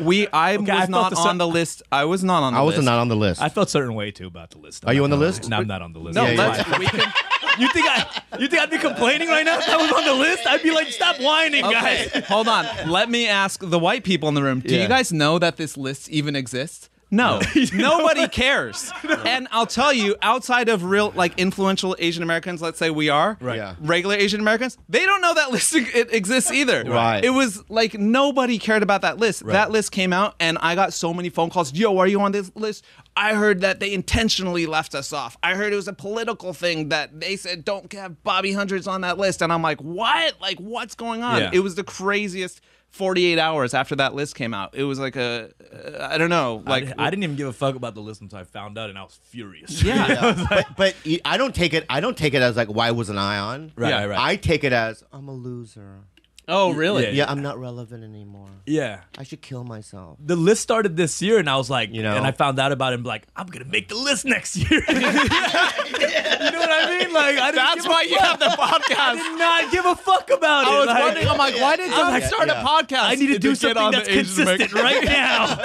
Speaker 3: We I
Speaker 1: I
Speaker 3: was
Speaker 1: felt
Speaker 3: not
Speaker 1: the
Speaker 3: on
Speaker 1: same-
Speaker 3: the list. I was not on the
Speaker 2: I
Speaker 3: list.
Speaker 2: was not on the list.
Speaker 1: I
Speaker 2: [laughs]
Speaker 1: felt a certain way too about the list.
Speaker 2: Are you
Speaker 1: not
Speaker 2: on the
Speaker 1: gonna
Speaker 2: list?
Speaker 1: lie. No, I'm not on the list.
Speaker 3: No,
Speaker 1: That's
Speaker 2: yeah,
Speaker 1: why.
Speaker 3: let's we can,
Speaker 1: [laughs] You think I? You think I'd be complaining right now if I was on the list? I'd be like, stop whining,
Speaker 3: okay,
Speaker 1: [laughs] guys.
Speaker 3: hold on. Let me ask the white people in the room. Do
Speaker 2: Yeah.
Speaker 3: you guys know that this list even exists? No, [laughs] nobody cares. And I'll tell you, outside of real, like influential Asian Americans, let's say we are,
Speaker 1: Right.
Speaker 2: Yeah.
Speaker 3: regular Asian Americans, they don't know that list [laughs] e- it exists either.
Speaker 2: Right.
Speaker 3: It was like nobody cared about that list. That list came out, and I got so many phone calls. Yo, are you on this list? I heard that they intentionally left us off. I heard it was a political thing that they said don't have Bobby Hundreds on that list. And I'm like, what? Like, what's going on?
Speaker 1: Yeah.
Speaker 3: It was the craziest. 48 hours after that list came out. It was like a, uh, I don't know, like
Speaker 1: I, I didn't even give a fuck about the list until I found out, and I was furious.
Speaker 3: Yeah.
Speaker 2: but but you- I don't take it. I don't take it as like why wasn't I on?
Speaker 1: Right,
Speaker 3: Yeah.
Speaker 1: right, right.
Speaker 2: I take it as I'm a loser.
Speaker 3: Oh, really?
Speaker 1: Yeah.
Speaker 2: Yeah, I'm not relevant anymore.
Speaker 1: [laughs] yeah.
Speaker 2: I should kill myself.
Speaker 1: the list started this year, and I was like,
Speaker 2: You know?
Speaker 1: and I found out about it, and like, I'm gonna make the list next
Speaker 3: [laughs]
Speaker 1: year. [laughs] you know what I mean? Like, I didn't
Speaker 3: That's
Speaker 1: give
Speaker 3: why
Speaker 1: a,
Speaker 3: you have
Speaker 1: [laughs]
Speaker 3: the
Speaker 1: I
Speaker 3: podcast.
Speaker 1: did not give a fuck about it.
Speaker 3: I was
Speaker 1: Like,
Speaker 3: wondering, I'm like, why
Speaker 1: I
Speaker 3: did
Speaker 1: was
Speaker 3: John
Speaker 1: like,
Speaker 3: start
Speaker 2: yeah.
Speaker 3: a
Speaker 1: [laughs]
Speaker 3: podcast?
Speaker 1: I need to do something that's consistent
Speaker 3: [laughs]
Speaker 1: right now.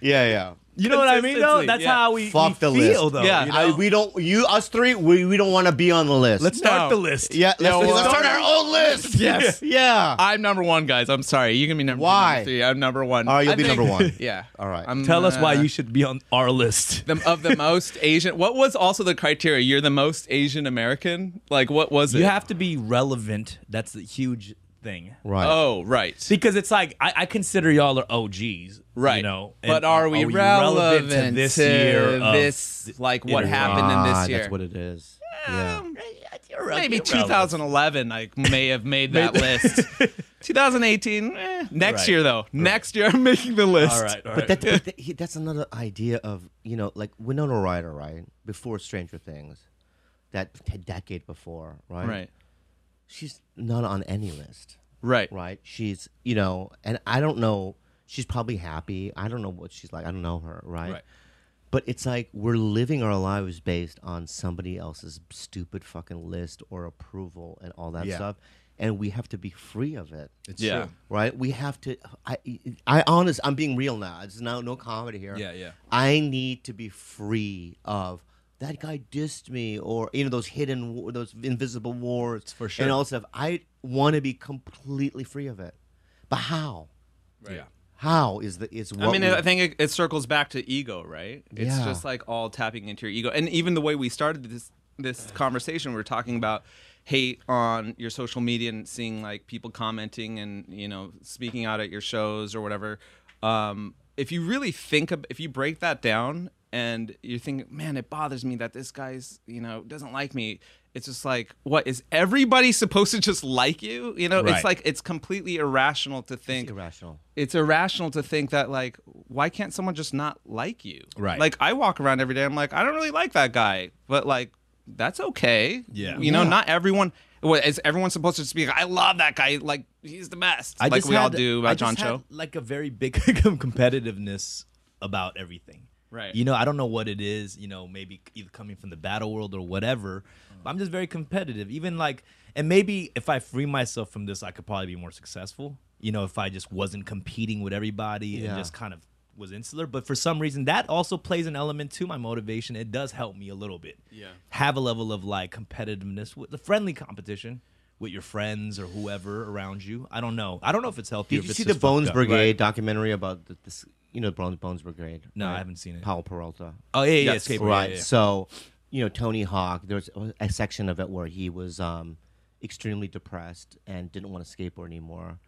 Speaker 2: Yeah, yeah.
Speaker 1: You know what I mean? Though
Speaker 3: Consistency,
Speaker 1: that's
Speaker 3: yeah.
Speaker 1: how we, we
Speaker 2: Fuck the
Speaker 1: feel,
Speaker 2: list.
Speaker 1: though.
Speaker 3: Yeah.
Speaker 1: you know?
Speaker 2: I, we don't. You us three. We, we don't want to be on the list.
Speaker 1: let's start
Speaker 3: No.
Speaker 1: the list.
Speaker 2: yeah. Let's,
Speaker 3: Yeah, well-
Speaker 2: let's start our own list.
Speaker 3: [laughs]
Speaker 2: [laughs]
Speaker 3: Yes.
Speaker 2: Yeah.
Speaker 3: I'm number one, guys. I'm sorry. You can be number,
Speaker 2: Why?
Speaker 3: number three. I'm number one.
Speaker 2: All right, you'll
Speaker 3: I
Speaker 2: be number one.
Speaker 3: [laughs] Yeah.
Speaker 2: All right.
Speaker 3: I'm,
Speaker 1: Tell us why
Speaker 3: uh,
Speaker 1: you should be on our list.
Speaker 3: [laughs] the, of the most Asian. What was also the criteria? You're the most Asian American. Like what was it?
Speaker 1: You have to be relevant. That's the huge thing.
Speaker 2: right.
Speaker 3: Oh, right.
Speaker 1: Because it's like I, I consider y'all are OGs,
Speaker 3: Right.
Speaker 1: You know,
Speaker 3: but are we
Speaker 1: you
Speaker 3: relevant,
Speaker 1: to this year? of-
Speaker 3: this like what
Speaker 1: you know,
Speaker 3: happened in
Speaker 2: Ah,
Speaker 3: this year?
Speaker 2: That's what it is. Yeah.
Speaker 3: Maybe
Speaker 1: You're relevant.
Speaker 3: 2011, I may have made that list.
Speaker 1: [laughs]
Speaker 3: 2018, eh. next
Speaker 1: Right.
Speaker 3: year though. Next year, I'm making the list.
Speaker 1: All right, all right. [laughs]
Speaker 2: But that, but that- he- that's another idea of you know like Winona Ryder, right? Before Stranger Things, that t- decade before, right?
Speaker 3: right,
Speaker 2: She's not on any list,
Speaker 3: right,
Speaker 2: right? She's you know, and I don't know. She's probably happy. I don't know what she's like. I don't know her, right?
Speaker 3: Right.
Speaker 2: But it's like we're living our lives based on somebody else's stupid fucking list or approval and all that
Speaker 1: Yeah.
Speaker 2: stuff, and we have to be free of it
Speaker 3: yeah.
Speaker 2: right? We have to. I, I honest. I'm being real now. It's no no comedy here.
Speaker 1: Yeah, yeah.
Speaker 2: I need to be free of that guy dissed me, or you know those hidden, wa- those invisible wars,
Speaker 1: For sure.
Speaker 2: and all stuff. I want to be completely free of it, but how?
Speaker 1: Yeah.
Speaker 2: How is the is what?
Speaker 3: I mean,
Speaker 2: we-
Speaker 3: I think it, it circles back to ego, right? It's
Speaker 2: Yeah.
Speaker 3: just like all tapping into your ego, and even the way we started this this conversation, we are talking about hate on your social media and seeing like people commenting and you know speaking out at your shows or whatever um, if you really think of, if you break that down and you're thinking man it bothers me that this guy's you know doesn't like me it's just like what is everybody [laughs] supposed to just like you you know
Speaker 1: Right.
Speaker 3: it's like it's completely irrational to think
Speaker 2: irrational.
Speaker 3: it's irrational to think that like why can't someone just not like you
Speaker 1: Right.
Speaker 3: like i walk around every day i'm like i don't really like that guy but like that's okay
Speaker 1: Yeah.
Speaker 3: you know not everyone what, is everyone supposed to just be like, i love that guy like he's the best
Speaker 1: I
Speaker 3: like
Speaker 1: just
Speaker 3: we all
Speaker 1: had-
Speaker 3: do
Speaker 1: I
Speaker 3: about
Speaker 1: just
Speaker 3: john
Speaker 1: had,
Speaker 3: cho
Speaker 1: Like a very big [laughs] com- competitiveness about everything.
Speaker 3: Right.
Speaker 1: You know, I don't know what it is, you know, maybe either coming from the battle world or whatever. But I'm just very competitive. Even like and maybe if I free myself from this, I could probably be more successful. You know, if I just wasn't competing with everybody and
Speaker 2: Yeah.
Speaker 1: just kind of was insular, but for some reason that also plays an element to my motivation. It does help me a little bit.
Speaker 3: Yeah.
Speaker 1: Have a level of like competitiveness with the friendly competition with your friends or whoever around you. I don't know. I don't know if it's healthy. or
Speaker 2: Did
Speaker 1: if
Speaker 2: you
Speaker 1: it's
Speaker 2: see the
Speaker 1: just fucked
Speaker 2: Bones
Speaker 1: up.
Speaker 2: Brigade documentary about the, this? You know, Bones Bones Brigade.
Speaker 1: No, I
Speaker 2: right?
Speaker 1: haven't seen it.
Speaker 2: Powell Peralta.
Speaker 1: Oh yeah, yeah, yeah,
Speaker 3: Yes,
Speaker 1: escape room, yeah,
Speaker 2: right.
Speaker 1: yeah, yeah.
Speaker 2: So, you know, Tony Hawk. There was a section of it where he was um, extremely depressed and didn't want to skateboard anymore,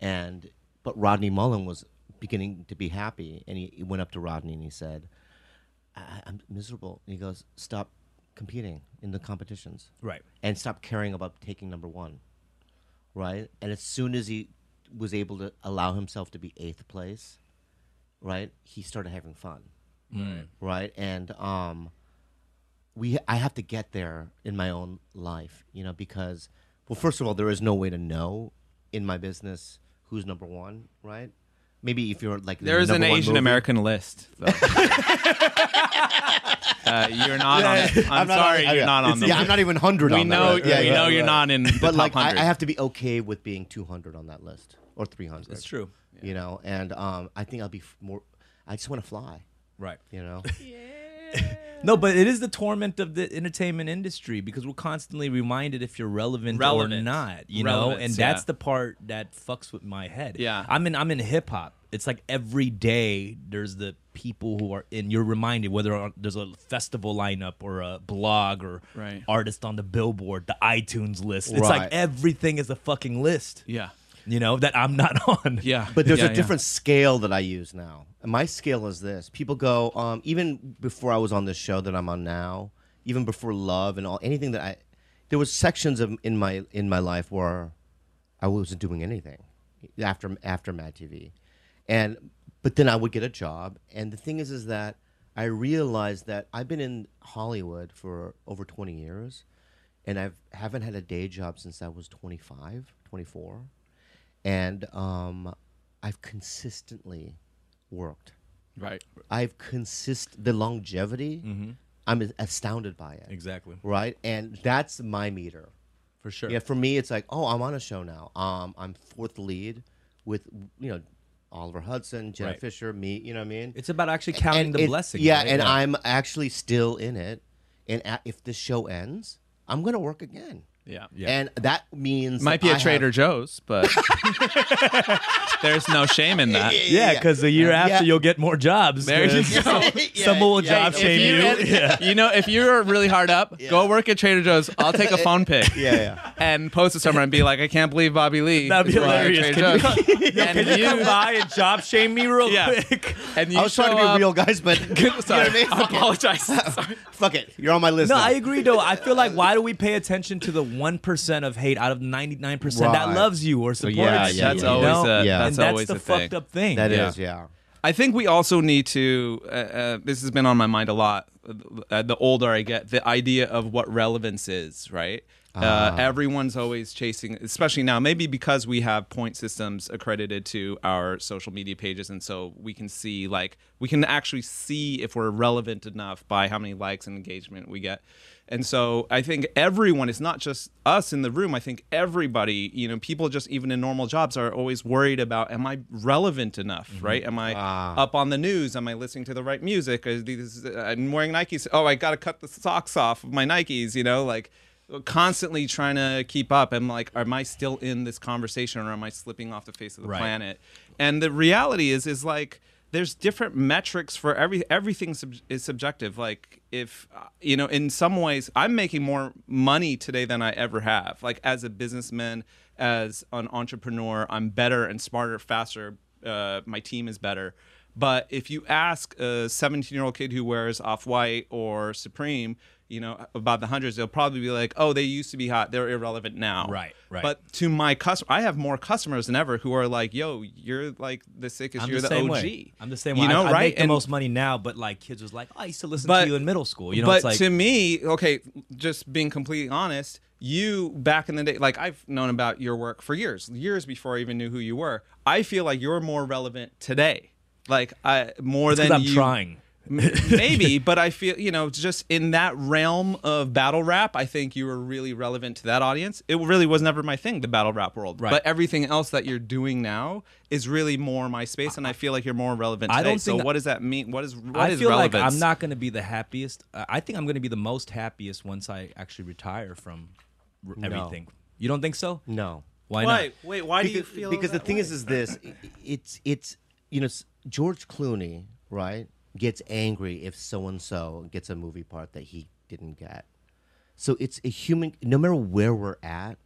Speaker 2: and but Rodney Mullen was beginning to be happy, and he, he went up to Rodney and he said, I, "I'm miserable." And he goes, "Stop competing in the competitions."
Speaker 1: Right.
Speaker 2: and stop caring about taking number one, right? And as soon as he was able to allow himself to be eighth place, right, he started having fun, right? Right, and um, we I have to get there in my own life, you know, because well, first of all, there is no way to know in my business who's number one, right? Maybe if you're like
Speaker 3: There is an Asian
Speaker 2: American. [laughs]
Speaker 3: American list. Though. uh, you're not on it. I'm,
Speaker 2: not
Speaker 3: sorry,
Speaker 2: on it.
Speaker 3: you're
Speaker 2: Yeah.
Speaker 3: not on the
Speaker 2: Yeah,
Speaker 3: list.
Speaker 2: I'm not even hundred.
Speaker 3: we
Speaker 2: on that
Speaker 3: know,
Speaker 2: list.
Speaker 3: we know you're not in the
Speaker 2: but
Speaker 3: top
Speaker 2: like I,
Speaker 3: 100.
Speaker 2: I have to be okay with being 200 on that list or 300
Speaker 1: That's true.
Speaker 2: you know and um, i think i'll be f- more i just want to fly
Speaker 1: Right.
Speaker 2: you know
Speaker 1: No, but it is the torment of the entertainment industry because we're constantly reminded if you're relevant or
Speaker 3: Relevant.
Speaker 1: not, you know,
Speaker 3: Relevance,
Speaker 1: and that's
Speaker 3: yeah.
Speaker 1: the part that fucks with my head.
Speaker 3: Yeah.
Speaker 1: I'm in I'm in hip hop. It's like every day there's the people who are in. You're reminded whether on- there's a festival lineup or a blog or
Speaker 3: Right.
Speaker 1: artist on the Billboard, the iTunes list. It's
Speaker 2: Right.
Speaker 1: like everything is a fucking list.
Speaker 3: yeah,
Speaker 1: You know that I'm not [laughs] on.
Speaker 3: yeah.
Speaker 2: but there's
Speaker 3: yeah,
Speaker 2: a
Speaker 3: yeah.
Speaker 2: different scale that i use now and my scale is this people go um, even before i was on this show that i'm on now even before love and all anything that i there was sections of in my in my life where i wasn't doing anything after after mad tv and but then i would get a job and the thing is is that i realized that i've been in hollywood for over 20 years and i haven't had a day job since i was 25 24 and um, I've consistently worked.
Speaker 3: Right.
Speaker 2: I've consist the longevity. I'm astounded by it,
Speaker 1: Mm-hmm. Exactly.
Speaker 2: right? And that's my meter.
Speaker 1: For sure.
Speaker 2: Yeah, for me, it's like, oh, I'm on a show now. Um, I'm fourth lead with you know Oliver Hudson, Jenna
Speaker 1: Right.
Speaker 2: Fisher, me. You know what I mean?
Speaker 1: It's about actually counting
Speaker 2: And
Speaker 1: the
Speaker 2: it-
Speaker 1: blessings.
Speaker 2: Yeah,
Speaker 1: right?
Speaker 2: and I'm actually still in it. And a if this show ends, I'm gonna work again.
Speaker 3: Yeah.
Speaker 1: Yeah.
Speaker 2: And that means
Speaker 3: Might
Speaker 2: that
Speaker 3: be a
Speaker 2: I have-
Speaker 3: Trader Joe's,
Speaker 2: [laughs]
Speaker 3: but there's no shame in that.
Speaker 1: Yeah, because the year after
Speaker 2: Yeah.
Speaker 1: you'll get more jobs.
Speaker 3: There you
Speaker 1: [laughs]
Speaker 2: [laughs]
Speaker 1: 'cause
Speaker 3: go.
Speaker 1: Someone will
Speaker 2: yeah,
Speaker 1: job
Speaker 2: yeah,
Speaker 1: shame you. [laughs]
Speaker 3: If you, you know, if you're really hard up, go work at Trader Joe's.
Speaker 2: [laughs]
Speaker 3: I'll take a phone pic.
Speaker 2: [laughs] Yeah, yeah.
Speaker 3: And post it somewhere and be like, I can't believe Bobby Lee.
Speaker 1: That'd be
Speaker 3: is working at
Speaker 1: hilarious. Can
Speaker 3: Trader
Speaker 1: [laughs]
Speaker 3: Joe's." And
Speaker 1: Can you come
Speaker 3: you-
Speaker 1: by and job shame me real
Speaker 3: Yeah.
Speaker 1: quick? [laughs]
Speaker 3: and you
Speaker 2: I was trying to
Speaker 3: show
Speaker 2: be
Speaker 3: up-
Speaker 2: real, guys, but
Speaker 3: [laughs] Sorry,
Speaker 2: [laughs] You know what I
Speaker 3: I
Speaker 2: mean?
Speaker 3: apologize. Sorry.
Speaker 2: [laughs] fuck it. You're on my list.
Speaker 1: No,
Speaker 2: now.
Speaker 1: I agree though. I feel like why do we pay attention to the one percent of hate out of ninety nine percent that
Speaker 2: Right.
Speaker 1: loves you or supports
Speaker 2: yeah,
Speaker 1: you?
Speaker 2: yeah,
Speaker 1: you
Speaker 3: That's
Speaker 2: yeah.
Speaker 1: know?
Speaker 3: always a,
Speaker 2: Yeah.
Speaker 1: and
Speaker 3: that's,
Speaker 1: that's
Speaker 3: always
Speaker 1: the
Speaker 3: a thing.
Speaker 1: fucked up thing.
Speaker 2: That is,
Speaker 3: Yeah.
Speaker 2: yeah.
Speaker 3: I think we also need to. Uh, uh, this has been on my mind a lot. Uh, the older I get, the idea of what relevance is, right? Uh, Everyone's always chasing, especially now, maybe because we have point systems accredited to our social media pages. And so we can see, like, we can actually see if we're relevant enough by how many likes and engagement we get. And so I think everyone, it's not just us in the room. I think everybody, you know, people just even in normal jobs are always worried about am I relevant enough, right? Am I up on the news? Am I listening to the right music? Is these, I'm wearing Nikes. Oh, I got to cut the socks off of my Nikes, you know, like constantly trying to keep up. I'm like, am I still in this conversation or am I slipping off the face of the
Speaker 1: Right.
Speaker 3: planet? planet. And the reality is, is like there's different metrics for every everything sub- is subjective. Like if uh, you know, in some ways, I'm making more money today than I ever have. Like as a businessman, as an entrepreneur, I'm better and smarter, faster, uh, my team is better. But if you ask a 17 year old kid who wears Off White or Supreme, you know, about the hundreds, they'll probably be like, oh, they used to be hot. They're irrelevant now.
Speaker 1: Right, right.
Speaker 3: But to my customer, I have more customers than ever who are like, yo, you're like the sickest.
Speaker 1: I'm
Speaker 3: you're
Speaker 1: the,
Speaker 3: the,
Speaker 1: same
Speaker 3: OG.
Speaker 1: way. I'm the same way.
Speaker 3: You know,
Speaker 1: I, I
Speaker 3: right?
Speaker 1: make the
Speaker 3: And-
Speaker 1: most money now, but like kids was like, oh, I used to listen
Speaker 3: But-
Speaker 1: to you in middle school. You know,
Speaker 3: but
Speaker 1: it's like
Speaker 3: to me, okay, just being completely honest, you back in the day, like I've known about your work for years, years before I even knew who you were. I feel like you're more relevant today, like I more
Speaker 1: because
Speaker 3: than
Speaker 1: I'm
Speaker 3: you,
Speaker 1: trying.
Speaker 3: M-
Speaker 1: [laughs]
Speaker 3: maybe, but I feel you know, just in that realm of battle rap, I think you were really relevant to that audience. It really was never my thing, the battle rap world,
Speaker 1: Right.
Speaker 3: but everything else that you're doing now is really more my space, and I feel like you're more relevant.
Speaker 1: I
Speaker 3: Today.
Speaker 1: don't
Speaker 3: so.
Speaker 1: think-
Speaker 3: what does that mean? What is what is
Speaker 1: I feel like
Speaker 3: relevance?
Speaker 1: I'm not going to be the happiest. Uh, I think I'm going to be the most happiest once I actually retire from r- everything. You don't think so?
Speaker 2: No.
Speaker 1: Why not?
Speaker 4: Why? Wait, why do you feel
Speaker 2: because the
Speaker 4: that
Speaker 2: thing
Speaker 4: way?
Speaker 2: is is this i- i- it's it's you know s- george clooney right gets angry if so and so gets a movie part that he didn't get so it's a human no matter where we're at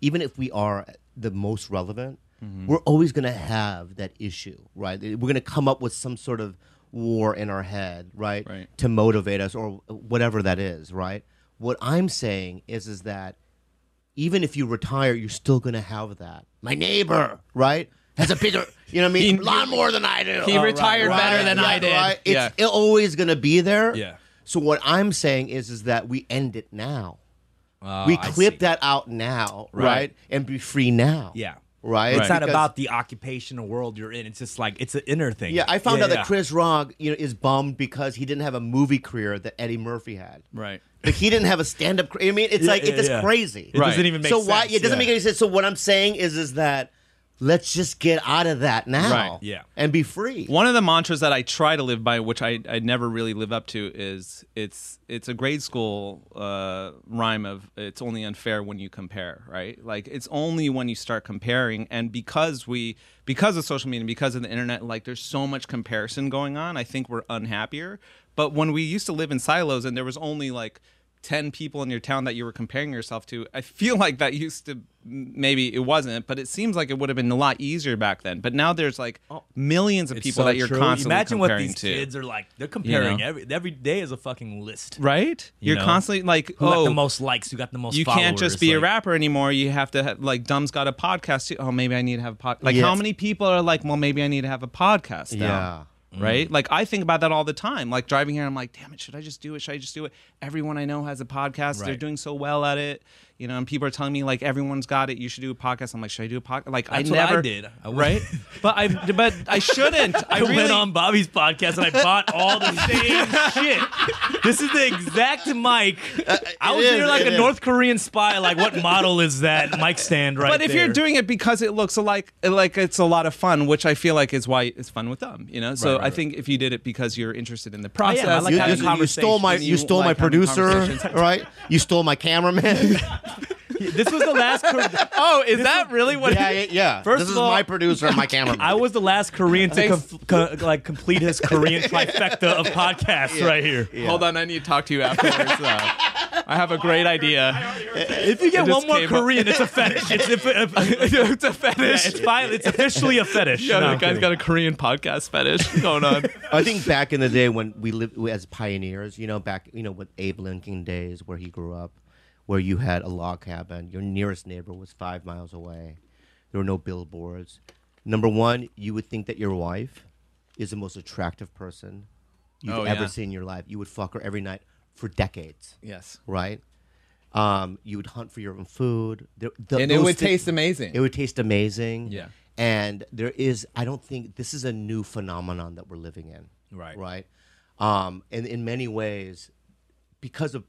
Speaker 2: even if we are the most relevant
Speaker 3: Mm-hmm.
Speaker 2: we're always going to have that issue right we're going to come up with some sort of war in our head right,
Speaker 3: Right.
Speaker 2: to motivate us or whatever that is right what i'm saying is is that even if you retire, you're still gonna have that. My neighbor, right, has a bigger, you know what I mean, lawn more than I do. Oh,
Speaker 3: he retired better than I did.
Speaker 2: It's it always gonna be there.
Speaker 1: Yeah.
Speaker 2: So what I'm saying is, is that we end it now.
Speaker 1: Uh,
Speaker 2: we
Speaker 1: I
Speaker 2: clip
Speaker 1: see.
Speaker 2: that out now, right.
Speaker 1: Right.
Speaker 2: and be free now.
Speaker 1: Yeah.
Speaker 2: right.
Speaker 1: It's not
Speaker 2: Because-
Speaker 1: about the occupational world you're in. It's just like it's an inner thing.
Speaker 2: Yeah, I found out
Speaker 1: yeah.
Speaker 2: that Chris Rock, you know, is bummed because he didn't have a movie career that Eddie Murphy had.
Speaker 3: right.
Speaker 2: Like he didn't have a stand-up. Career. I mean, it's
Speaker 1: Yeah,
Speaker 2: like
Speaker 1: yeah,
Speaker 2: it's just
Speaker 1: yeah.
Speaker 2: crazy.
Speaker 1: It doesn't
Speaker 3: Right.
Speaker 1: even make
Speaker 2: so
Speaker 1: sense.
Speaker 2: why it doesn't
Speaker 1: yeah.
Speaker 2: make any sense so what i'm saying is is that let's just get out of that now
Speaker 3: Right,
Speaker 1: yeah.
Speaker 2: and be free
Speaker 3: One of the mantras that I try to live by, which I, I never really live up to, is it's it's a grade school uh, rhyme of it's only unfair when you compare, right? Like it's only when you start comparing, and because we because of social media, because of the internet, like there's so much comparison going on. I think we're unhappier. But when we used to live in silos, and there was only like 10 people in your town that you were comparing yourself to i feel like that used to maybe it wasn't but it seems like it would have been a lot easier back then but now there's like millions of
Speaker 1: It's so
Speaker 3: people that you're
Speaker 1: true.
Speaker 3: constantly
Speaker 1: Imagine what
Speaker 3: comparing
Speaker 1: these
Speaker 3: to
Speaker 1: kids are like. They're comparing
Speaker 3: know?
Speaker 1: every every day is a fucking list.
Speaker 3: right
Speaker 1: You
Speaker 3: you are
Speaker 1: know?
Speaker 3: constantly like
Speaker 1: Who got
Speaker 3: oh
Speaker 1: the most likes? Who got the most?
Speaker 3: you
Speaker 1: followers?
Speaker 3: can't just be a
Speaker 1: like-
Speaker 3: rapper anymore you have to ha- like dumb's got a podcast too. oh maybe i need to have a podcast like
Speaker 2: Yes.
Speaker 3: how many people are like well maybe i need to have a podcast now?
Speaker 2: yeah
Speaker 1: Mm.
Speaker 3: right? Like I think about that all the time. Like driving here, I'm like, damn it, should I just do it? Should I just do it? Everyone I know has a podcast. They're
Speaker 1: Right.
Speaker 3: doing so well at it. You know, and people are telling me like everyone's got it. You should do a podcast. I'm like, should I do a podcast? Like
Speaker 1: That's
Speaker 3: I
Speaker 1: what
Speaker 3: never
Speaker 1: I did. I
Speaker 3: right?
Speaker 1: [laughs]
Speaker 3: but I but I shouldn't. I,
Speaker 1: I
Speaker 3: really
Speaker 1: went on Bobby's podcast and I bought all [laughs] the same shit. This is the exact mic. I
Speaker 3: Uh,
Speaker 2: it
Speaker 1: was near
Speaker 2: is,
Speaker 1: like
Speaker 2: it
Speaker 1: a
Speaker 2: is.
Speaker 1: North Korean spy. Like, what model is that mic stand right
Speaker 3: but if you're
Speaker 1: there?
Speaker 3: doing it because it looks like like it's a lot of fun, which I feel like is why it's fun with them, you know. So
Speaker 1: Right, right,
Speaker 3: I
Speaker 1: right.
Speaker 3: think if you did it because you're interested in the
Speaker 1: Oh, I
Speaker 3: process,
Speaker 1: am. I like
Speaker 2: you,
Speaker 1: having
Speaker 2: you- you stole my
Speaker 3: conversations.
Speaker 2: you stole
Speaker 3: like
Speaker 2: my
Speaker 3: having
Speaker 2: producer [laughs]
Speaker 3: conversations.
Speaker 2: right you stole my
Speaker 1: [laughs]
Speaker 2: cameraman
Speaker 1: this was the last. Kor-
Speaker 3: Oh, is that really what?
Speaker 2: yeah yeah,
Speaker 1: [laughs]
Speaker 2: yeah.
Speaker 1: First
Speaker 2: this
Speaker 1: of
Speaker 2: is
Speaker 1: all,
Speaker 2: my producer and my
Speaker 1: [laughs]
Speaker 2: cameraman
Speaker 1: I was the last Korean to com- co- like complete his Korean trifecta of podcasts right here.
Speaker 3: Hold on, I need to talk to you afterwards. uh, I have a great
Speaker 1: [laughs]
Speaker 3: idea.
Speaker 1: If you get
Speaker 3: just
Speaker 1: one more
Speaker 3: came up-
Speaker 1: Korean, it's a fetish. It's, if, if,
Speaker 3: [laughs] it's a
Speaker 1: yeah,
Speaker 3: fetish.
Speaker 1: it's,
Speaker 3: [laughs]
Speaker 1: finally, it's officially a fetish.
Speaker 3: Yeah,
Speaker 1: No, I'm
Speaker 3: the guy's
Speaker 1: kidding.
Speaker 3: got a Korean podcast fetish going on.
Speaker 2: I think back in the day when we lived we- as pioneers, you know, back you know with Abe Lincoln days where he grew up, where you had a log cabin, your nearest neighbor was five miles away. There were no billboards. Number one, you would think that your wife is the most attractive person you've
Speaker 3: Oh,
Speaker 2: ever
Speaker 3: yeah.
Speaker 2: seen in your life. You would fuck her every night for decades,
Speaker 3: [laughs] yes.
Speaker 2: right? Um, you would hunt for your own food. There, the,
Speaker 3: And it
Speaker 2: those
Speaker 3: would
Speaker 2: thi-
Speaker 3: taste amazing.
Speaker 2: It would taste amazing.
Speaker 3: Yeah.
Speaker 2: And there is, I don't think this is a new phenomenon that we're living in.
Speaker 1: Right.
Speaker 2: Right. Um, and in many ways, because of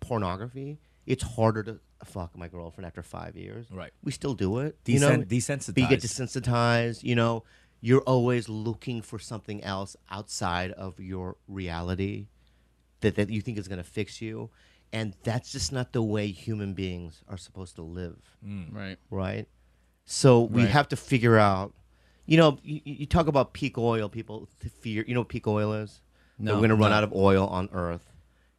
Speaker 2: pornography, it's harder to fuck my girlfriend after five years.
Speaker 1: Right.
Speaker 2: We still do it.
Speaker 1: Desen-
Speaker 2: But you get
Speaker 1: desensitized.
Speaker 2: desensitized. You know, you're always looking for something else outside of your reality that, that you think is going to fix you. And that's just not the way human beings are supposed to live
Speaker 3: Right.
Speaker 2: right? So we have to figure out. You know, you, you talk about peak oil. People th- fear. You know what peak oil is? No, we're going to run out of oil on Earth,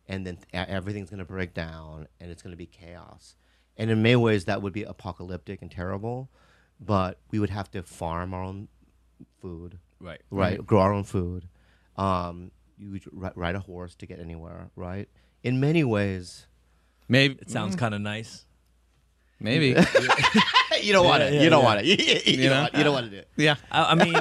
Speaker 2: and then e- everything's going to break down, and it's going to be chaos. And in many ways, that would be apocalyptic and terrible. But we would have to farm our own food,
Speaker 1: Right.
Speaker 2: right? Grow our own food. Um, you would ri- ride a horse to get anywhere, right? In many ways,
Speaker 3: Maybe
Speaker 1: It sounds kind of nice.
Speaker 3: maybe.
Speaker 1: [laughs]
Speaker 2: you don't want it.
Speaker 1: yeah,
Speaker 2: [laughs] you don't
Speaker 1: yeah.
Speaker 2: want it. you,
Speaker 3: know?
Speaker 2: don't, you don't want to do it.
Speaker 1: [laughs]
Speaker 3: yeah.
Speaker 1: I, I
Speaker 3: [laughs]
Speaker 1: mean,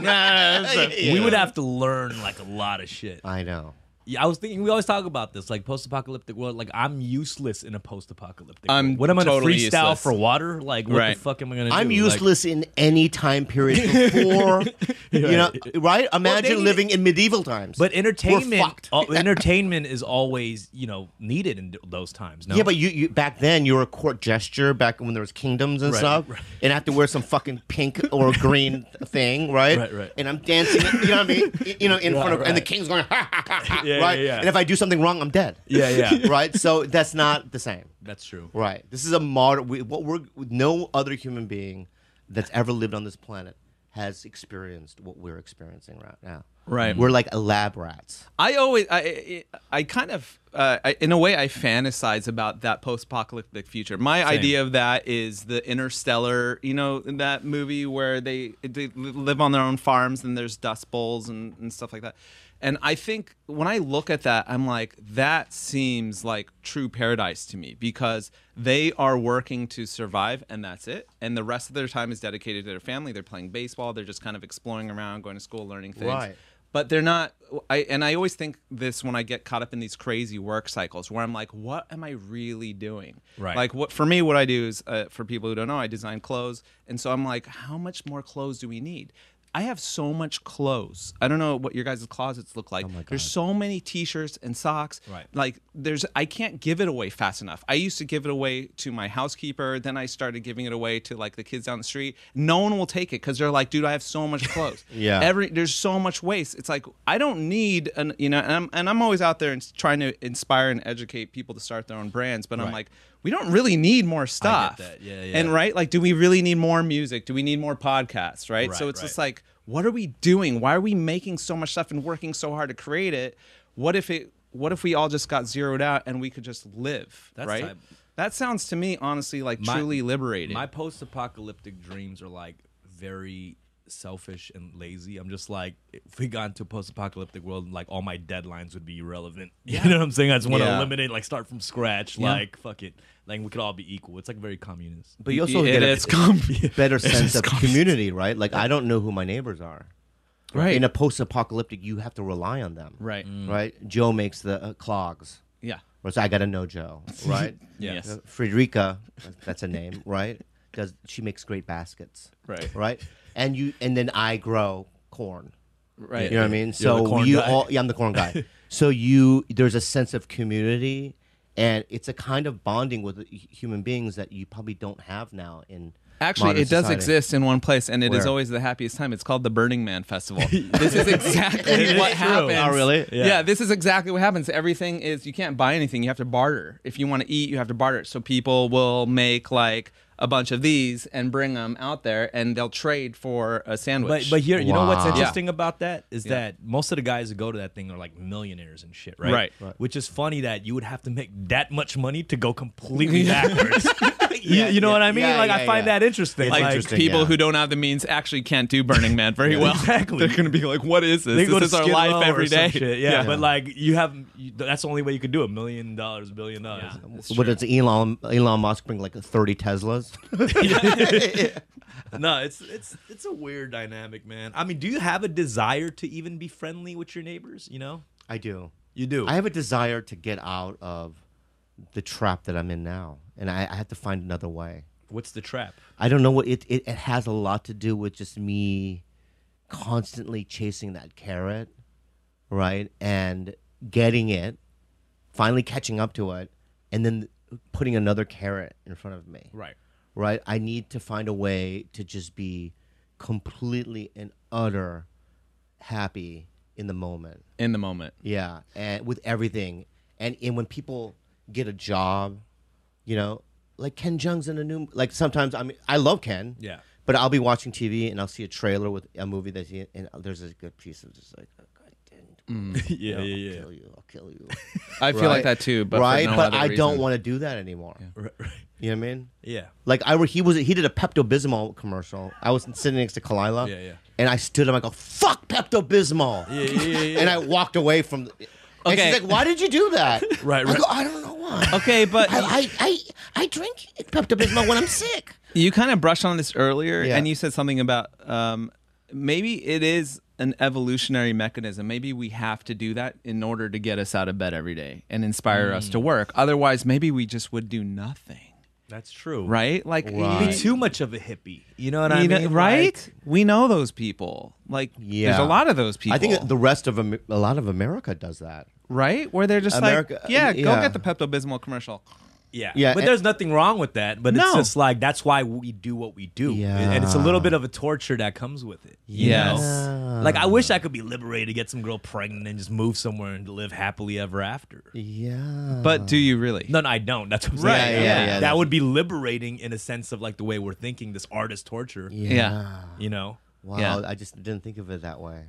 Speaker 1: we
Speaker 2: Yeah.
Speaker 1: would have to learn like a lot of shit.
Speaker 2: I know.
Speaker 1: Yeah, I was thinking we always talk about this, like post-apocalyptic world. Like I'm useless in a post-apocalyptic.
Speaker 3: I'm
Speaker 1: world. what am I gonna
Speaker 3: totally
Speaker 1: freestyle
Speaker 3: useless.
Speaker 1: for water? Like what
Speaker 3: Right.
Speaker 1: the fuck am I gonna?
Speaker 2: I'm
Speaker 1: do?
Speaker 2: useless in any time period before, you know, right? Imagine
Speaker 1: need-
Speaker 2: living in medieval times.
Speaker 1: Like, but entertainment,
Speaker 2: fucked.
Speaker 1: all, entertainment is always you know needed in those times. No,
Speaker 2: yeah, but you, you back then you were a court gesture back when there was kingdoms and
Speaker 1: Right,
Speaker 2: stuff,
Speaker 1: right.
Speaker 2: and I have to wear some fucking pink or green
Speaker 1: [laughs]
Speaker 2: thing, right?
Speaker 1: Right, right.
Speaker 2: And I'm dancing, you know what I mean? You know, in front of, and the
Speaker 1: right.
Speaker 2: king's going, ha, ha, ha, ha,
Speaker 1: Yeah,
Speaker 2: right?
Speaker 1: yeah, yeah.
Speaker 2: And if I do something wrong, I'm dead.
Speaker 1: Yeah, yeah.
Speaker 2: [laughs] right. So that's not the same.
Speaker 1: that's true.
Speaker 2: Right. This is a modern. We, what we're no other human being that's ever lived on this planet has experienced what we're experiencing right now.
Speaker 3: Right.
Speaker 2: We're like lab rats.
Speaker 3: I always, I, I, I kind of, uh, I, in a way, I fantasize about that post-apocalyptic future. My idea of that is the interstellar, you know, in that movie where they they live on their own farms and there's dust bowls and, and stuff like that. And I think when I look at that, I'm like, that seems like true paradise to me because they are working to survive and that's it. And the rest of their time is dedicated to their family. They're playing baseball. They're just kind of exploring around, going to school, learning things
Speaker 2: Right.
Speaker 3: but they're not i and i always think this when i get caught up in these crazy work cycles where i'm like what am i really doing
Speaker 1: Right.
Speaker 3: like what for me what i do is uh, for people who don't know i design clothes and so i'm like how much more clothes do we need I have so much clothes. I don't know what your guys' closets look like. There's so many t-shirts and socks.
Speaker 1: Oh Right.
Speaker 3: Like there's I can't give it away fast enough. I used to give it away to my housekeeper, then I started giving it away to like the kids down the street. No one will take it cuz they're like, "Dude, I have so much clothes."
Speaker 1: [laughs]
Speaker 2: Yeah.
Speaker 3: Every every- there's so much waste. It's like I don't need an you know, and I'm and I'm always out there and s- trying to inspire and educate people to start their own brands, but I'm like, we don't really need more stuff.
Speaker 1: that. Yeah, yeah.
Speaker 3: And right, like, do we really need more music? Do we need more podcasts? Right. so
Speaker 1: Right,
Speaker 3: it's just
Speaker 1: right.
Speaker 3: like, what are we doing? Why are we making so much stuff and working so hard to create it? What if it? What if we all just got zeroed out and we could just live?
Speaker 1: That's
Speaker 3: right.
Speaker 1: type-
Speaker 3: that sounds to me, honestly, like
Speaker 1: My-
Speaker 3: truly liberating.
Speaker 1: My post-apocalyptic dreams are like very selfish and lazy. I'm just like, if we got into a post-apocalyptic world, like all my deadlines would be irrelevant. [laughs] You know what I'm saying? I just want to
Speaker 3: Yeah.
Speaker 1: eliminate, like, start from scratch. Like, fuck it. Like, we could all be equal. It's like very communist.
Speaker 2: But you also
Speaker 3: [laughs] it,
Speaker 2: get a
Speaker 3: it's com-
Speaker 2: better sense of community, right? Like I don't know who my neighbors are.
Speaker 3: right.
Speaker 2: In a post-apocalyptic, you have to rely on them.
Speaker 3: right.
Speaker 2: Right. Joe makes the uh, clogs.
Speaker 3: Yeah.
Speaker 2: Or so I gotta know
Speaker 3: [laughs]
Speaker 2: Joe. Right.
Speaker 1: Yes.
Speaker 2: Uh, Frederica, that's a name, [laughs] right? Does she makes great baskets.
Speaker 3: Right.
Speaker 2: Right. And you and then I grow corn.
Speaker 3: Right.
Speaker 2: You know what I mean?
Speaker 1: the
Speaker 2: So
Speaker 1: corn
Speaker 2: you [laughs]
Speaker 1: guy.
Speaker 2: all yeah, I'm the
Speaker 1: [laughs]
Speaker 2: corn guy. so you there's a sense of community and it's a kind of bonding with hu- human beings that you probably don't have now in
Speaker 3: Actually,
Speaker 2: modern
Speaker 3: it does
Speaker 2: society.
Speaker 3: exist in one place, and it is
Speaker 2: Where?
Speaker 3: always the happiest time. It's called the Burning
Speaker 1: [laughs]
Speaker 3: Man Festival. this is exactly
Speaker 1: is
Speaker 3: what
Speaker 1: true.
Speaker 3: happens.
Speaker 1: Oh, really?
Speaker 3: Yeah.
Speaker 1: Yeah.
Speaker 3: this is exactly what happens. Everything is you can't buy anything; you have to barter. If you want to eat, you have to barter. So people will make like a bunch of these and bring them out there, and they'll trade for a
Speaker 1: But
Speaker 3: sandwich.
Speaker 1: but here, you know what's
Speaker 2: Wow.
Speaker 1: interesting about that is that most of the guys who go to that thing are like millionaires and shit, right?
Speaker 3: Right. Right.
Speaker 1: Which is funny that you would have to make that much money to go completely backwards. [laughs] you, you know
Speaker 2: [laughs] yeah,
Speaker 1: what I mean?
Speaker 2: yeah,
Speaker 1: like
Speaker 2: yeah,
Speaker 1: I find
Speaker 2: yeah.
Speaker 1: that interesting.
Speaker 2: It's
Speaker 1: Like,
Speaker 3: like
Speaker 2: Interesting,
Speaker 3: people
Speaker 2: yeah.
Speaker 3: who don't have the means actually can't do Burning
Speaker 1: [laughs]
Speaker 3: Man very well.
Speaker 1: exactly.
Speaker 3: They're gonna be like, "What is
Speaker 1: [laughs]
Speaker 3: this?
Speaker 1: They
Speaker 3: this
Speaker 1: go to
Speaker 3: is our
Speaker 1: Skid
Speaker 3: life
Speaker 1: Row or
Speaker 3: every
Speaker 1: some
Speaker 3: day."
Speaker 1: shit. Yeah, but like you have you, that's the only way you could do it. Million dollars, billion dollars.
Speaker 2: What does Elon Elon Musk bring like thirty Teslas?
Speaker 1: [laughs] no, it's it's it's a weird dynamic, man. I mean, do you have a desire to even be friendly with your neighbors? You know,
Speaker 2: I do.
Speaker 1: you do.
Speaker 2: I have a desire to get out of the trap that I'm in now, and I, I have to find another way.
Speaker 1: What's the trap?
Speaker 2: I don't know what it, it it has a lot to do with just me constantly chasing that carrot, right? And getting it, finally catching up to it, and then putting another carrot in front of me.
Speaker 1: Right.
Speaker 2: Right? I need to find a way to just be completely and utter happy in the moment.
Speaker 3: in the moment,
Speaker 2: Yeah, and with everything, and and when people get a job, you know, like Ken Jung's in a new like sometimes I mean I love Ken.
Speaker 1: Yeah.
Speaker 2: But I'll be watching TV and I'll see a trailer with a movie that's in, and there's a good piece of just like, oh, God, damn,
Speaker 1: [laughs] yeah, yeah,
Speaker 2: I'll
Speaker 1: yeah.
Speaker 2: kill you. I'll kill you.
Speaker 4: Mm. [laughs] I feel
Speaker 2: Right.
Speaker 4: like that too, but for
Speaker 2: right?
Speaker 4: no
Speaker 2: but
Speaker 4: other
Speaker 2: I don't
Speaker 4: reason.
Speaker 2: want to do that anymore.
Speaker 1: Right, right.
Speaker 2: You know what I mean?
Speaker 1: Yeah.
Speaker 2: Like I were, he was he did a Pepto Bismol commercial. I was sitting next to Kalila.
Speaker 1: Yeah, yeah.
Speaker 2: And I stood up. I go, "Fuck Pepto Bismol."
Speaker 1: Yeah, yeah, yeah, yeah.
Speaker 2: And I walked away from. The, And
Speaker 3: Okay.
Speaker 2: she's like, "Why did you do that?"
Speaker 1: [laughs] Right,
Speaker 2: I
Speaker 1: right.
Speaker 2: go, "I don't know why."
Speaker 3: Okay, but
Speaker 2: I I I, I drink Pepto Bismol when I'm sick.
Speaker 3: You kind of brushed on this earlier,
Speaker 2: Yeah.
Speaker 3: and you said something about um, maybe it is an evolutionary mechanism. Maybe we have to do that in order to get us out of bed every day and inspire us to work. Otherwise, maybe we just would do nothing,
Speaker 1: That's true.
Speaker 3: right? Like,
Speaker 1: Be
Speaker 2: Right.
Speaker 1: too much of a hippie. You know what
Speaker 3: you
Speaker 1: I
Speaker 3: know-
Speaker 1: mean?
Speaker 3: right?
Speaker 1: Like,
Speaker 3: we know those people. Like, there's
Speaker 2: Yeah.
Speaker 3: a lot of those people.
Speaker 2: I think the rest of Am- a lot of America does that.
Speaker 3: right where they're just
Speaker 2: America-
Speaker 3: like, yeah, go
Speaker 2: yeah.
Speaker 3: get the Pepto Bismol commercial.
Speaker 1: yeah.
Speaker 2: Yeah,
Speaker 1: But
Speaker 2: and-
Speaker 1: there's nothing wrong with that. But it's
Speaker 3: No.
Speaker 1: just like that's why we do what we do.
Speaker 2: Yeah.
Speaker 1: And it's a little bit of a torture that comes with it. you
Speaker 3: Yes.
Speaker 1: know? Like I wish I could be liberated, get some girl pregnant, and just move somewhere and live happily ever after.
Speaker 2: Yeah.
Speaker 3: But do you really?
Speaker 1: No, no, I don't. That's what I'm
Speaker 3: Right,
Speaker 1: saying.
Speaker 3: yeah,
Speaker 1: Like,
Speaker 3: yeah,
Speaker 2: yeah.
Speaker 1: That would be liberating in a sense of like the way we're thinking, this artist torture.
Speaker 2: yeah.
Speaker 3: Yeah.
Speaker 1: You know?
Speaker 2: Wow.
Speaker 3: Yeah.
Speaker 2: I just didn't think of it that way.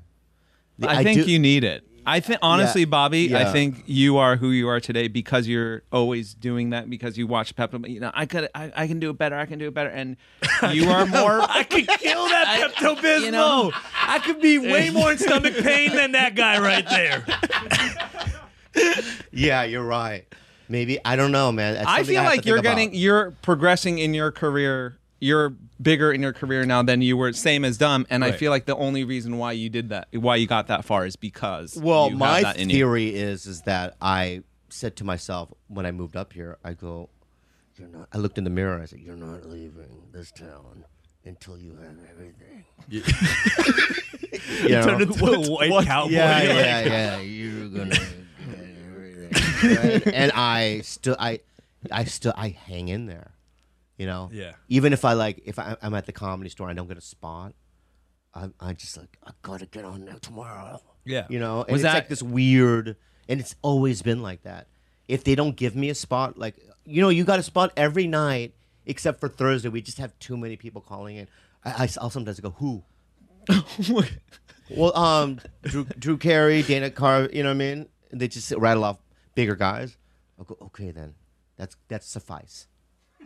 Speaker 3: I, think
Speaker 2: do-
Speaker 3: you need it. I think honestly, Bobby, I
Speaker 2: Yeah.
Speaker 3: think you are who you are today because you're always doing that because you watch Pepto. You know, I could, I, I can do it better. I can do it
Speaker 2: [laughs]
Speaker 3: better, and you are more.
Speaker 1: I could kill
Speaker 3: [laughs]
Speaker 1: that Pepto Bismol.
Speaker 3: you know-
Speaker 1: I could be way more in stomach pain than that guy right there.
Speaker 2: Yeah, you're right. Maybe I don't know, man. That's
Speaker 3: I
Speaker 2: something
Speaker 3: feel
Speaker 2: have
Speaker 3: like
Speaker 2: to
Speaker 3: you're
Speaker 2: think about.
Speaker 3: getting, you're progressing in your career. You're bigger in your career now than you were. Same as dumb, and I
Speaker 1: Right.
Speaker 3: feel like the only reason why you did that, why you got that far, is because
Speaker 2: Well,
Speaker 3: you have
Speaker 2: my
Speaker 3: that in you.
Speaker 2: theory is is that I said to myself when I moved up here, I go, "You're not." I looked in the mirror. and I said, "You're not leaving this town until you have everything." [laughs] You know?
Speaker 1: Turned into [laughs] a white cowboy.
Speaker 2: yeah,
Speaker 1: Like,
Speaker 2: yeah, yeah. You're gonna get everything. Right? and I still, I, I still, I hang in there. You know.
Speaker 1: Yeah.
Speaker 2: Even if I like, if I, I'm at the comedy store and I don't get a spot, I, I just like, I gotta get on there tomorrow.
Speaker 1: Yeah.
Speaker 2: You know, and
Speaker 3: Was
Speaker 2: it's
Speaker 3: that-
Speaker 2: like this weird, and it's always been like that. If they don't give me a spot, like you know, you got a spot every night except for Thursday. We just have too many people calling in. I, I will sometimes
Speaker 1: [laughs]
Speaker 2: go, who? Well, um, Drew, Drew Carey, Dana Carvey, you know what I mean? They just rattle off bigger guys. I go, okay, then that's that's suffice.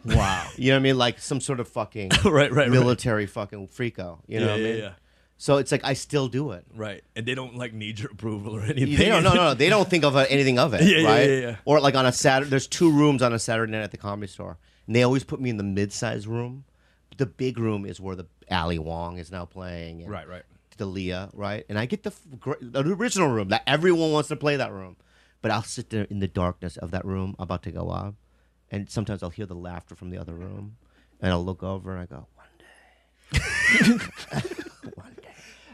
Speaker 2: Wow, you know what I mean? Like some sort of fucking
Speaker 1: [laughs] Right, right, right.
Speaker 2: military fucking freako. You know
Speaker 1: Yeah,
Speaker 2: what I
Speaker 1: yeah,
Speaker 2: mean?
Speaker 1: yeah.
Speaker 2: So it's like I still do it.
Speaker 1: Right. And they don't like need your approval or anything.
Speaker 2: They don't, no,
Speaker 1: [laughs]
Speaker 2: no, no. They don't think of uh, anything of it,
Speaker 1: Yeah, yeah,
Speaker 2: right?
Speaker 1: yeah, yeah.
Speaker 2: Or like on a Saturday, there's two rooms on a Saturday night at the comedy store, and they always put me in the mid-sized room. The big room is where the Ali Wong is now playing, and
Speaker 1: Right, right.
Speaker 2: The Leah, right? And I get the, f- gr- the original room that everyone wants to play that room, but I'll sit there in the darkness of that room, about to go up, and sometimes I'll hear the laughter from the other room, and I'll look over and I go, one day, one day.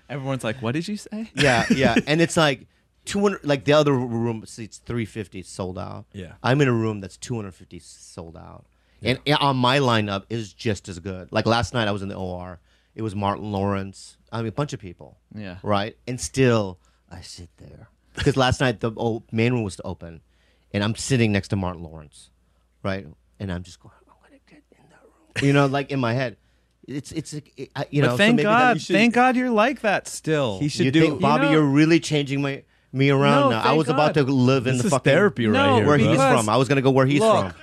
Speaker 3: Everyone's like, "What did you say?" [laughs]
Speaker 2: Yeah, yeah. And it's like 200 like the other room seats 350 sold out.
Speaker 1: Yeah.
Speaker 2: I'm in a room that's 250 sold out. And and on my lineup is just as good. Like last night I was in the OR. It was Martin Lawrence. I mean a bunch of people.
Speaker 3: Yeah.
Speaker 2: Right? And still I sit there. Cuz last night the oh, main room was to open and I'm sitting next to Martin Lawrence. Right? And I'm just going I'm going to get in that room. You know, like in my head. It's it's it, I- you
Speaker 3: But
Speaker 2: know so
Speaker 3: thank
Speaker 2: maybe that-
Speaker 3: God,
Speaker 2: you should-
Speaker 3: thank God, you're like that still.
Speaker 1: He should
Speaker 2: you
Speaker 1: do
Speaker 2: think, Bobby,
Speaker 3: know-
Speaker 2: you are really changing my me around
Speaker 3: No,
Speaker 2: now. I
Speaker 3: thank
Speaker 2: was about to
Speaker 3: God.
Speaker 2: live in
Speaker 1: This
Speaker 2: the
Speaker 1: is
Speaker 2: fucking
Speaker 1: therapy right
Speaker 3: No,
Speaker 1: here.
Speaker 2: where
Speaker 1: bro.
Speaker 2: he's
Speaker 3: Because-
Speaker 2: from. I was gonna go where he's
Speaker 3: Look.
Speaker 2: from.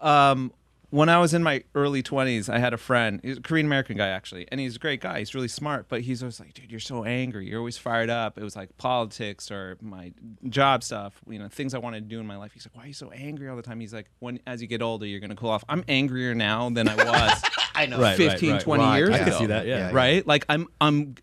Speaker 3: um, when I was in my early 20s, I had a friend, he's a Korean American guy actually, and he's a great guy. He's really smart, but he's always like, dude, you're so angry. You're always fired up. It was like politics or my job stuff, you know, things I wanted to do in my life. He's like, why are you so angry all the time? He's like, when as you get older, you're going to cool off. I'm angrier now than I was.
Speaker 2: [laughs] I know.
Speaker 1: Right, right,
Speaker 3: 15,
Speaker 1: right.
Speaker 3: 20
Speaker 2: Right,
Speaker 3: years
Speaker 1: I
Speaker 3: ago
Speaker 1: can see that. Yeah.
Speaker 2: Yeah.
Speaker 3: right? Like I'm I'm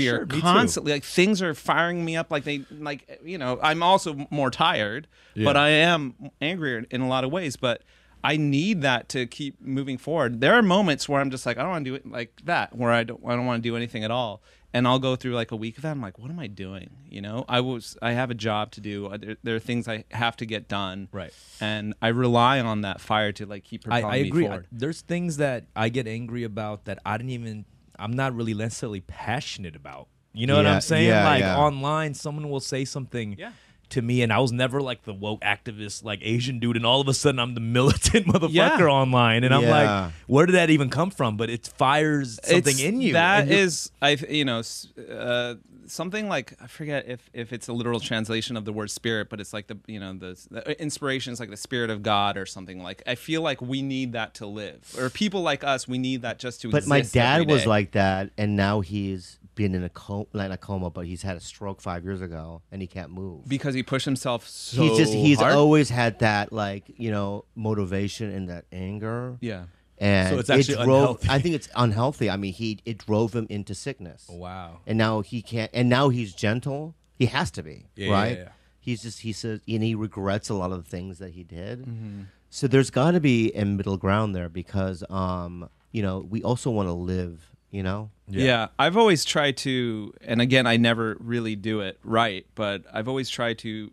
Speaker 1: For sure, me too.
Speaker 3: constantly. Like things are firing me up. Like they like you know I'm also more tired, but I am angrier in a lot of ways. But I need that to keep moving forward. There are moments where I'm just like I don't want to do it like that. Where I don't I don't want to do anything at all. And I'll go through like a week of that. I'm like, what am I doing? You know, I was I have a job to do. Uh, There, there are things I have to get done.
Speaker 1: Right.
Speaker 3: And I rely on that fire to like keep
Speaker 1: I,
Speaker 3: propelling
Speaker 1: I
Speaker 3: me
Speaker 1: agree. I-
Speaker 3: forward.
Speaker 1: there's things that I get angry about that I didn't even. I'm not really necessarily passionate about. You know what
Speaker 2: Yeah,
Speaker 1: I'm saying?
Speaker 2: yeah,
Speaker 1: like
Speaker 2: yeah.
Speaker 1: online, someone will say something.
Speaker 3: Yeah.
Speaker 1: To me, and I was never like the woke activist, like Asian dude, and all of a sudden I'm the [laughs] militant motherfucker
Speaker 3: Yeah.
Speaker 1: online, and I'm
Speaker 2: Yeah.
Speaker 1: like, where did that even come from? But it fires something
Speaker 3: It's-
Speaker 1: in you.
Speaker 3: That
Speaker 1: and you're-
Speaker 3: is, I th- you know, s- uh, something like I forget if if it's a literal translation of the word spirit, but it's like the you know the, the inspiration is like the spirit of God or something like. I feel like we need that to live, or people like us, we need that just to.
Speaker 2: But my
Speaker 3: exist every
Speaker 2: dad was
Speaker 3: day.
Speaker 2: like that, and now he's been in a coma, not in a coma, but he's had a stroke five years ago, and he can't move.
Speaker 3: because he pushed himself so
Speaker 2: he's just he's
Speaker 3: hard.
Speaker 2: always had that like you know motivation and that anger.
Speaker 3: yeah.
Speaker 2: and
Speaker 1: So it's actually
Speaker 2: it drove,
Speaker 1: unhealthy.
Speaker 2: I think it's unhealthy. I mean, he it drove him into sickness.
Speaker 1: Wow.
Speaker 2: And now he can't. And now he's gentle. He has to be
Speaker 1: Yeah, yeah,
Speaker 2: right.
Speaker 1: yeah.
Speaker 2: He's just he says and he regrets a lot of the things that he did.
Speaker 3: Mm-hmm.
Speaker 2: So there's got to be a middle ground there because um you know we also want to live. You know.
Speaker 3: Yeah. I've always tried to, and again, I never really do it right, but I've always tried to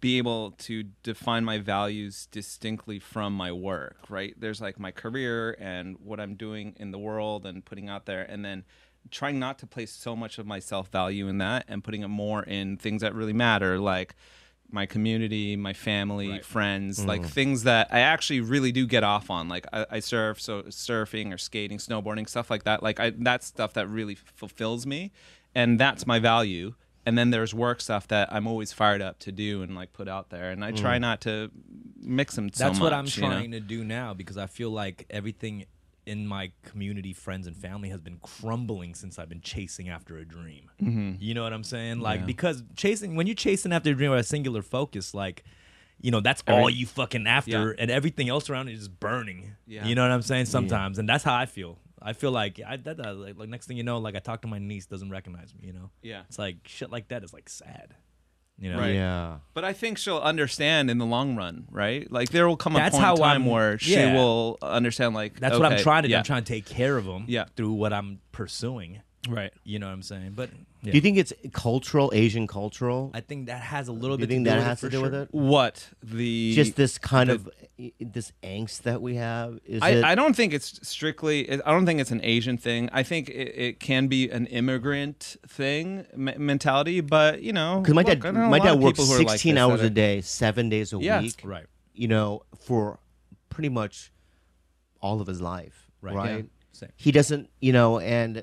Speaker 3: be able to define my values distinctly from my work, right? There's like my career and what I'm doing in the world and putting out there, and then trying not to place so much of my self value in that and putting it more in things that really matter, like my community, my family, friends, like things that I actually really do get off on. Like I, I surf, so surfing or skating, snowboarding, stuff like that. Like I, that's stuff that really fulfills me, and that's my value. And then there's work stuff that I'm always fired up to do and like put out there. And I try not to mix them.
Speaker 1: That's what I'm trying to do now because I feel like everything in my community, friends, and family has been crumbling since I've been chasing after a dream.
Speaker 3: Mm-hmm.
Speaker 1: You know what I'm saying? Like because chasing when you're chasing after a dream or a singular focus, like you know that's all you fucking after, and everything else around it is burning.
Speaker 3: Yeah.
Speaker 1: You know what I'm saying? Sometimes, and that's how I feel. I feel like I that, that- like, like next thing you know, like I talk to my niece doesn't recognize me. You know?
Speaker 3: Yeah.
Speaker 1: It's like shit like that is like sad. You know?
Speaker 3: Right.
Speaker 2: Yeah.
Speaker 3: But I think she'll understand in the long run, right? Like there will come a
Speaker 1: That's
Speaker 3: point
Speaker 1: how
Speaker 3: in time
Speaker 1: I'm-
Speaker 3: where she
Speaker 1: yeah.
Speaker 3: will understand. Like
Speaker 1: That's what I'm
Speaker 3: okay,
Speaker 1: trying to do.
Speaker 3: yeah.
Speaker 1: I'm trying to take care of them
Speaker 3: Yeah.
Speaker 1: through what I'm pursuing.
Speaker 3: Right.
Speaker 1: You know what I'm saying? But
Speaker 2: Do you think it's cultural, Asian cultural?
Speaker 1: I think that has a little
Speaker 2: Do you
Speaker 1: bit
Speaker 2: think
Speaker 1: to do
Speaker 2: that
Speaker 1: with
Speaker 2: has
Speaker 1: it
Speaker 2: to
Speaker 1: for
Speaker 2: do with
Speaker 1: sure.
Speaker 2: it?
Speaker 3: What the
Speaker 2: Just this kind of this angst that we have. Is it?
Speaker 3: I, I don't think it's strictly. I don't think it's an Asian thing. I think it, it can be an immigrant thing me- mentality. But you know,
Speaker 2: Because my
Speaker 3: look, I
Speaker 2: dad,
Speaker 3: know a
Speaker 2: my
Speaker 3: lot
Speaker 2: dad
Speaker 3: of
Speaker 2: works
Speaker 3: people who are like
Speaker 2: 16
Speaker 3: this
Speaker 2: hours a
Speaker 3: that are-
Speaker 2: day, seven days a
Speaker 3: Yeah.
Speaker 2: week.
Speaker 1: Right.
Speaker 2: You know, for pretty much all of his life.
Speaker 1: Right.
Speaker 2: Right.
Speaker 1: Yeah. Same.
Speaker 2: He doesn't, you know, and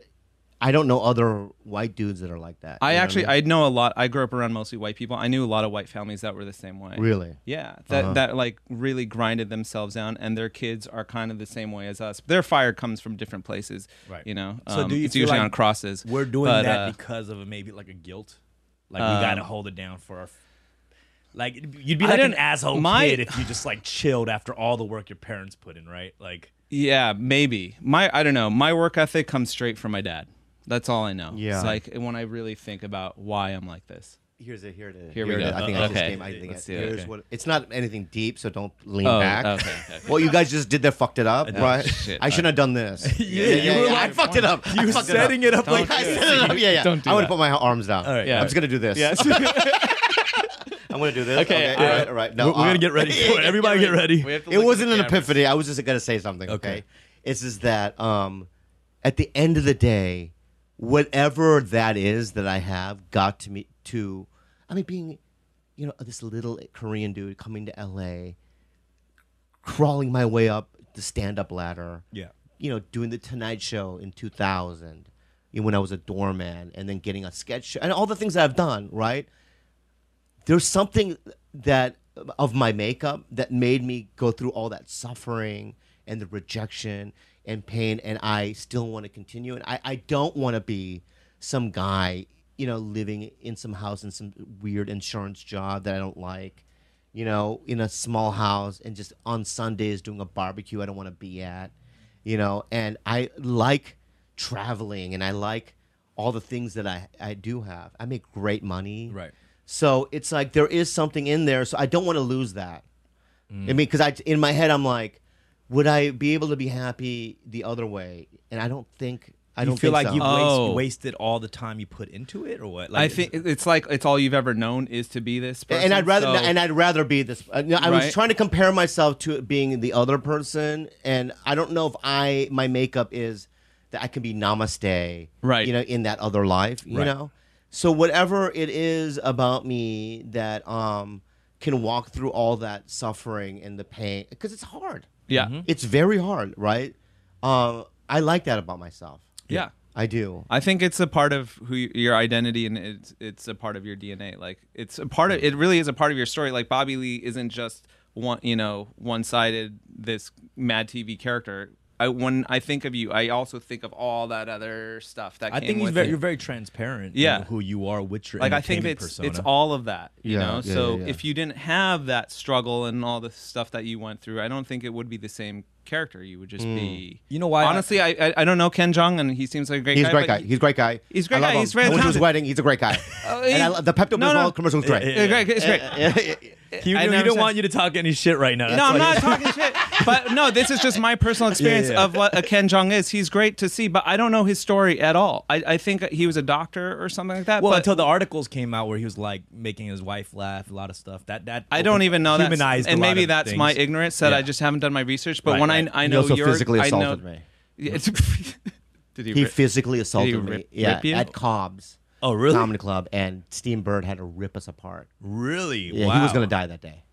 Speaker 2: I don't know other white dudes that are like that.
Speaker 3: I
Speaker 2: you know what
Speaker 3: actually,
Speaker 2: mean?
Speaker 3: I know a lot. I grew up around mostly white people. I knew a lot of white families that were the same way.
Speaker 2: really. Uh-huh.
Speaker 3: Yeah, that that like really grinded themselves down, and their kids are kind of the same way as us. Their fire comes from different places,
Speaker 1: Right.
Speaker 3: You know,
Speaker 1: So
Speaker 3: Um,
Speaker 1: do you
Speaker 3: it's
Speaker 1: feel
Speaker 3: usually
Speaker 1: like
Speaker 3: on crosses.
Speaker 1: We're doing
Speaker 3: But,
Speaker 1: that
Speaker 3: uh, Um,
Speaker 1: because of maybe like a guilt. Like we gotta hold it down for our. Like you'd be
Speaker 3: I
Speaker 1: like an
Speaker 3: didn't-
Speaker 1: asshole
Speaker 3: my-
Speaker 1: kid if you just like chilled after all the work your parents put in, right? Like
Speaker 3: Yeah, maybe. My I don't know. My work ethic comes straight from my dad. That's all I know.
Speaker 2: Yeah.
Speaker 3: It's like when I really think about why I'm like this.
Speaker 2: Here's it. Here it is.
Speaker 3: Here we
Speaker 2: it
Speaker 3: go.
Speaker 2: is. I think
Speaker 3: Uh,
Speaker 2: I just
Speaker 3: okay.
Speaker 2: came. I think
Speaker 3: Let's
Speaker 2: it-
Speaker 3: do it.
Speaker 2: here's
Speaker 3: Okay.
Speaker 2: what. It's not anything deep, so don't lean
Speaker 3: Oh,
Speaker 2: back.
Speaker 3: okay, okay.
Speaker 2: [laughs] Well, you guys just did that. Fucked it up,
Speaker 3: Oh,
Speaker 2: right?
Speaker 3: shit.
Speaker 2: I shouldn't have done this.
Speaker 1: Yeah, you were
Speaker 2: I
Speaker 1: like-
Speaker 2: fucked it up. I
Speaker 1: you
Speaker 2: fucked
Speaker 1: setting it up, like
Speaker 2: I set it up. Yeah, yeah.
Speaker 3: Don't do
Speaker 2: I want to
Speaker 3: that.
Speaker 2: put my arms down.
Speaker 1: All right.
Speaker 3: Yeah.
Speaker 2: I'm just gonna do this. [laughs] I'm gonna do this.
Speaker 3: Okay,
Speaker 2: all
Speaker 3: I-
Speaker 2: right, all right. No,
Speaker 1: we're, we're
Speaker 2: uh,
Speaker 1: gonna get
Speaker 2: [laughs]
Speaker 1: ready for it. Everybody get ready.
Speaker 3: We have to
Speaker 2: It
Speaker 3: look at
Speaker 2: wasn't
Speaker 3: the
Speaker 2: an
Speaker 3: cameras.
Speaker 2: epiphany. I was just gonna say something. Okay.
Speaker 1: Okay.
Speaker 2: It's just that um, at the end of the day, whatever that is that I have got to me to, I mean, being, you know, this little Korean dude coming to L.A., crawling my way up the stand-up ladder
Speaker 1: Yeah.
Speaker 2: you know, doing the Tonight Show in 2000, you know, when I was a doorman, and then getting a sketch show, and all the things that I've done, right? There's something that of my makeup that made me go through all that suffering and the rejection and pain, and I still want to continue. And I, I don't want to be some guy, you know, living in some house in some weird insurance job that I don't like you know, in a small house and just on Sundays doing a barbecue I don't want to be at, you know, and I like traveling and I like all the things that I, I do have. I make great money.
Speaker 1: Right.
Speaker 2: So it's like there is something in there. So I don't want to lose that. I
Speaker 1: Mm.
Speaker 2: mean, because I in my head I'm like, would I be able to be happy the other way? And I don't think I
Speaker 1: You
Speaker 2: don't
Speaker 1: feel
Speaker 2: think
Speaker 1: like
Speaker 2: so.
Speaker 1: you've
Speaker 3: Oh.
Speaker 1: waste, wasted all the time you put into it, or what? Like,
Speaker 3: [laughs] I think it's like it's all you've ever known is to be this person.
Speaker 2: and I'd rather
Speaker 3: so-
Speaker 2: and I'd rather be this. uh, no, I
Speaker 3: Right.
Speaker 2: was trying to compare myself to it being the other person, and I don't know if I my makeup is that I can be namaste,
Speaker 3: Right.
Speaker 2: You know, in that other life, you
Speaker 1: Right.
Speaker 2: know. So whatever it is about me that um can walk through all that suffering and the pain, because it's hard.
Speaker 3: yeah.
Speaker 2: It's very hard, right? Um, I like Uh, that about myself.
Speaker 3: Yeah.
Speaker 2: I do.
Speaker 3: I think it's a part of who you, your identity, and it's it's a part of your DNA. Like it's a part of it. Really, is a part of your story. Like Bobby Lee isn't just one, you know, one sided this Mad TV character. I when I think of you, I also think of all that other stuff that
Speaker 1: I
Speaker 3: came
Speaker 1: think he's
Speaker 3: with
Speaker 1: very,
Speaker 3: it.
Speaker 1: you're very transparent.
Speaker 3: Yeah.
Speaker 1: in who you are, which your
Speaker 3: like I think
Speaker 1: entertainment
Speaker 3: it's
Speaker 1: persona.
Speaker 3: it's all of that, you
Speaker 2: Yeah,
Speaker 3: know.
Speaker 2: yeah,
Speaker 3: so
Speaker 2: yeah, yeah.
Speaker 3: if you didn't have that struggle and all the stuff that you went through, I don't think it would be the same character. You would just
Speaker 2: Mm.
Speaker 3: be,
Speaker 1: You know why I-
Speaker 3: Honestly, I, I I don't know Ken Jong, and he seems like a great
Speaker 2: He's
Speaker 3: guy.
Speaker 2: a great
Speaker 3: but
Speaker 2: guy.
Speaker 3: he-
Speaker 2: He's a great guy.
Speaker 3: He's a great
Speaker 2: I love
Speaker 3: guy.
Speaker 2: Him.
Speaker 3: He's very
Speaker 2: I went to his
Speaker 3: talented. Uh,
Speaker 2: wedding. He's a great guy. and I
Speaker 3: he-
Speaker 2: love, the Pepto Bismol
Speaker 3: No, no.
Speaker 2: commercial is
Speaker 1: Yeah,
Speaker 2: great.
Speaker 3: [laughs]
Speaker 1: yeah.
Speaker 3: It's great. It's great.
Speaker 1: He,
Speaker 3: I
Speaker 1: he
Speaker 3: never
Speaker 1: don't
Speaker 3: said-
Speaker 1: want you to talk any shit right now.
Speaker 3: No, I'm not talking shit. But no, this is just my personal
Speaker 1: [laughs]
Speaker 3: experience
Speaker 1: yeah.
Speaker 3: of what a Ken Jong is. He's great to see, but I don't know his story at all. I, I think he was a doctor or something like that.
Speaker 1: Well,
Speaker 3: but
Speaker 1: until the articles came out where he was like making his wife laugh, a lot of stuff. That that
Speaker 3: I don't
Speaker 1: opened-
Speaker 3: even know that.
Speaker 1: humanized a
Speaker 3: And
Speaker 1: lot
Speaker 3: maybe
Speaker 1: of
Speaker 3: that's
Speaker 1: things.
Speaker 3: my ignorance that
Speaker 1: Yeah.
Speaker 3: I just haven't done my research. But
Speaker 1: Right,
Speaker 3: when
Speaker 1: right.
Speaker 3: I
Speaker 2: [laughs]
Speaker 3: I
Speaker 2: He
Speaker 3: know
Speaker 2: also
Speaker 3: you're,
Speaker 2: physically
Speaker 3: I know-
Speaker 2: assaulted me.
Speaker 3: [laughs] Yeah, Did he?
Speaker 2: He
Speaker 3: rip-
Speaker 2: physically assaulted
Speaker 3: Did he
Speaker 2: me.
Speaker 3: rip-
Speaker 2: yeah,
Speaker 3: rip you?
Speaker 2: at Cobb's
Speaker 1: Oh, really?
Speaker 2: Comedy Club, and Steam Bird had to rip us apart.
Speaker 1: Really?
Speaker 2: Yeah,
Speaker 1: wow.
Speaker 2: he was gonna die that
Speaker 3: [laughs]
Speaker 2: day.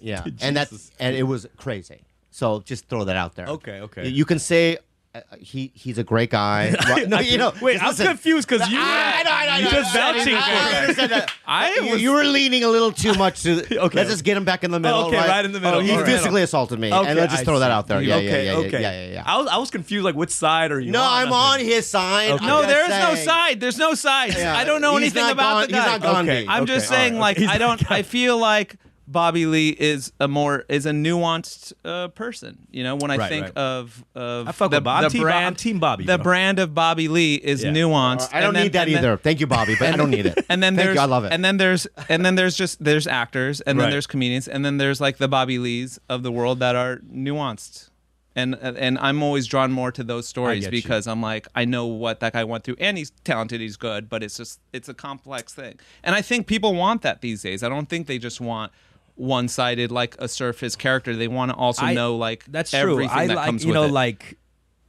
Speaker 2: yeah, and that's
Speaker 1: Jesus.
Speaker 2: and it was crazy. So just throw that out there.
Speaker 1: Okay, okay.
Speaker 2: You, you can say uh, he he's a great
Speaker 3: [laughs]
Speaker 2: guy.
Speaker 1: [laughs]
Speaker 2: Right- no, you know.
Speaker 1: Wait,
Speaker 2: just
Speaker 1: I'm
Speaker 2: listen.
Speaker 1: confused because you.
Speaker 2: I, I know, I know, I
Speaker 1: you
Speaker 2: know,
Speaker 1: just
Speaker 2: I know, I
Speaker 1: vouching
Speaker 2: know, I
Speaker 1: for it.
Speaker 2: understand that.
Speaker 1: I
Speaker 2: Oh, You-
Speaker 1: was-
Speaker 2: you were leaning a little too much to.
Speaker 1: [laughs] Okay.
Speaker 2: Let's just get him back in the middle.
Speaker 1: Okay, right in the middle,
Speaker 2: Oh, he
Speaker 1: all right.
Speaker 2: physically assaulted me, and let's just
Speaker 1: I
Speaker 2: throw that
Speaker 1: see.
Speaker 2: out there. Yeah, yeah,
Speaker 1: okay,
Speaker 2: yeah, yeah,
Speaker 1: okay.
Speaker 2: yeah, yeah, yeah.
Speaker 1: I was, I was confused, like, which side are you
Speaker 2: no,
Speaker 1: on?
Speaker 2: I'm on his side.
Speaker 1: Okay.
Speaker 2: I'm
Speaker 3: No,
Speaker 2: just
Speaker 3: there is no
Speaker 2: saying.
Speaker 3: side. There's no sides.
Speaker 2: Yeah.
Speaker 3: I don't know
Speaker 2: He's
Speaker 3: anything
Speaker 2: not
Speaker 3: about
Speaker 2: Gon-
Speaker 3: the
Speaker 2: he's
Speaker 3: guy.
Speaker 2: not Gandhi.
Speaker 1: Okay,
Speaker 3: I'm
Speaker 1: okay,
Speaker 3: just
Speaker 1: all right,
Speaker 3: saying,
Speaker 1: okay.
Speaker 3: like,
Speaker 1: He's [laughs]
Speaker 3: I don't. I feel like Bobby Lee is a more is a nuanced uh, person. You know, when I
Speaker 1: Right,
Speaker 3: think
Speaker 1: right.
Speaker 3: of of
Speaker 1: I fuck
Speaker 3: the,
Speaker 1: with Bob. I'm
Speaker 3: the
Speaker 1: team Bob-
Speaker 3: brand,
Speaker 1: I'm team Bobby,
Speaker 3: The
Speaker 1: bro.
Speaker 3: brand of Bobby Lee is
Speaker 1: Yeah.
Speaker 3: nuanced.
Speaker 2: Uh, I don't
Speaker 3: and then-
Speaker 2: need that
Speaker 3: and then-
Speaker 2: either. Thank you, Bobby, but I don't need
Speaker 1: [laughs]
Speaker 2: it.
Speaker 3: and then
Speaker 2: Thank
Speaker 3: there's
Speaker 2: you, I love it.
Speaker 3: and then there's and then there's just there's actors and
Speaker 1: Right.
Speaker 3: then there's comedians and then there's like the Bobby Lees of the world that are nuanced. And and I'm always drawn more to those stories
Speaker 1: get you.
Speaker 3: because I'm like I know what that guy went through and he's talented, he's good, but it's just it's a complex thing. And I think people want that these days. I don't think they just want one-sided like a surface character. They want to also
Speaker 1: I-
Speaker 3: know like
Speaker 1: That's true.
Speaker 3: everything
Speaker 1: I
Speaker 3: that
Speaker 1: like
Speaker 3: comes
Speaker 1: you
Speaker 3: with
Speaker 1: know
Speaker 3: it.
Speaker 1: like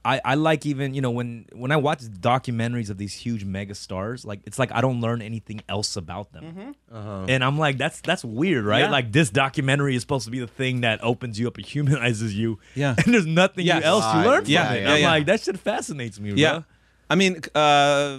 Speaker 1: I, I like even you know when when I watch documentaries of these huge mega stars like it's like I don't learn anything else about them
Speaker 3: Uh-huh.
Speaker 1: and I'm like that's that's weird right
Speaker 3: Mm-hmm. Yeah.
Speaker 1: like this documentary is supposed to be the thing that opens you up and [laughs] humanizes you
Speaker 3: Yeah.
Speaker 1: and there's nothing
Speaker 3: Yes.
Speaker 1: else you
Speaker 2: Right.
Speaker 1: learn from
Speaker 3: Yeah,
Speaker 1: it
Speaker 3: yeah,
Speaker 1: I'm
Speaker 3: yeah.
Speaker 1: like that shit fascinates me
Speaker 3: Yeah.
Speaker 1: bro.
Speaker 3: I mean, uh,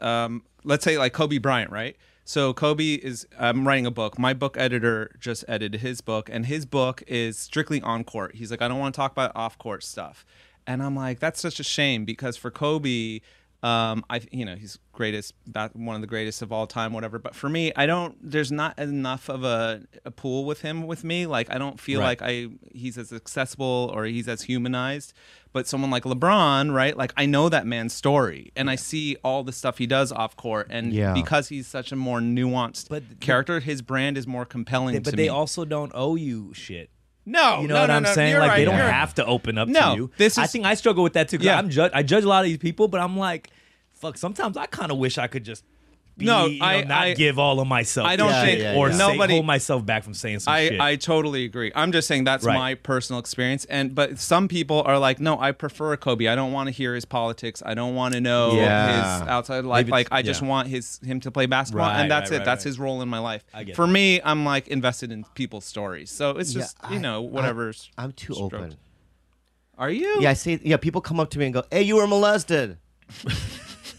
Speaker 3: um, let's say like Kobe Bryant, right? So Kobe is I'm writing a book. My book editor just edited his book, and his book is strictly on court. He's like, I don't want to talk about off court stuff, and I'm like, that's such a shame because for Kobe. Um, I you know he's greatest, ba- one of the greatest of all time, whatever. But for me, I don't. There's not enough of a, a pool with him with me. Like I don't feel
Speaker 1: Right.
Speaker 3: like I he's as accessible or he's as humanized. But someone like LeBron, right? Like I know that man's story and I see all the stuff he does off court, and
Speaker 2: Yeah.
Speaker 3: because he's such a more nuanced
Speaker 1: But th-
Speaker 3: character, his brand is more compelling.
Speaker 1: They- but
Speaker 3: to
Speaker 1: they
Speaker 3: me.
Speaker 1: also don't owe you shit
Speaker 3: no,
Speaker 1: You know
Speaker 3: no,
Speaker 1: what
Speaker 3: no,
Speaker 1: I'm
Speaker 3: no,
Speaker 1: saying?
Speaker 3: you're
Speaker 1: Like
Speaker 3: right,
Speaker 1: they don't
Speaker 3: you're-
Speaker 1: have to open up
Speaker 3: No,
Speaker 1: to you.
Speaker 3: this
Speaker 1: I
Speaker 3: is-
Speaker 1: think I struggle with that too. 'cause
Speaker 3: Yeah.
Speaker 1: I'm judge. I judge a lot of these people, but I'm like, fuck. Sometimes I kind of wish I could just. Be,
Speaker 3: No,
Speaker 1: you know,
Speaker 3: I-
Speaker 1: not
Speaker 3: I-
Speaker 1: give all of myself.
Speaker 3: I don't
Speaker 1: to
Speaker 3: think-
Speaker 1: shit
Speaker 2: yeah,
Speaker 1: or
Speaker 2: yeah.
Speaker 1: say-
Speaker 3: nobody-
Speaker 1: hold myself back from saying some
Speaker 3: I,
Speaker 1: shit.
Speaker 3: I totally agree. I'm just saying that's
Speaker 1: Right.
Speaker 3: my personal experience. And but some people are like, no, I prefer Kobe. I don't want to hear his politics. I don't want to know
Speaker 2: Yeah.
Speaker 3: his outside life.
Speaker 1: Maybe
Speaker 3: Like I
Speaker 1: yeah.
Speaker 3: just want his him to play basketball,
Speaker 1: Right,
Speaker 3: and that's
Speaker 1: right,
Speaker 3: it.
Speaker 1: right,
Speaker 3: that's
Speaker 1: right.
Speaker 3: his role in my life.
Speaker 1: I get
Speaker 3: For
Speaker 1: that.
Speaker 3: me, I'm like invested in people's stories. So it's
Speaker 2: Yeah,
Speaker 3: just
Speaker 2: I-
Speaker 3: you know whatever's.
Speaker 2: I'm too
Speaker 3: stroked.
Speaker 2: open.
Speaker 3: Are you?
Speaker 2: Yeah, I see. Yeah, people come up to me and go, "Hey, you were molested."
Speaker 1: [laughs]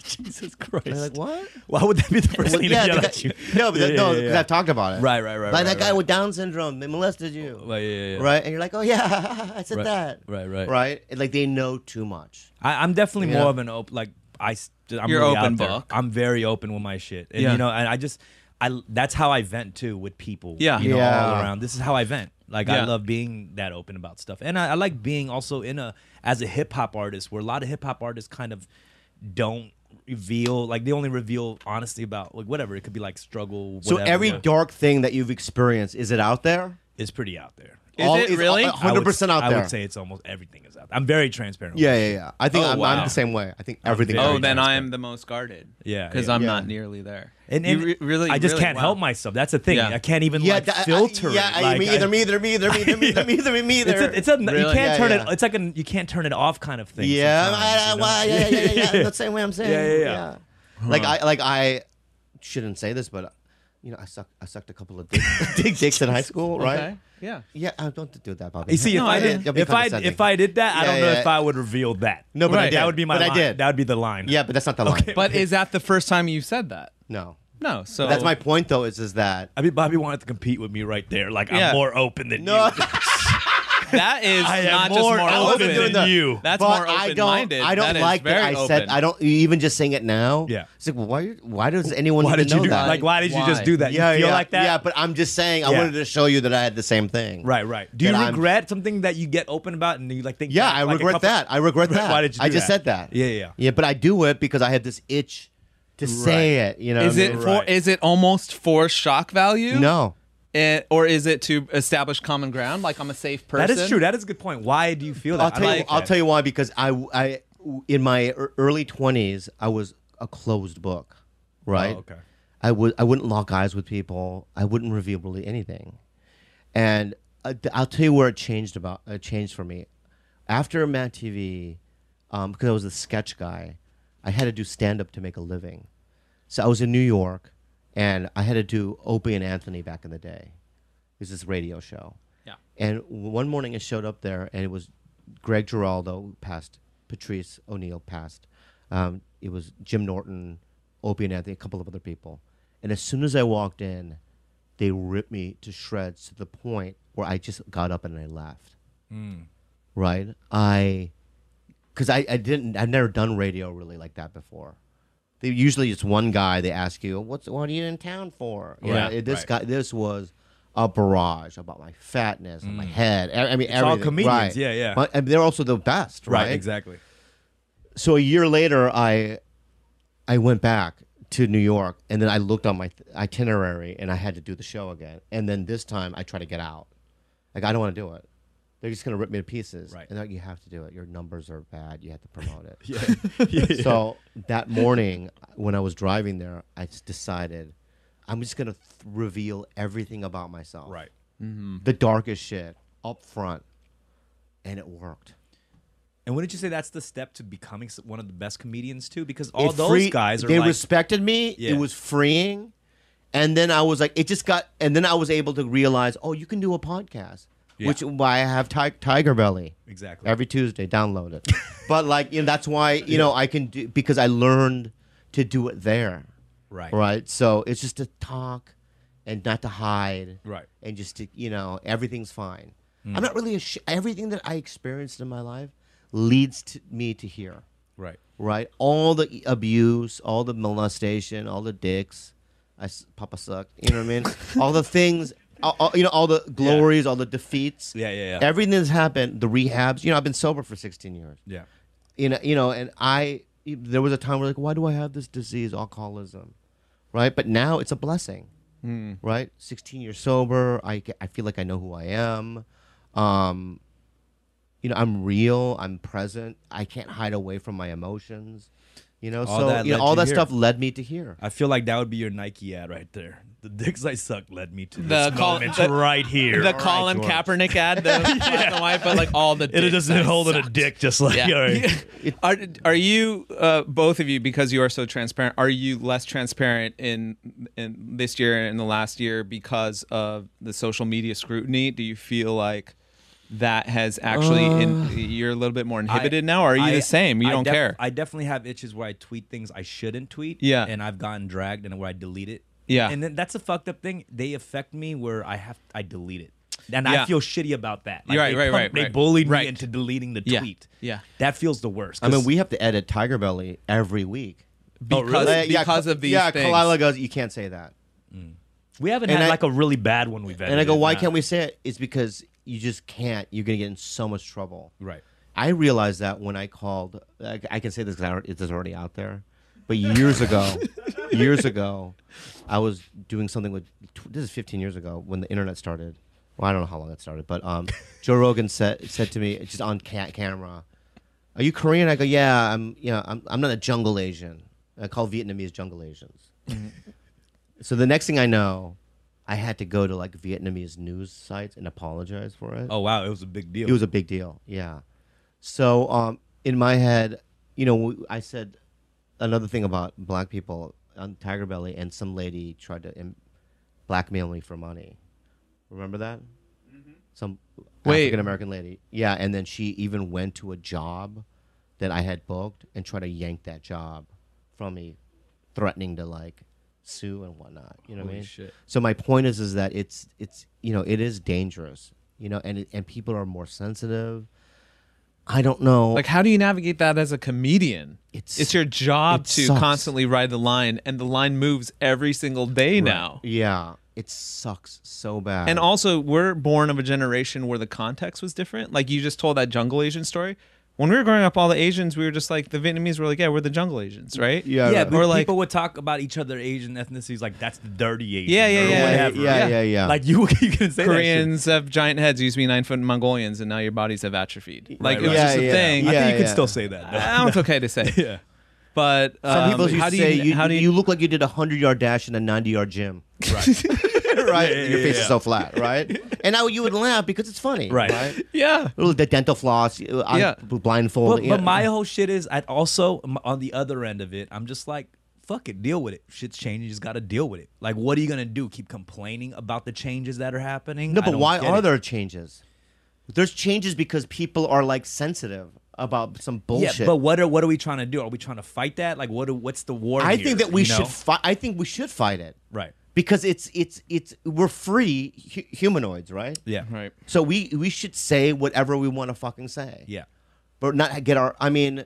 Speaker 1: Jesus Christ!
Speaker 2: They're like, "What?"
Speaker 1: [laughs] Why would that be the first
Speaker 2: Well,
Speaker 1: thing to
Speaker 2: the
Speaker 1: yell
Speaker 2: guy-
Speaker 1: at you?
Speaker 2: [laughs] No, but
Speaker 1: Yeah,
Speaker 2: that-
Speaker 1: yeah,
Speaker 2: no,
Speaker 1: yeah,
Speaker 2: because
Speaker 1: yeah.
Speaker 2: I've talked about it.
Speaker 1: Right, right, right,
Speaker 2: Like
Speaker 1: right,
Speaker 2: that guy
Speaker 1: right.
Speaker 2: with Down syndrome, they molested you.
Speaker 1: Well, yeah, yeah, yeah.
Speaker 2: Right, and you're like, oh yeah, [laughs] I said
Speaker 1: Right,
Speaker 2: that.
Speaker 1: right, right.
Speaker 2: right. And, like they know too much.
Speaker 1: I, I'm definitely
Speaker 2: Yeah.
Speaker 1: more of an open like I. s- I'm
Speaker 3: You're
Speaker 1: really
Speaker 3: open
Speaker 1: out there.
Speaker 3: book.
Speaker 1: I'm very open with my shit, and
Speaker 3: Yeah.
Speaker 1: you know, and I just, I that's how I vent too with people.
Speaker 3: Yeah.
Speaker 1: you know, all
Speaker 2: Yeah.
Speaker 1: around. This is how I vent. Like I
Speaker 3: Yeah.
Speaker 1: love being that open about stuff, and I, I like being also in a as a hip hop artist, where a lot of hip hop artists kind of don't reveal like they only reveal honesty about like whatever it could be like struggle. Whatever.
Speaker 2: so every
Speaker 1: yeah.
Speaker 2: dark thing that you've experienced, is it out there?
Speaker 1: is pretty out there.
Speaker 3: Is it really?
Speaker 1: [laughs] I
Speaker 3: I would-
Speaker 1: would-
Speaker 2: Hundred percent out there.
Speaker 1: I would say it's almost everything is out. there. I'm very transparent. with
Speaker 2: Yeah, yeah, yeah. I think
Speaker 3: Oh,
Speaker 2: I'm,
Speaker 3: wow.
Speaker 2: I'm the same way. I think everything.
Speaker 1: very
Speaker 3: Oh,
Speaker 2: out
Speaker 3: then
Speaker 2: there.
Speaker 3: I am the most guarded.
Speaker 1: Yeah,
Speaker 3: because
Speaker 1: yeah.
Speaker 3: I'm
Speaker 2: Yeah.
Speaker 3: not nearly there.
Speaker 1: And,
Speaker 3: You
Speaker 1: and
Speaker 3: re- really,
Speaker 1: I just
Speaker 3: really-
Speaker 1: can't
Speaker 3: wow.
Speaker 1: help myself. That's the thing.
Speaker 3: Yeah.
Speaker 1: I can't even
Speaker 2: [laughs] yeah,
Speaker 1: like
Speaker 2: that- I-
Speaker 1: filter
Speaker 2: yeah,
Speaker 1: it.
Speaker 2: I-
Speaker 1: Like,
Speaker 2: me
Speaker 1: I-
Speaker 2: either, me either, me either, me
Speaker 1: [laughs]
Speaker 2: either, me either, me either, me either.
Speaker 1: It's a, it's a you
Speaker 3: Really?
Speaker 1: can't
Speaker 2: Yeah,
Speaker 1: turn
Speaker 2: yeah.
Speaker 1: it. It's like an you can't turn it off kind of thing.
Speaker 2: Yeah,
Speaker 1: sometimes,
Speaker 2: I,
Speaker 1: you
Speaker 2: I,
Speaker 1: know?
Speaker 2: why- yeah,
Speaker 1: [laughs]
Speaker 2: yeah, yeah, yeah. That's the same way I'm saying.
Speaker 1: Yeah, yeah, yeah.
Speaker 2: Like I, like I shouldn't say this, but you know, I suck. I sucked a couple of dick, [laughs] dick dicks in high school, right?
Speaker 3: Okay. Yeah.
Speaker 2: Yeah, I don't do that, Bobby.
Speaker 1: You see, if
Speaker 3: No,
Speaker 1: I
Speaker 3: I
Speaker 1: did,
Speaker 2: didn't.
Speaker 1: if I if I did that, I
Speaker 2: Yeah,
Speaker 1: don't know
Speaker 2: yeah,
Speaker 1: if
Speaker 2: yeah.
Speaker 1: I would reveal that.
Speaker 2: No, but I
Speaker 3: Right.
Speaker 1: that
Speaker 2: did.
Speaker 1: would be my.
Speaker 2: But I
Speaker 1: line.
Speaker 2: did.
Speaker 1: That would be the line.
Speaker 2: yeah, but that's not the line.
Speaker 3: But is that the first time you said that?
Speaker 2: No,
Speaker 3: No. So
Speaker 2: But that's my point though. Is is that
Speaker 1: I mean, Bobby wanted to compete with me right there. Like
Speaker 3: Yeah.
Speaker 1: I'm more open than
Speaker 2: no?
Speaker 1: you.
Speaker 3: That is
Speaker 1: I am
Speaker 3: not
Speaker 1: more
Speaker 3: just more
Speaker 1: open
Speaker 3: open,
Speaker 1: than
Speaker 3: That-
Speaker 1: you.
Speaker 3: That's
Speaker 2: but
Speaker 3: more
Speaker 2: I
Speaker 3: open
Speaker 2: don't.
Speaker 3: minded.
Speaker 2: I don't like that I said. I don't e, even just saying it now.
Speaker 1: Yeah.
Speaker 2: It's like well, why? Why does anyone
Speaker 1: Why
Speaker 2: need to
Speaker 1: did you
Speaker 2: know
Speaker 1: do
Speaker 2: that?
Speaker 1: like? Why did you just
Speaker 3: Why?
Speaker 1: do that?
Speaker 2: yeah,
Speaker 1: you feel
Speaker 2: yeah,
Speaker 1: like that?
Speaker 2: Yeah, but I'm just saying. I
Speaker 1: Yeah.
Speaker 2: wanted to show you that I had the same thing.
Speaker 1: right, right. Do you
Speaker 2: That I'm-
Speaker 1: regret something that you get open about and you like think?
Speaker 2: Yeah,
Speaker 1: back,
Speaker 2: I
Speaker 1: like, a
Speaker 2: regret
Speaker 1: couple-
Speaker 2: that. I regret that.
Speaker 1: Why did you?
Speaker 2: I
Speaker 1: do
Speaker 2: just said that.
Speaker 1: Yeah, yeah.
Speaker 2: Yeah, but I do it because I have this itch to say it. You know,
Speaker 3: Is
Speaker 2: what I
Speaker 3: it
Speaker 2: mean?
Speaker 3: for?
Speaker 1: Right.
Speaker 3: Is it almost for shock value?
Speaker 2: no?
Speaker 3: Eh, or is it to establish common ground? Like I'm a safe person.
Speaker 1: That is true. That is a good point. Why do you feel that?
Speaker 2: I'll
Speaker 1: I
Speaker 2: tell you.
Speaker 1: like
Speaker 2: I'll
Speaker 1: that.
Speaker 2: tell you why. Because I, I, in my ear- early twenties, I was a closed book. Right.
Speaker 1: Oh, okay.
Speaker 2: I would. I wouldn't lock eyes with people. I wouldn't reveal really anything. And uh, th- I'll tell you where it changed about. It changed for me after Mad TV, um, because I was a sketch guy. I had to do stand up to make a living. So I was in New York, and I had to do Opie and Anthony back in the day. It was this radio show.
Speaker 3: Yeah.
Speaker 2: And one morning I showed up there, and it was Greg Giraldo who passed, Patrice O'Neill passed. Um, it was Jim Norton, Opie and Anthony, a couple of other people. And as soon as I walked in, they ripped me to shreds to the point where I just got up and I left. Right? I, because I, I didn't, I've never done radio really like that before. They usually it's one guy. They ask you, "What's what are you in town for?" You know,
Speaker 1: Right,
Speaker 2: it- this
Speaker 1: right.
Speaker 2: guy, this was a barrage about my fatness and my head. e, I I mean,
Speaker 1: Mm. all
Speaker 2: everything.
Speaker 1: comedians,
Speaker 2: right.
Speaker 1: yeah, yeah.
Speaker 2: But, and they're also the best, right?
Speaker 1: Right,
Speaker 2: [laughs]
Speaker 1: exactly.
Speaker 2: So a year later, I I went back to New York, and then I looked on my th- itinerary, and I had to do the show again. And then this time, I tried to get out. Like I don't want to do it. They're just gonna rip me to pieces.
Speaker 1: Right.
Speaker 2: And they're like, you have to do it. Your numbers are bad. You have to promote it.
Speaker 1: [laughs] Yeah. yeah.
Speaker 2: So that morning, when I was driving there, I s- decided I'm just gonna th- reveal everything about
Speaker 1: [laughs]
Speaker 2: myself,
Speaker 1: Right. Mm-hmm.
Speaker 2: The darkest shit up front, and it worked.
Speaker 1: And wouldn't you say that's the step to becoming s- one of the best comedians too? Because all
Speaker 2: It
Speaker 1: those
Speaker 2: free-
Speaker 1: guys are
Speaker 2: They
Speaker 1: like,
Speaker 2: respected me.
Speaker 1: Yeah.
Speaker 2: It was freeing, and then I was like, it just got, and then I was able to realize, oh, you can do a podcast,
Speaker 1: Yeah.
Speaker 2: which why I have ti- Tiger Belly.
Speaker 1: exactly.
Speaker 2: Every Tuesday, download it. but like, you know, that's why
Speaker 1: [laughs]
Speaker 2: you know I can do because I learned to do it there.
Speaker 1: right.
Speaker 2: right? So it's just to talk and not to hide,
Speaker 1: Right. Mm.
Speaker 2: And just to you know, everything's fine. I'm not really ash- everything that I experienced in my life leads to me to here,
Speaker 1: Right.
Speaker 2: right? All the e- abuse, all the molestation, all the dicks, I s- Papa suck, you know what
Speaker 1: [laughs]
Speaker 2: I mean? all the things. All, all- you know all the glories, all the defeats.
Speaker 1: Yeah, yeah, yeah.
Speaker 2: Everything that's happened, the rehabs. You know, I've been sober for 16 years
Speaker 1: Yeah.
Speaker 2: you know, you know, and I there was a time where like, why do I have this disease, alcoholism, right? But now it's a blessing,
Speaker 1: Hmm.
Speaker 2: right? Sixteen years sober, I get- I feel like I know who I am, um, you know, I'm real, I'm present, I can't hide away from my emotions, you know.
Speaker 1: All
Speaker 2: so
Speaker 1: that
Speaker 2: you know,
Speaker 1: led
Speaker 2: all
Speaker 1: you
Speaker 2: that
Speaker 1: here.
Speaker 2: stuff led me to here.
Speaker 1: I feel like that would be your Nike ad right there. The dicks I suck led me to
Speaker 3: The
Speaker 1: this
Speaker 3: col-
Speaker 1: moment
Speaker 3: the-
Speaker 1: right here.
Speaker 3: The Colin Kaepernick
Speaker 1: [laughs]
Speaker 3: ad, the black and white, but like all the.
Speaker 1: It
Speaker 3: dicks
Speaker 1: doesn't
Speaker 3: I
Speaker 1: hold
Speaker 3: suck.
Speaker 1: a dick just like [laughs] all right.
Speaker 3: are are you uh, both of you because you are so transparent? Are you less transparent in in this year and in the last year because of the social media scrutiny? Do you feel like that has actually in, you're a little bit more inhibited now? Or are you
Speaker 1: Uh, I-
Speaker 3: the same? You
Speaker 1: I
Speaker 3: don't
Speaker 1: def-
Speaker 3: care.
Speaker 1: I definitely have itches where I tweet things I shouldn't tweet.
Speaker 3: Yeah.
Speaker 1: And I've gotten dragged and where I delete it.
Speaker 3: Yeah.
Speaker 1: And then that's a fucked up thing. They affect me where I have I delete it. And I
Speaker 3: Yeah.
Speaker 1: feel shitty about that.
Speaker 3: Right,
Speaker 1: they
Speaker 3: right, right,
Speaker 1: They
Speaker 3: right.
Speaker 1: bullied
Speaker 3: Right.
Speaker 1: me into deleting the
Speaker 3: Yeah.
Speaker 1: tweet.
Speaker 3: Yeah.
Speaker 1: That feels the worst.
Speaker 2: I mean,
Speaker 1: 'cause-
Speaker 2: we have to edit Tiger Belly every week
Speaker 1: Oh,
Speaker 3: because
Speaker 1: really?
Speaker 3: because
Speaker 2: yeah,
Speaker 3: of these
Speaker 2: Yeah,
Speaker 3: things.
Speaker 2: Kalila goes, you can't say that.
Speaker 1: we haven't
Speaker 2: and
Speaker 1: had
Speaker 2: I-
Speaker 1: like a really bad one we've had.
Speaker 2: And I go, why can't we say it? It's because you just can't. You're gonna get in so much trouble.
Speaker 1: Right.
Speaker 2: I realized that when I called. I, I can say this because it is already out there. But years ago, years ago, I was doing something with. tw- This is 15 years ago when the internet started. Well, I don't know how long that started, but um, Joe Rogan said said to me just on ca- camera, "Are you Korean?" I go, "Yeah, I'm. You know, I'm. I'm not a jungle Asian. I call Vietnamese jungle Asians." so the next thing I know, I had to go to like Vietnamese news sites and apologize for it.
Speaker 1: Oh wow, it was a big deal.
Speaker 2: It was a big deal. Yeah. So um, in my head, you know, I um, said another thing about black people on Tiger Belly, and some lady tried to im- blackmail me for money. Remember that? Some
Speaker 3: Wait.
Speaker 2: African American lady. Yeah, and then she even went to a job that I had booked and tried to yank that job from me, threatening to like sue and whatnot. You know what I
Speaker 3: Holy
Speaker 2: mean?
Speaker 3: shit.
Speaker 2: So my point is, is that it's it's you know it is dangerous. You know, and it- and people are more sensitive. I don't know.
Speaker 3: Like, how do you navigate that as a comedian?
Speaker 2: It's-
Speaker 3: it's your job
Speaker 2: it
Speaker 3: to
Speaker 2: sucks.
Speaker 3: constantly ride the line, and the line moves every single day now.
Speaker 2: yeah, it sucks so bad.
Speaker 3: And also, we're born of a generation where the context was different. Like you just told that jungle Asian story. When we were growing up, all the Asians, we were just like the Vietnamese were like, yeah, we're the jungle Asians, right?
Speaker 2: yeah,
Speaker 1: yeah,
Speaker 2: right.
Speaker 1: but
Speaker 3: Or like-
Speaker 1: people would talk about each other Asian ethnicities like that's the dirty Asian.
Speaker 3: Yeah, yeah,
Speaker 1: or
Speaker 3: yeah,
Speaker 1: whatever.
Speaker 2: yeah, yeah,
Speaker 3: Yeah.
Speaker 2: yeah,
Speaker 1: Like you, [laughs] you can say That shit.
Speaker 3: Koreans have giant heads. You used to be nine foot Mongolians, and now your bodies have atrophied. Like
Speaker 1: Right,
Speaker 3: it was
Speaker 1: right.
Speaker 3: just a
Speaker 2: Yeah, yeah.
Speaker 3: thing.
Speaker 1: I
Speaker 2: Yeah.
Speaker 1: think you can still say that.
Speaker 2: [laughs]
Speaker 1: though.
Speaker 3: I think it's okay to say.
Speaker 1: yeah.
Speaker 3: But
Speaker 2: Some
Speaker 3: um,
Speaker 2: people used
Speaker 3: how
Speaker 2: to
Speaker 3: do you
Speaker 2: say you,
Speaker 3: how do
Speaker 2: you,
Speaker 3: you
Speaker 2: look like you did a hundred yard dash in a ninety yard gym.
Speaker 1: [laughs]
Speaker 2: Right. right.
Speaker 1: yeah,
Speaker 2: Your face
Speaker 1: yeah.
Speaker 2: is so flat. Right. and now you would laugh because it's funny.
Speaker 1: Right.
Speaker 3: yeah
Speaker 2: Little d- dental floss. i
Speaker 3: Yeah.
Speaker 2: Blindfold.
Speaker 1: But, but my whole shit is, I'd also m- on the other end of it, I'm just like, fuck it, deal with it. Shit's changing, you just got to deal with it. Like, what are you gonna do? Keep complaining about the changes that are happening?
Speaker 2: No,
Speaker 1: I
Speaker 2: but
Speaker 1: don't
Speaker 2: why
Speaker 1: get
Speaker 2: are
Speaker 1: it.
Speaker 2: there changes? There's changes because people are like sensitive about some bullshit.
Speaker 1: Yeah, but what are what are we trying to do? Are we trying to fight that? Like, what are, what's the war?
Speaker 2: I
Speaker 1: here,
Speaker 2: think that we
Speaker 1: you know?
Speaker 2: should fight. I think we should fight it
Speaker 1: right.
Speaker 2: because it's it's it's we're free hu- humanoids, right?
Speaker 1: Yeah.
Speaker 3: right
Speaker 2: So we we should say whatever we want to fucking say.
Speaker 1: Yeah.
Speaker 2: But not get our. I mean,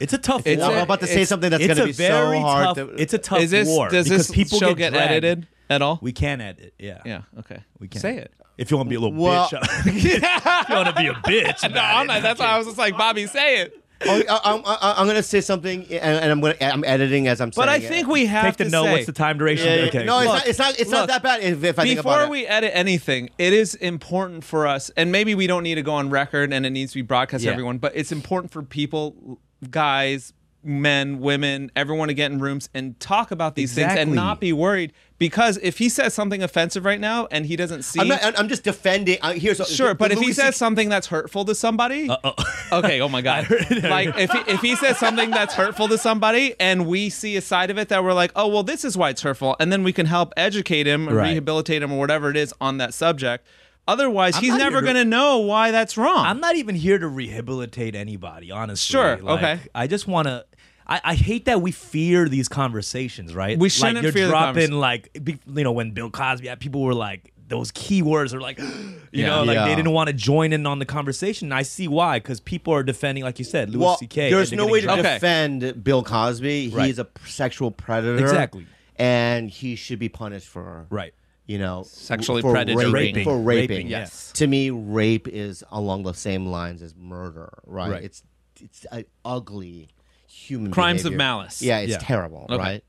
Speaker 1: It's a tough
Speaker 3: It's
Speaker 1: war.
Speaker 2: I'm
Speaker 3: a-
Speaker 2: about to say
Speaker 3: it's-
Speaker 2: something that's
Speaker 1: It's
Speaker 2: going to
Speaker 1: a
Speaker 2: be
Speaker 1: very
Speaker 2: so hard.
Speaker 1: tough.
Speaker 2: to,
Speaker 1: it's a tough
Speaker 3: is this
Speaker 1: war
Speaker 3: does
Speaker 1: because
Speaker 3: this
Speaker 1: people
Speaker 3: show
Speaker 1: get,
Speaker 3: get,
Speaker 1: dragged.
Speaker 3: edited at all?
Speaker 1: We can edit. Yeah.
Speaker 3: yeah okay we
Speaker 1: can.
Speaker 3: say it.
Speaker 1: If you want to be a little
Speaker 2: Well-
Speaker 1: bitch, [laughs] if you want to be a bitch.
Speaker 3: No,
Speaker 1: about
Speaker 3: [laughs] I'm
Speaker 1: it,
Speaker 3: not. That's why I was just like Bobby, say it.
Speaker 2: oh, I, I, am going to say something, and, and I'm going. to I'm editing as I'm saying.
Speaker 3: But I
Speaker 2: it.
Speaker 3: think we have
Speaker 1: Take the
Speaker 3: to
Speaker 1: note.
Speaker 3: say,
Speaker 1: What's the time duration?
Speaker 2: Yeah, yeah.
Speaker 1: okay.
Speaker 2: No, it's
Speaker 3: Look,
Speaker 2: not. It's not. It's not
Speaker 3: look.
Speaker 2: that bad. If, if I think about
Speaker 3: before
Speaker 2: it.
Speaker 3: we edit anything, it is important for us, and maybe we don't need to go on record and it needs to be broadcast to
Speaker 1: Yeah.
Speaker 3: everyone, but it's important for people, guys, men, women, everyone to get in rooms and talk about these things and
Speaker 1: Exactly.
Speaker 3: not be worried. Because if he says something offensive right now and he doesn't see,
Speaker 2: I'm not. I'm- I'm just defending. I, here's
Speaker 3: sure,
Speaker 2: the-
Speaker 3: but
Speaker 2: the
Speaker 3: if he
Speaker 2: Louis
Speaker 3: says
Speaker 2: CK
Speaker 3: something that's hurtful to somebody,
Speaker 1: oh.
Speaker 3: [laughs] okay, oh my god, like if he, if he says something that's hurtful to somebody and we see a side of it that we're like, oh well, this is why it's hurtful, and then we can help educate him, or
Speaker 1: Right.
Speaker 3: rehabilitate him, or whatever it is on that subject. Otherwise, he's
Speaker 1: not
Speaker 3: never
Speaker 1: even-
Speaker 3: gonna know why that's wrong.
Speaker 1: I'm not even here to rehabilitate anybody, honestly.
Speaker 3: Sure,
Speaker 1: Like,
Speaker 3: okay.
Speaker 1: I just want to. I, I hate that we fear these conversations, right?
Speaker 3: We
Speaker 1: like
Speaker 3: shouldn't
Speaker 1: you're
Speaker 3: fear the
Speaker 1: dropping
Speaker 3: convers-
Speaker 1: like be, you know when Bill Cosby, had- people were like those keywords are like, [gasps] you
Speaker 3: Yeah.
Speaker 1: know, like
Speaker 2: Yeah.
Speaker 1: they didn't want to join in on the conversation. And I see why, because people are defending, like you said, Louis
Speaker 2: Well,
Speaker 1: C.K.
Speaker 2: There's
Speaker 1: and
Speaker 2: no
Speaker 1: they're
Speaker 2: way to
Speaker 1: getting
Speaker 3: Okay.
Speaker 2: defend Bill Cosby. He
Speaker 1: Right.
Speaker 2: is a p- sexual predator.
Speaker 1: Exactly.
Speaker 2: And he should be punished for
Speaker 1: Right.
Speaker 2: You know,
Speaker 3: Sexually
Speaker 2: for
Speaker 3: predator
Speaker 2: raping,
Speaker 1: raping.
Speaker 2: for raping.
Speaker 1: Raping, yes.
Speaker 2: To me, rape is along the same lines as murder. Right.
Speaker 1: Right.
Speaker 2: It's it's an ugly human
Speaker 3: Crimes of
Speaker 2: behavior.
Speaker 3: malice.
Speaker 2: Yeah, it's
Speaker 1: Yeah.
Speaker 2: terrible.
Speaker 3: Okay.
Speaker 2: Right.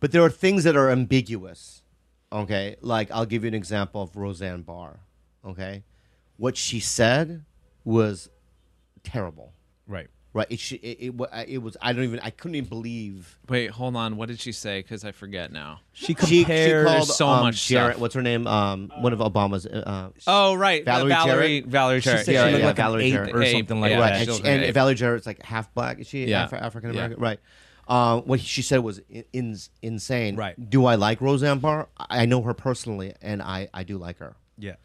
Speaker 2: But there are things that are ambiguous. Okay. Like I'll give you an example of Roseanne Barr. Okay. What she said was terrible
Speaker 1: right.
Speaker 2: right? It should, it, it, wa- I- it was I don't even I couldn't even believe
Speaker 3: Wait, hold on. What did she say? Because I forget now.
Speaker 1: She
Speaker 2: she, she
Speaker 1: compared.
Speaker 2: called
Speaker 3: so
Speaker 2: um,
Speaker 3: much
Speaker 2: Jarrett,
Speaker 3: stuff.
Speaker 2: what's her name? Um, one of Obama's. Uh,
Speaker 3: Oh right,
Speaker 2: Valerie
Speaker 3: Valerie,
Speaker 2: Jarrett?
Speaker 3: Valerie
Speaker 1: she
Speaker 3: Jarrett.
Speaker 1: said
Speaker 2: Yeah,
Speaker 1: she looked
Speaker 2: yeah,
Speaker 1: like an
Speaker 2: Valerie
Speaker 1: ape
Speaker 2: Jarrett.
Speaker 1: or
Speaker 3: Ape,
Speaker 1: something like
Speaker 3: yeah.
Speaker 2: right,
Speaker 1: that.
Speaker 2: and,
Speaker 3: she
Speaker 2: she,
Speaker 3: was
Speaker 2: and
Speaker 3: great.
Speaker 2: Valerie Jarrett's like half black. Is she
Speaker 3: Yeah.
Speaker 2: Afri- African American? Right. Um, what she said was in, in, insane.
Speaker 1: Right.
Speaker 2: Do I like Roseanne Barr? I I know her personally, and I I do like her.
Speaker 1: Yeah.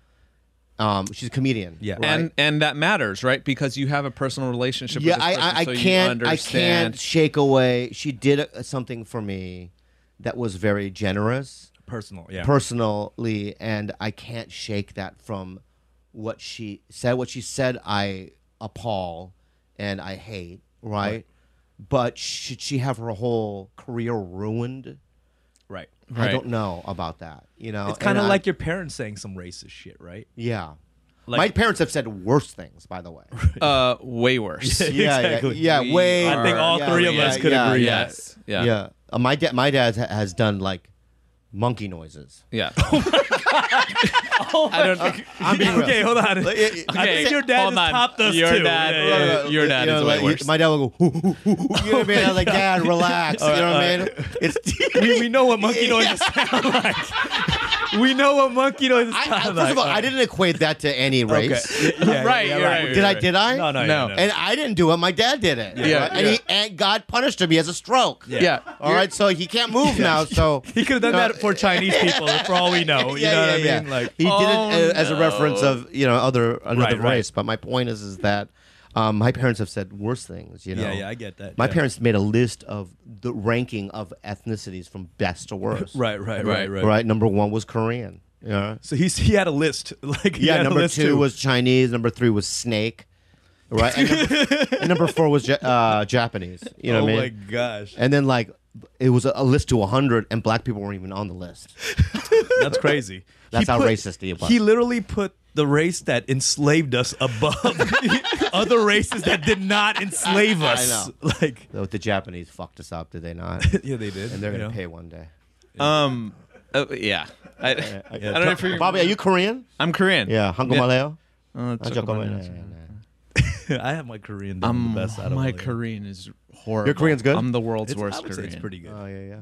Speaker 2: Um, she's a comedian.
Speaker 1: Yeah.
Speaker 2: right?
Speaker 3: And and that matters, right? Because you have a personal relationship.
Speaker 2: yeah,
Speaker 3: with
Speaker 2: I,
Speaker 3: this
Speaker 2: I, I
Speaker 3: person, so you
Speaker 2: can't I
Speaker 3: understand.
Speaker 2: can't shake away. She did uh something for me that was very generous.
Speaker 1: Personal. Yeah.
Speaker 2: personally and i can't shake that from what she said what she said i appall and i hate right, but should she have her whole career ruined
Speaker 1: right.
Speaker 2: i
Speaker 3: Right.
Speaker 2: don't know about that you know
Speaker 1: It's kind of
Speaker 2: And I-
Speaker 1: like your parents saying some racist shit, right?
Speaker 2: yeah
Speaker 1: Like-
Speaker 2: my parents have said worse things by the way
Speaker 3: Uh, way [laughs] worse.
Speaker 2: yeah
Speaker 1: [laughs] Exactly.
Speaker 2: yeah, yeah
Speaker 3: We
Speaker 2: way
Speaker 3: I think all
Speaker 2: yeah,
Speaker 1: three of
Speaker 2: yeah,
Speaker 1: us could
Speaker 2: yeah,
Speaker 1: agree.
Speaker 2: yeah
Speaker 3: Yes. Yeah. Yeah.
Speaker 2: yeah Uh, my dad my dad ha- has done like monkey noises
Speaker 1: [laughs] Oh,
Speaker 3: I don't.
Speaker 2: I'm being real.
Speaker 1: okay, hold on. I think your dad
Speaker 3: hold
Speaker 1: just
Speaker 3: on.
Speaker 1: topped us
Speaker 3: Your
Speaker 1: too.
Speaker 3: dad-
Speaker 1: Yeah,
Speaker 3: yeah,
Speaker 1: yeah,
Speaker 3: yeah. Your dad
Speaker 2: you
Speaker 3: is
Speaker 2: know,
Speaker 3: way
Speaker 2: like,
Speaker 3: worse.
Speaker 2: My dad will go, "Hoo, hoo, hoo, hoo," you know what I mean? I'm like, Dad, relax. You know what I mean? It's
Speaker 1: we, we know what monkey noises sound like. [laughs] we know what monkey noise is
Speaker 2: I,
Speaker 1: talking [laughs]
Speaker 2: I-
Speaker 1: about.
Speaker 2: first of all, I didn't equate that to any race.
Speaker 1: Okay. Yeah, yeah,
Speaker 3: Right,
Speaker 1: yeah,
Speaker 3: you're
Speaker 1: right.
Speaker 3: right.
Speaker 2: Did I? Did I?
Speaker 1: No, no,
Speaker 3: No.
Speaker 1: yeah,
Speaker 2: And I didn't do it. My dad did it.
Speaker 3: Yeah,
Speaker 2: And, He, and God punished him. He has a stroke.
Speaker 1: Yeah.
Speaker 3: yeah.
Speaker 2: All right. So he can't move now. So
Speaker 1: he could have done
Speaker 2: No.
Speaker 1: that for Chinese people, for all we know. You
Speaker 2: [laughs] Yeah,
Speaker 1: know
Speaker 2: yeah,
Speaker 1: what
Speaker 2: yeah.
Speaker 1: I mean? Like,
Speaker 2: he did
Speaker 3: Oh,
Speaker 2: it a- as a reference
Speaker 3: no.
Speaker 2: of you know other another
Speaker 1: Right, right.
Speaker 2: race. But my point is is that um, my parents have said worse things. You know.
Speaker 1: yeah, yeah, I get that.
Speaker 2: My
Speaker 1: yeah.
Speaker 2: parents made a list of the ranking of ethnicities from best to
Speaker 1: [laughs]
Speaker 2: worst.
Speaker 1: Right, right, right, right.
Speaker 2: Right. Number one was Korean. Yeah.
Speaker 1: So he's he had a list. [laughs] Like, he
Speaker 2: Yeah,
Speaker 1: had a
Speaker 2: number
Speaker 1: list
Speaker 2: two
Speaker 1: too.
Speaker 2: was Chinese. Number three was snake, right? And
Speaker 1: [laughs]
Speaker 2: number, and number four was Ja- uh, Japanese. You know
Speaker 1: oh
Speaker 2: what I
Speaker 1: my
Speaker 2: mean?
Speaker 1: gosh,
Speaker 2: And then like it was a, a list to hundred, and black people weren't even on the list.
Speaker 1: that's
Speaker 2: [laughs]
Speaker 1: crazy.
Speaker 2: That's
Speaker 1: He
Speaker 2: how racist he was.
Speaker 1: He literally put the race that enslaved us above [laughs] other races that did not enslave
Speaker 2: I
Speaker 1: us.
Speaker 2: know.
Speaker 1: [laughs] Like,
Speaker 2: Though the Japanese fucked us up, did they not?
Speaker 1: yeah, they did.
Speaker 2: And they're
Speaker 1: you
Speaker 2: gonna
Speaker 1: know?
Speaker 2: pay one day.
Speaker 3: Um. uh, yeah. I, I don't know if you're.
Speaker 2: Bobby, are you Korean?
Speaker 3: I'm Korean.
Speaker 2: Yeah, Hango
Speaker 3: Yeah.
Speaker 2: Maleo. Ah,
Speaker 3: Uh, Choco
Speaker 2: Choco
Speaker 3: Manas.
Speaker 2: Maleo, yeah,
Speaker 1: [laughs]
Speaker 2: yeah.
Speaker 1: I have my Korean down
Speaker 3: I'm
Speaker 1: the best out of
Speaker 3: my
Speaker 1: all of them.
Speaker 3: Korean is horrible.
Speaker 2: Um, Your Korean's good?
Speaker 3: I'm the world's
Speaker 1: It's,
Speaker 3: worst
Speaker 1: I would say
Speaker 3: Korean.
Speaker 1: it's pretty good.
Speaker 2: Oh yeah, yeah.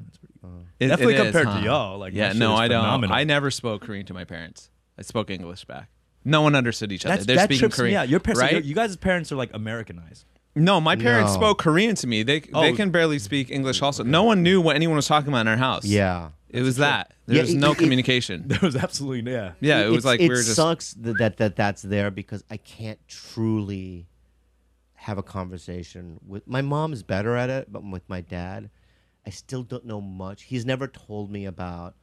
Speaker 3: It-
Speaker 1: Definitely
Speaker 3: it is,
Speaker 1: compared
Speaker 3: huh?
Speaker 1: to y'all, like, my
Speaker 3: yeah,
Speaker 1: shit
Speaker 3: no,
Speaker 1: is
Speaker 3: I don't.
Speaker 1: phenomenal.
Speaker 3: I never spoke Korean to my parents. I spoke English back. No one understood each other.
Speaker 1: That's,
Speaker 3: They're
Speaker 1: that
Speaker 3: speaking
Speaker 1: trips
Speaker 3: Korean.
Speaker 1: me out. Your parents,
Speaker 3: right?
Speaker 1: your- you guys' parents are like Americanized. [laughs]
Speaker 3: No, my parents
Speaker 2: No.
Speaker 3: spoke Korean to me. They they
Speaker 1: Oh.
Speaker 3: can barely speak English. Also, no one knew what anyone was talking about in our house.
Speaker 2: Yeah.
Speaker 3: it was that there
Speaker 2: Yeah,
Speaker 3: was
Speaker 2: it-
Speaker 3: no
Speaker 2: it- [laughs]
Speaker 3: communication.
Speaker 1: There was absolutely yeah.
Speaker 3: yeah, it
Speaker 2: It's-
Speaker 3: was like
Speaker 2: it
Speaker 3: we were just.
Speaker 2: sucks that, that that that's there because I can't truly have a conversation with my mom is better at it, but with my dad, I still don't know much. He's never told me about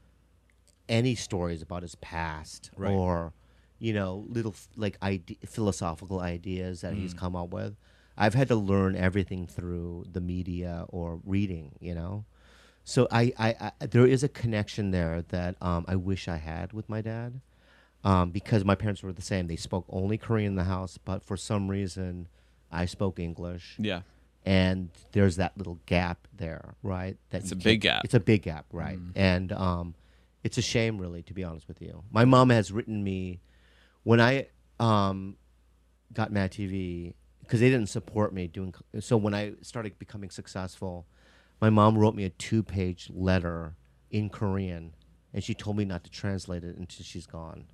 Speaker 2: any stories about his past
Speaker 1: Right.
Speaker 2: or you know little like ide- philosophical ideas that he's come up with. I've had to learn everything through the media or reading, you know. So I, I, I there is a connection there that um, I wish I had with my dad, um, because my parents were the same. They spoke only Korean in the house, but for some reason, I spoke English,
Speaker 3: yeah,
Speaker 2: and there's that little gap there, right? That
Speaker 3: It's
Speaker 2: you
Speaker 3: a
Speaker 2: can't-
Speaker 3: big gap. Mm-hmm.
Speaker 2: It's a big gap, right? And um, it's a shame, really, to be honest with you. My mom has written me when I um, got Mad TV because they didn't support me doing. So when I started becoming successful, my mom wrote me a two-page letter in Korean, and she told me not to translate it until she's gone.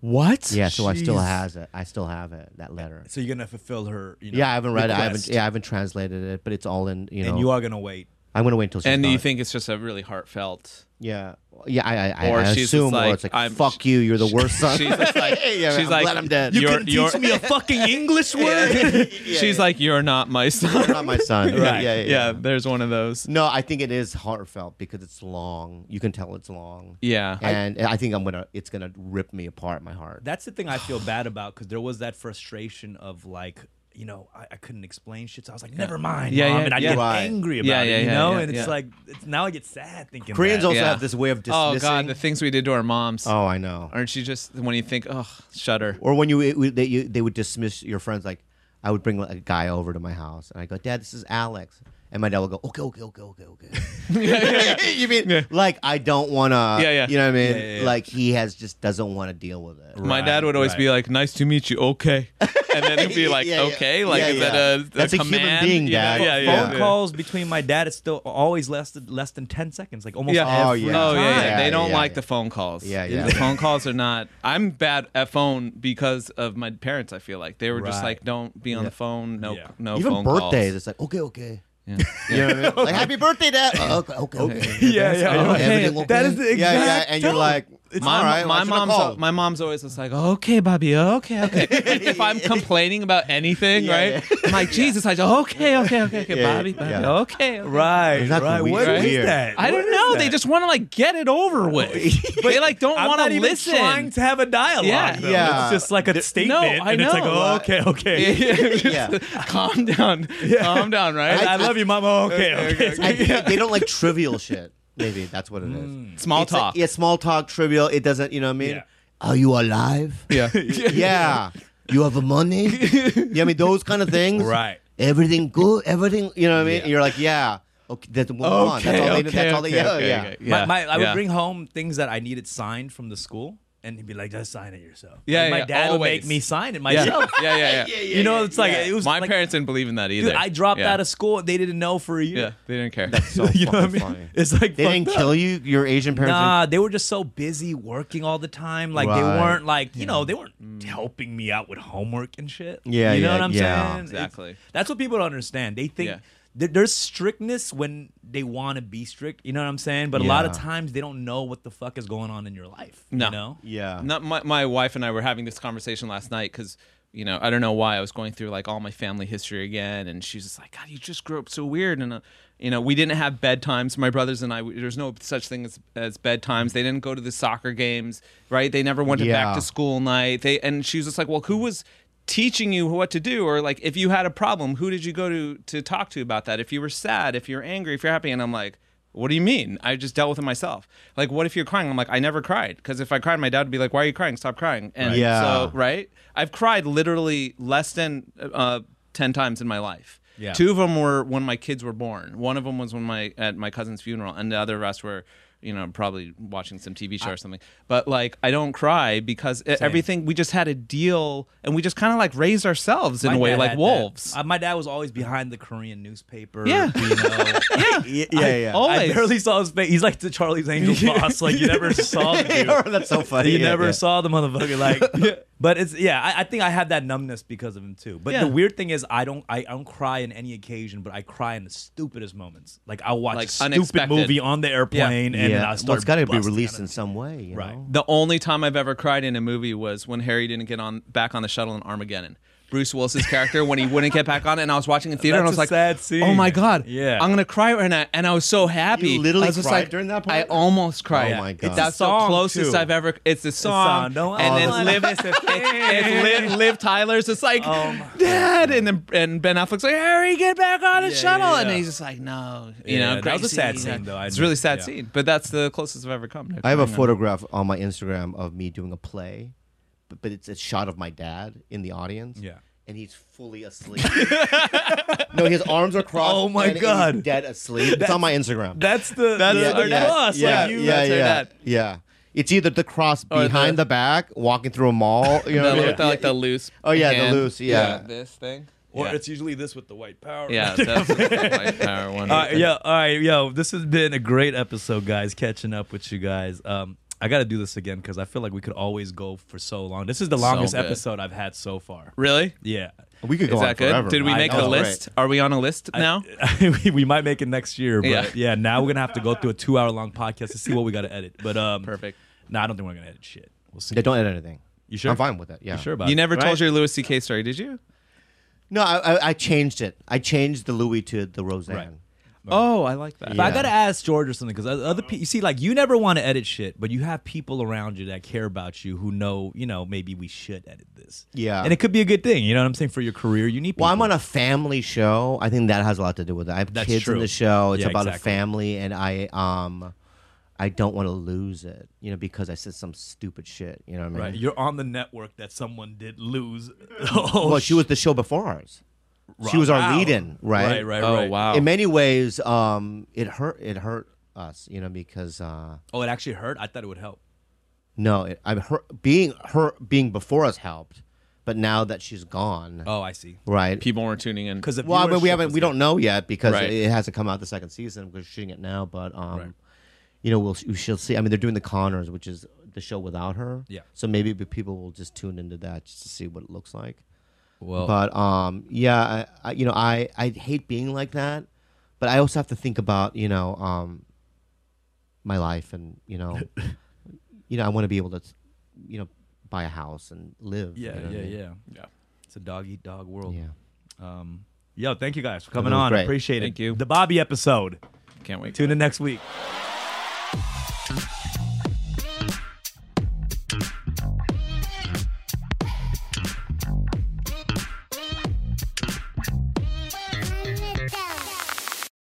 Speaker 3: what?
Speaker 2: Yeah, so I still
Speaker 1: Jeez.
Speaker 2: has it. I still have it. That letter.
Speaker 1: So you're gonna fulfill her. You know,
Speaker 2: Yeah, I haven't read it. I
Speaker 1: request.
Speaker 2: haven't. Yeah, I haven't translated it, but it's all in. You know,
Speaker 1: And you are gonna wait.
Speaker 2: I'm gonna wait until. She's
Speaker 3: And do you
Speaker 2: gone.
Speaker 3: think it's just a really
Speaker 2: [laughs]
Speaker 3: heartfelt?
Speaker 2: Yeah, yeah. I, I,
Speaker 3: Or
Speaker 2: I
Speaker 3: she's just
Speaker 2: assume,
Speaker 3: like,
Speaker 2: or it's like,
Speaker 3: I'm-
Speaker 2: fuck you. You're the worst son.
Speaker 3: [laughs] She's just like,
Speaker 2: [laughs] Yeah,
Speaker 3: she's
Speaker 2: I'm
Speaker 3: like,
Speaker 2: glad I'm dead.
Speaker 3: You
Speaker 2: You're
Speaker 3: Your-
Speaker 1: couldn't
Speaker 3: your-
Speaker 1: teach me a fucking [laughs] English word.
Speaker 3: she's like, you're not my son.
Speaker 2: not my
Speaker 3: [laughs]
Speaker 2: son. Yeah,
Speaker 1: Right.
Speaker 2: Yeah, yeah,
Speaker 3: yeah, there's one of those.
Speaker 2: No, I think it is heartfelt because it's long. You can tell it's long.
Speaker 3: Yeah,
Speaker 2: and I think I'm gonna. It's gonna rip me apart. My heart.
Speaker 1: That's the thing I
Speaker 3: [sighs]
Speaker 1: feel bad about because there was that frustration of like. You know, I, I couldn't explain shit, so I was like, "Never mind,
Speaker 3: Yeah,
Speaker 1: mom,"
Speaker 3: yeah,
Speaker 1: and I
Speaker 3: yeah.
Speaker 1: get
Speaker 2: Right.
Speaker 1: angry about
Speaker 3: Yeah,
Speaker 1: it,
Speaker 3: yeah,
Speaker 1: you
Speaker 3: yeah,
Speaker 1: know.
Speaker 3: yeah,
Speaker 1: and it's
Speaker 3: yeah.
Speaker 1: like it's, now I get sad thinking. back.
Speaker 2: Koreans also
Speaker 3: Yeah.
Speaker 2: have this way of dismissing.
Speaker 3: Oh God, the things we did to our moms.
Speaker 2: Oh, I know.
Speaker 3: Aren't you just when you think, oh, shudder?
Speaker 2: Or when you, it, would- they, you they would dismiss your friends like. I would bring like, a guy over to my house, and I go, "Dad, this is Alex," and my dad would go, "Okay, okay, okay, okay, okay." [laughs] you mean like I don't want to?
Speaker 3: Yeah, yeah.
Speaker 2: You know what I mean?
Speaker 1: yeah, yeah.
Speaker 2: Like he has just doesn't want to deal with it.
Speaker 1: Right.
Speaker 3: [laughs] My dad would always
Speaker 1: right.
Speaker 3: be like, "Nice to meet you." Okay, and
Speaker 2: [laughs]
Speaker 3: then he'd be like,
Speaker 2: Yeah, yeah.
Speaker 3: "Okay," like
Speaker 2: Yeah,
Speaker 3: is
Speaker 2: yeah.
Speaker 3: that a, a
Speaker 2: That's a human
Speaker 3: command?
Speaker 2: being,
Speaker 3: You know?
Speaker 2: Dad.
Speaker 3: Yeah,
Speaker 1: phone
Speaker 3: yeah. yeah.
Speaker 1: calls between my dad is still always less than, less than ten seconds, like almost.
Speaker 3: Yeah.
Speaker 2: Oh,
Speaker 1: every
Speaker 2: yeah.
Speaker 3: Oh yeah, yeah.
Speaker 1: time.
Speaker 2: Yeah,
Speaker 3: they don't
Speaker 2: yeah,
Speaker 3: like
Speaker 2: yeah.
Speaker 3: the phone calls.
Speaker 2: Yeah, yeah.
Speaker 3: The
Speaker 2: [laughs]
Speaker 3: phone calls are not. I'm bad at phone because of my parents. I feel like they were just
Speaker 1: Right.
Speaker 3: like, "Don't be on the phone. No,
Speaker 1: Yeah.
Speaker 3: no
Speaker 2: Even
Speaker 3: phone
Speaker 2: birthdays,
Speaker 3: calls."
Speaker 2: it's like okay, okay. [laughs]
Speaker 3: Yeah.
Speaker 2: You know what I mean? Like
Speaker 3: [laughs]
Speaker 2: happy birthday, dad. Uh, okay, okay, okay.
Speaker 1: Yeah, yeah,
Speaker 2: Oh,
Speaker 1: yeah.
Speaker 2: everything
Speaker 1: Hey, that
Speaker 2: okay?
Speaker 1: is the exact.
Speaker 2: [laughs] Yeah, yeah, and you're
Speaker 1: tone.
Speaker 2: like,
Speaker 1: It's
Speaker 3: My,
Speaker 2: All right, well, I
Speaker 3: my
Speaker 2: should've
Speaker 3: mom's
Speaker 2: called.
Speaker 3: my mom's always just like, okay, Bobby,
Speaker 2: [laughs]
Speaker 3: okay, okay. Like, if I'm complaining about anything,
Speaker 2: Yeah,
Speaker 3: right?
Speaker 2: [laughs] yeah.
Speaker 3: I'm like, Jesus, I just okay, okay, okay, okay,
Speaker 2: Yeah,
Speaker 3: Bobby, Bobby,
Speaker 2: yeah.
Speaker 3: okay, okay.
Speaker 1: Right,
Speaker 2: Isn't that
Speaker 1: right.
Speaker 2: weird?
Speaker 1: What is
Speaker 2: Weird.
Speaker 1: that?
Speaker 3: I
Speaker 1: What
Speaker 3: don't
Speaker 1: is
Speaker 3: know. They
Speaker 1: that?
Speaker 3: just want to like get
Speaker 2: [laughs]
Speaker 3: it over with. they like don't
Speaker 1: I'm
Speaker 3: want
Speaker 1: not
Speaker 3: to
Speaker 1: even
Speaker 3: listen.
Speaker 1: trying to have a dialogue.
Speaker 3: Yeah.
Speaker 1: though.
Speaker 2: Yeah.
Speaker 1: It's just like a statement,
Speaker 3: I
Speaker 1: and it's like,
Speaker 3: know.
Speaker 1: oh, okay, okay.
Speaker 2: Yeah.
Speaker 3: [laughs] [laughs] yeah. Calm down. Calm down, right?
Speaker 1: I love you, mama. Okay, okay.
Speaker 2: I
Speaker 3: [laughs]
Speaker 2: think they don't like trivial shit. Maybe that's what it is.
Speaker 3: Mm. Small
Speaker 2: It's like-
Speaker 3: talk.
Speaker 2: yeah, small talk, trivial. It doesn't. You know what I mean?
Speaker 1: Yeah.
Speaker 2: Are you alive?
Speaker 3: [laughs] yeah.
Speaker 1: [laughs]
Speaker 2: yeah. You have money? yeah, I mean those kind of things.
Speaker 1: Right.
Speaker 2: Everything good, everything you know what I mean? You're like, yeah. Okay, that's move on. That's all they that's all they yeah,
Speaker 1: My,
Speaker 2: yeah.
Speaker 1: my, I would bring home things that I needed signed from the school. and he'd be like, "Just sign it yourself."
Speaker 3: Yeah,
Speaker 1: Like, my
Speaker 3: yeah,
Speaker 1: dad would make
Speaker 3: always.
Speaker 1: me sign it
Speaker 3: Yeah.
Speaker 1: myself.
Speaker 2: [laughs]
Speaker 3: yeah, [laughs] yeah, yeah.
Speaker 1: you know, it's like it was
Speaker 3: My
Speaker 1: like,
Speaker 3: parents didn't believe in that either.
Speaker 1: Dude, I dropped
Speaker 3: Yeah.
Speaker 1: out of school. They didn't know for a year.
Speaker 3: Yeah, they didn't care.
Speaker 2: [laughs] So
Speaker 1: [laughs] you know what I
Speaker 2: fucking
Speaker 1: mean?
Speaker 2: funny.
Speaker 1: It's like
Speaker 2: They didn't
Speaker 1: fucked up.
Speaker 2: kill you. Your Asian parents.
Speaker 1: Nah, they were just so busy working all the time. Like they
Speaker 2: Right.
Speaker 1: weren't like you know they weren't
Speaker 3: Mm.
Speaker 1: helping me out with homework and shit.
Speaker 2: Yeah,
Speaker 1: you know
Speaker 2: yeah,
Speaker 1: what I'm
Speaker 2: yeah.
Speaker 1: saying? It's-
Speaker 3: Exactly.
Speaker 1: that's what people don't understand. They think
Speaker 3: Yeah.
Speaker 1: there- there's strictness when they want to be strict. You know what I'm saying? But a lot of
Speaker 2: Yeah.
Speaker 1: times they don't know what the fuck is going on in your life.
Speaker 3: No.
Speaker 1: You know?
Speaker 2: didn't- [laughs] yeah.
Speaker 3: Not my, my wife and I were having this conversation last night because you know I don't know why I was going through like all my family history again, and she's just like, God, you just grew up so weird, and uh, you know we didn't have bedtimes. My brothers and I, we- there's no such thing as, as bedtimes. They didn't go to the soccer games, right? They never went to
Speaker 2: Yeah.
Speaker 3: back to school night. They and she was just like, well, who was teaching you what to do or like if you had a problem who did you go to to talk to about that if you were sad if you're angry if you're happy and i'm like what do you mean? I just dealt with it myself. Like, what if you're crying? I'm like, I never cried. Because if I cried, my dad would be like, why are you crying? Stop crying. And
Speaker 2: Yeah.
Speaker 3: so, right? I've cried literally less than uh, 10 times in my life.
Speaker 1: Yeah.
Speaker 3: Two of them were when my kids were born. One of them was when my at my cousin's funeral, and the other rest were, you know, probably watching some TV show or something. But like, I don't cry because e- everything we just had to deal, and we just kind of like raised ourselves in
Speaker 1: My
Speaker 3: a way,
Speaker 1: dad
Speaker 3: like
Speaker 1: had that.
Speaker 3: wolves.
Speaker 1: Uh, my dad was always behind the Korean newspaper.
Speaker 3: Yeah.
Speaker 1: you
Speaker 3: [laughs]
Speaker 1: know.
Speaker 2: Yeah. Yeah.
Speaker 1: [laughs]
Speaker 2: yeah.
Speaker 1: I Oh,
Speaker 3: Always.
Speaker 1: barely saw his face. He's like the Charlie's
Speaker 3: [laughs]
Speaker 1: Angels boss. Like you never saw the dude.
Speaker 2: That's so funny.
Speaker 1: you
Speaker 2: [laughs] Yeah,
Speaker 1: never
Speaker 2: yeah.
Speaker 1: saw the motherfucker like but it's yeah I, I think i have that numbness because of him too but
Speaker 3: Yeah.
Speaker 1: the weird thing is i don't I, I don't cry in any occasion but i cry in the stupidest moments like i'll watch
Speaker 3: Like
Speaker 1: a stupid
Speaker 3: unexpected.
Speaker 1: movie on the airplane and then i start
Speaker 2: well, it's got to be
Speaker 1: busting
Speaker 2: released
Speaker 1: out
Speaker 2: in
Speaker 1: of-
Speaker 2: some way, you
Speaker 1: Right.
Speaker 2: know?
Speaker 3: The only time I've ever cried in a movie was when Harry didn't get on back on the shuttle in Armageddon. Bruce Willis's character when he wouldn't get back on it, and I was watching in theater, and I
Speaker 1: That's
Speaker 3: was
Speaker 1: a
Speaker 3: like,
Speaker 1: sad scene.
Speaker 3: "Oh my god,
Speaker 1: Yeah.
Speaker 3: I'm gonna cry right now," and I was so happy.
Speaker 2: You literally
Speaker 3: I was just
Speaker 2: cried
Speaker 3: like,
Speaker 2: during that
Speaker 3: I
Speaker 2: part? Oh
Speaker 3: almost cried.
Speaker 2: my God. It's
Speaker 3: that's
Speaker 1: a song,
Speaker 3: the closest
Speaker 1: too.
Speaker 3: I've ever. It's the song,
Speaker 1: Don't
Speaker 3: and
Speaker 1: wanna
Speaker 3: then Liv,
Speaker 1: miss [laughs]
Speaker 3: it's,
Speaker 1: a
Speaker 3: it's Liv, Liv Tyler's just like,
Speaker 1: Oh my
Speaker 3: "Dad," and then and Ben Affleck's like, "Harry, get back on the
Speaker 1: Yeah,
Speaker 3: shuttle,"
Speaker 1: yeah,
Speaker 3: and
Speaker 1: yeah.
Speaker 3: he's just like, "No," you
Speaker 1: Yeah,
Speaker 3: know.
Speaker 1: that was a
Speaker 3: Gracie,
Speaker 1: sad
Speaker 3: you
Speaker 1: scene,
Speaker 3: know.
Speaker 1: though, I
Speaker 3: It's a
Speaker 1: admit.
Speaker 3: really sad
Speaker 1: Yeah.
Speaker 3: scene, but that's the closest I've ever come. to
Speaker 2: I have a
Speaker 3: crying.
Speaker 2: photograph on my Instagram of me doing a play, but, but it's a shot of my dad in the audience.
Speaker 1: Yeah.
Speaker 2: And he's fully asleep. no, his arms are crossed.
Speaker 1: Oh, my
Speaker 2: and he's
Speaker 1: God.
Speaker 2: dead asleep. it's on my Instagram.
Speaker 1: that's the that's
Speaker 3: That's
Speaker 1: yeah,
Speaker 3: our
Speaker 1: the
Speaker 3: dad.
Speaker 1: cross
Speaker 2: yeah,
Speaker 1: like you
Speaker 2: yeah,
Speaker 3: that's our
Speaker 2: yeah,
Speaker 3: dad.
Speaker 2: yeah. It's either the cross
Speaker 3: Or the-
Speaker 2: behind the, back, walking through a mall. You know,
Speaker 3: The-
Speaker 2: yeah.
Speaker 3: with the, like the loose.
Speaker 2: Oh, yeah, the
Speaker 3: hand.
Speaker 2: loose, yeah.
Speaker 3: This thing.
Speaker 1: or
Speaker 3: yeah.
Speaker 1: it's usually this with the white power
Speaker 3: yeah, that's the
Speaker 2: [laughs]
Speaker 3: white power one.
Speaker 2: Uh,
Speaker 1: All right, Uh, yo, all right, yo. This has been a great episode, guys. Catching up with you guys. Um, I got to do this again because I feel like we could always go for so long. This is the longest
Speaker 3: good.
Speaker 1: episode I've had so far.
Speaker 3: Really?
Speaker 1: Yeah,
Speaker 2: we could go
Speaker 3: Is
Speaker 2: on
Speaker 3: that good?
Speaker 2: forever.
Speaker 3: Did we
Speaker 1: I
Speaker 3: make
Speaker 1: know.
Speaker 3: the
Speaker 2: That was
Speaker 3: list? Are we on a list now?
Speaker 1: [laughs] we, we might make it next year, but yeah.
Speaker 3: Yeah.
Speaker 1: now we're gonna have to go through a two-hour-long podcast to see what we got to edit. But um,
Speaker 3: Perfect.
Speaker 1: No, I don't think we're gonna edit shit. We'll see.
Speaker 2: Yeah, don't edit anything.
Speaker 1: You sure?
Speaker 2: I'm fine with it. Yeah.
Speaker 1: You sure about
Speaker 3: you
Speaker 1: it?
Speaker 3: never
Speaker 2: Uh, Right.
Speaker 3: told your Louis C.K. story, did you?
Speaker 2: No, I, I, I changed it. I changed the Louis to the Roseanne.
Speaker 1: Right.
Speaker 3: Oh, I like that.
Speaker 1: But I
Speaker 2: Yeah.
Speaker 1: gotta ask George or something because other people, you see, like you never want to edit shit, but you have people around you that care about you who know, you know, maybe we should edit this.
Speaker 2: Yeah.
Speaker 1: and it could be a good thing. You know what I'm saying for your career, you need. People.
Speaker 2: Well, I'm on a family show. I think that has a lot to do with it. I have
Speaker 1: That's
Speaker 2: kids
Speaker 1: true.
Speaker 2: in the show. It's
Speaker 1: Yeah,
Speaker 2: about
Speaker 1: exactly.
Speaker 2: a family, and I um, I don't want to lose it. You know, because I said some stupid shit. You know what I mean?
Speaker 1: Right, you're on the network that someone did lose. [laughs] oh,
Speaker 2: Well, she was the show before ours. She was our
Speaker 1: Wow.
Speaker 2: lead-in, right?
Speaker 1: Right, right,
Speaker 3: Oh
Speaker 1: right.
Speaker 3: wow.
Speaker 2: In many ways, um, it hurt. It hurt us. You know, because uh,
Speaker 1: Oh, it actually hurt. I thought it would help.
Speaker 2: no, it, I'm her being her being before us helped, but now that she's gone,
Speaker 1: Oh, I see.
Speaker 2: right?
Speaker 3: People weren't tuning in.
Speaker 1: Because
Speaker 2: Well, I mean, we haven't, we don't know yet because
Speaker 3: Right.
Speaker 2: it hasn't come out the second season. We're shooting it now, but um,
Speaker 1: Right.
Speaker 2: you know, we'll we shall see. I mean, they're doing the Connors, which is the show without her.
Speaker 1: Yeah.
Speaker 2: So maybe the people will just tune into that just to see what it looks like.
Speaker 1: Well,
Speaker 2: But um, yeah, I, I, you know, I I hate being like that, but I also have to think about you know um, my life and
Speaker 1: [laughs]
Speaker 2: you know, you know, I want to be able to, you know, buy a house and live.
Speaker 1: yeah,
Speaker 2: you know what
Speaker 1: yeah,
Speaker 2: I mean?
Speaker 1: yeah.
Speaker 3: Yeah.
Speaker 1: It's a dog eat dog world.
Speaker 2: Yeah.
Speaker 1: Um, yo, thank you guys for coming
Speaker 2: was
Speaker 1: on.
Speaker 2: great.
Speaker 1: Appreciate it.
Speaker 3: Thank you.
Speaker 1: The Bobby episode.
Speaker 3: Can't wait.
Speaker 1: Tune in next week.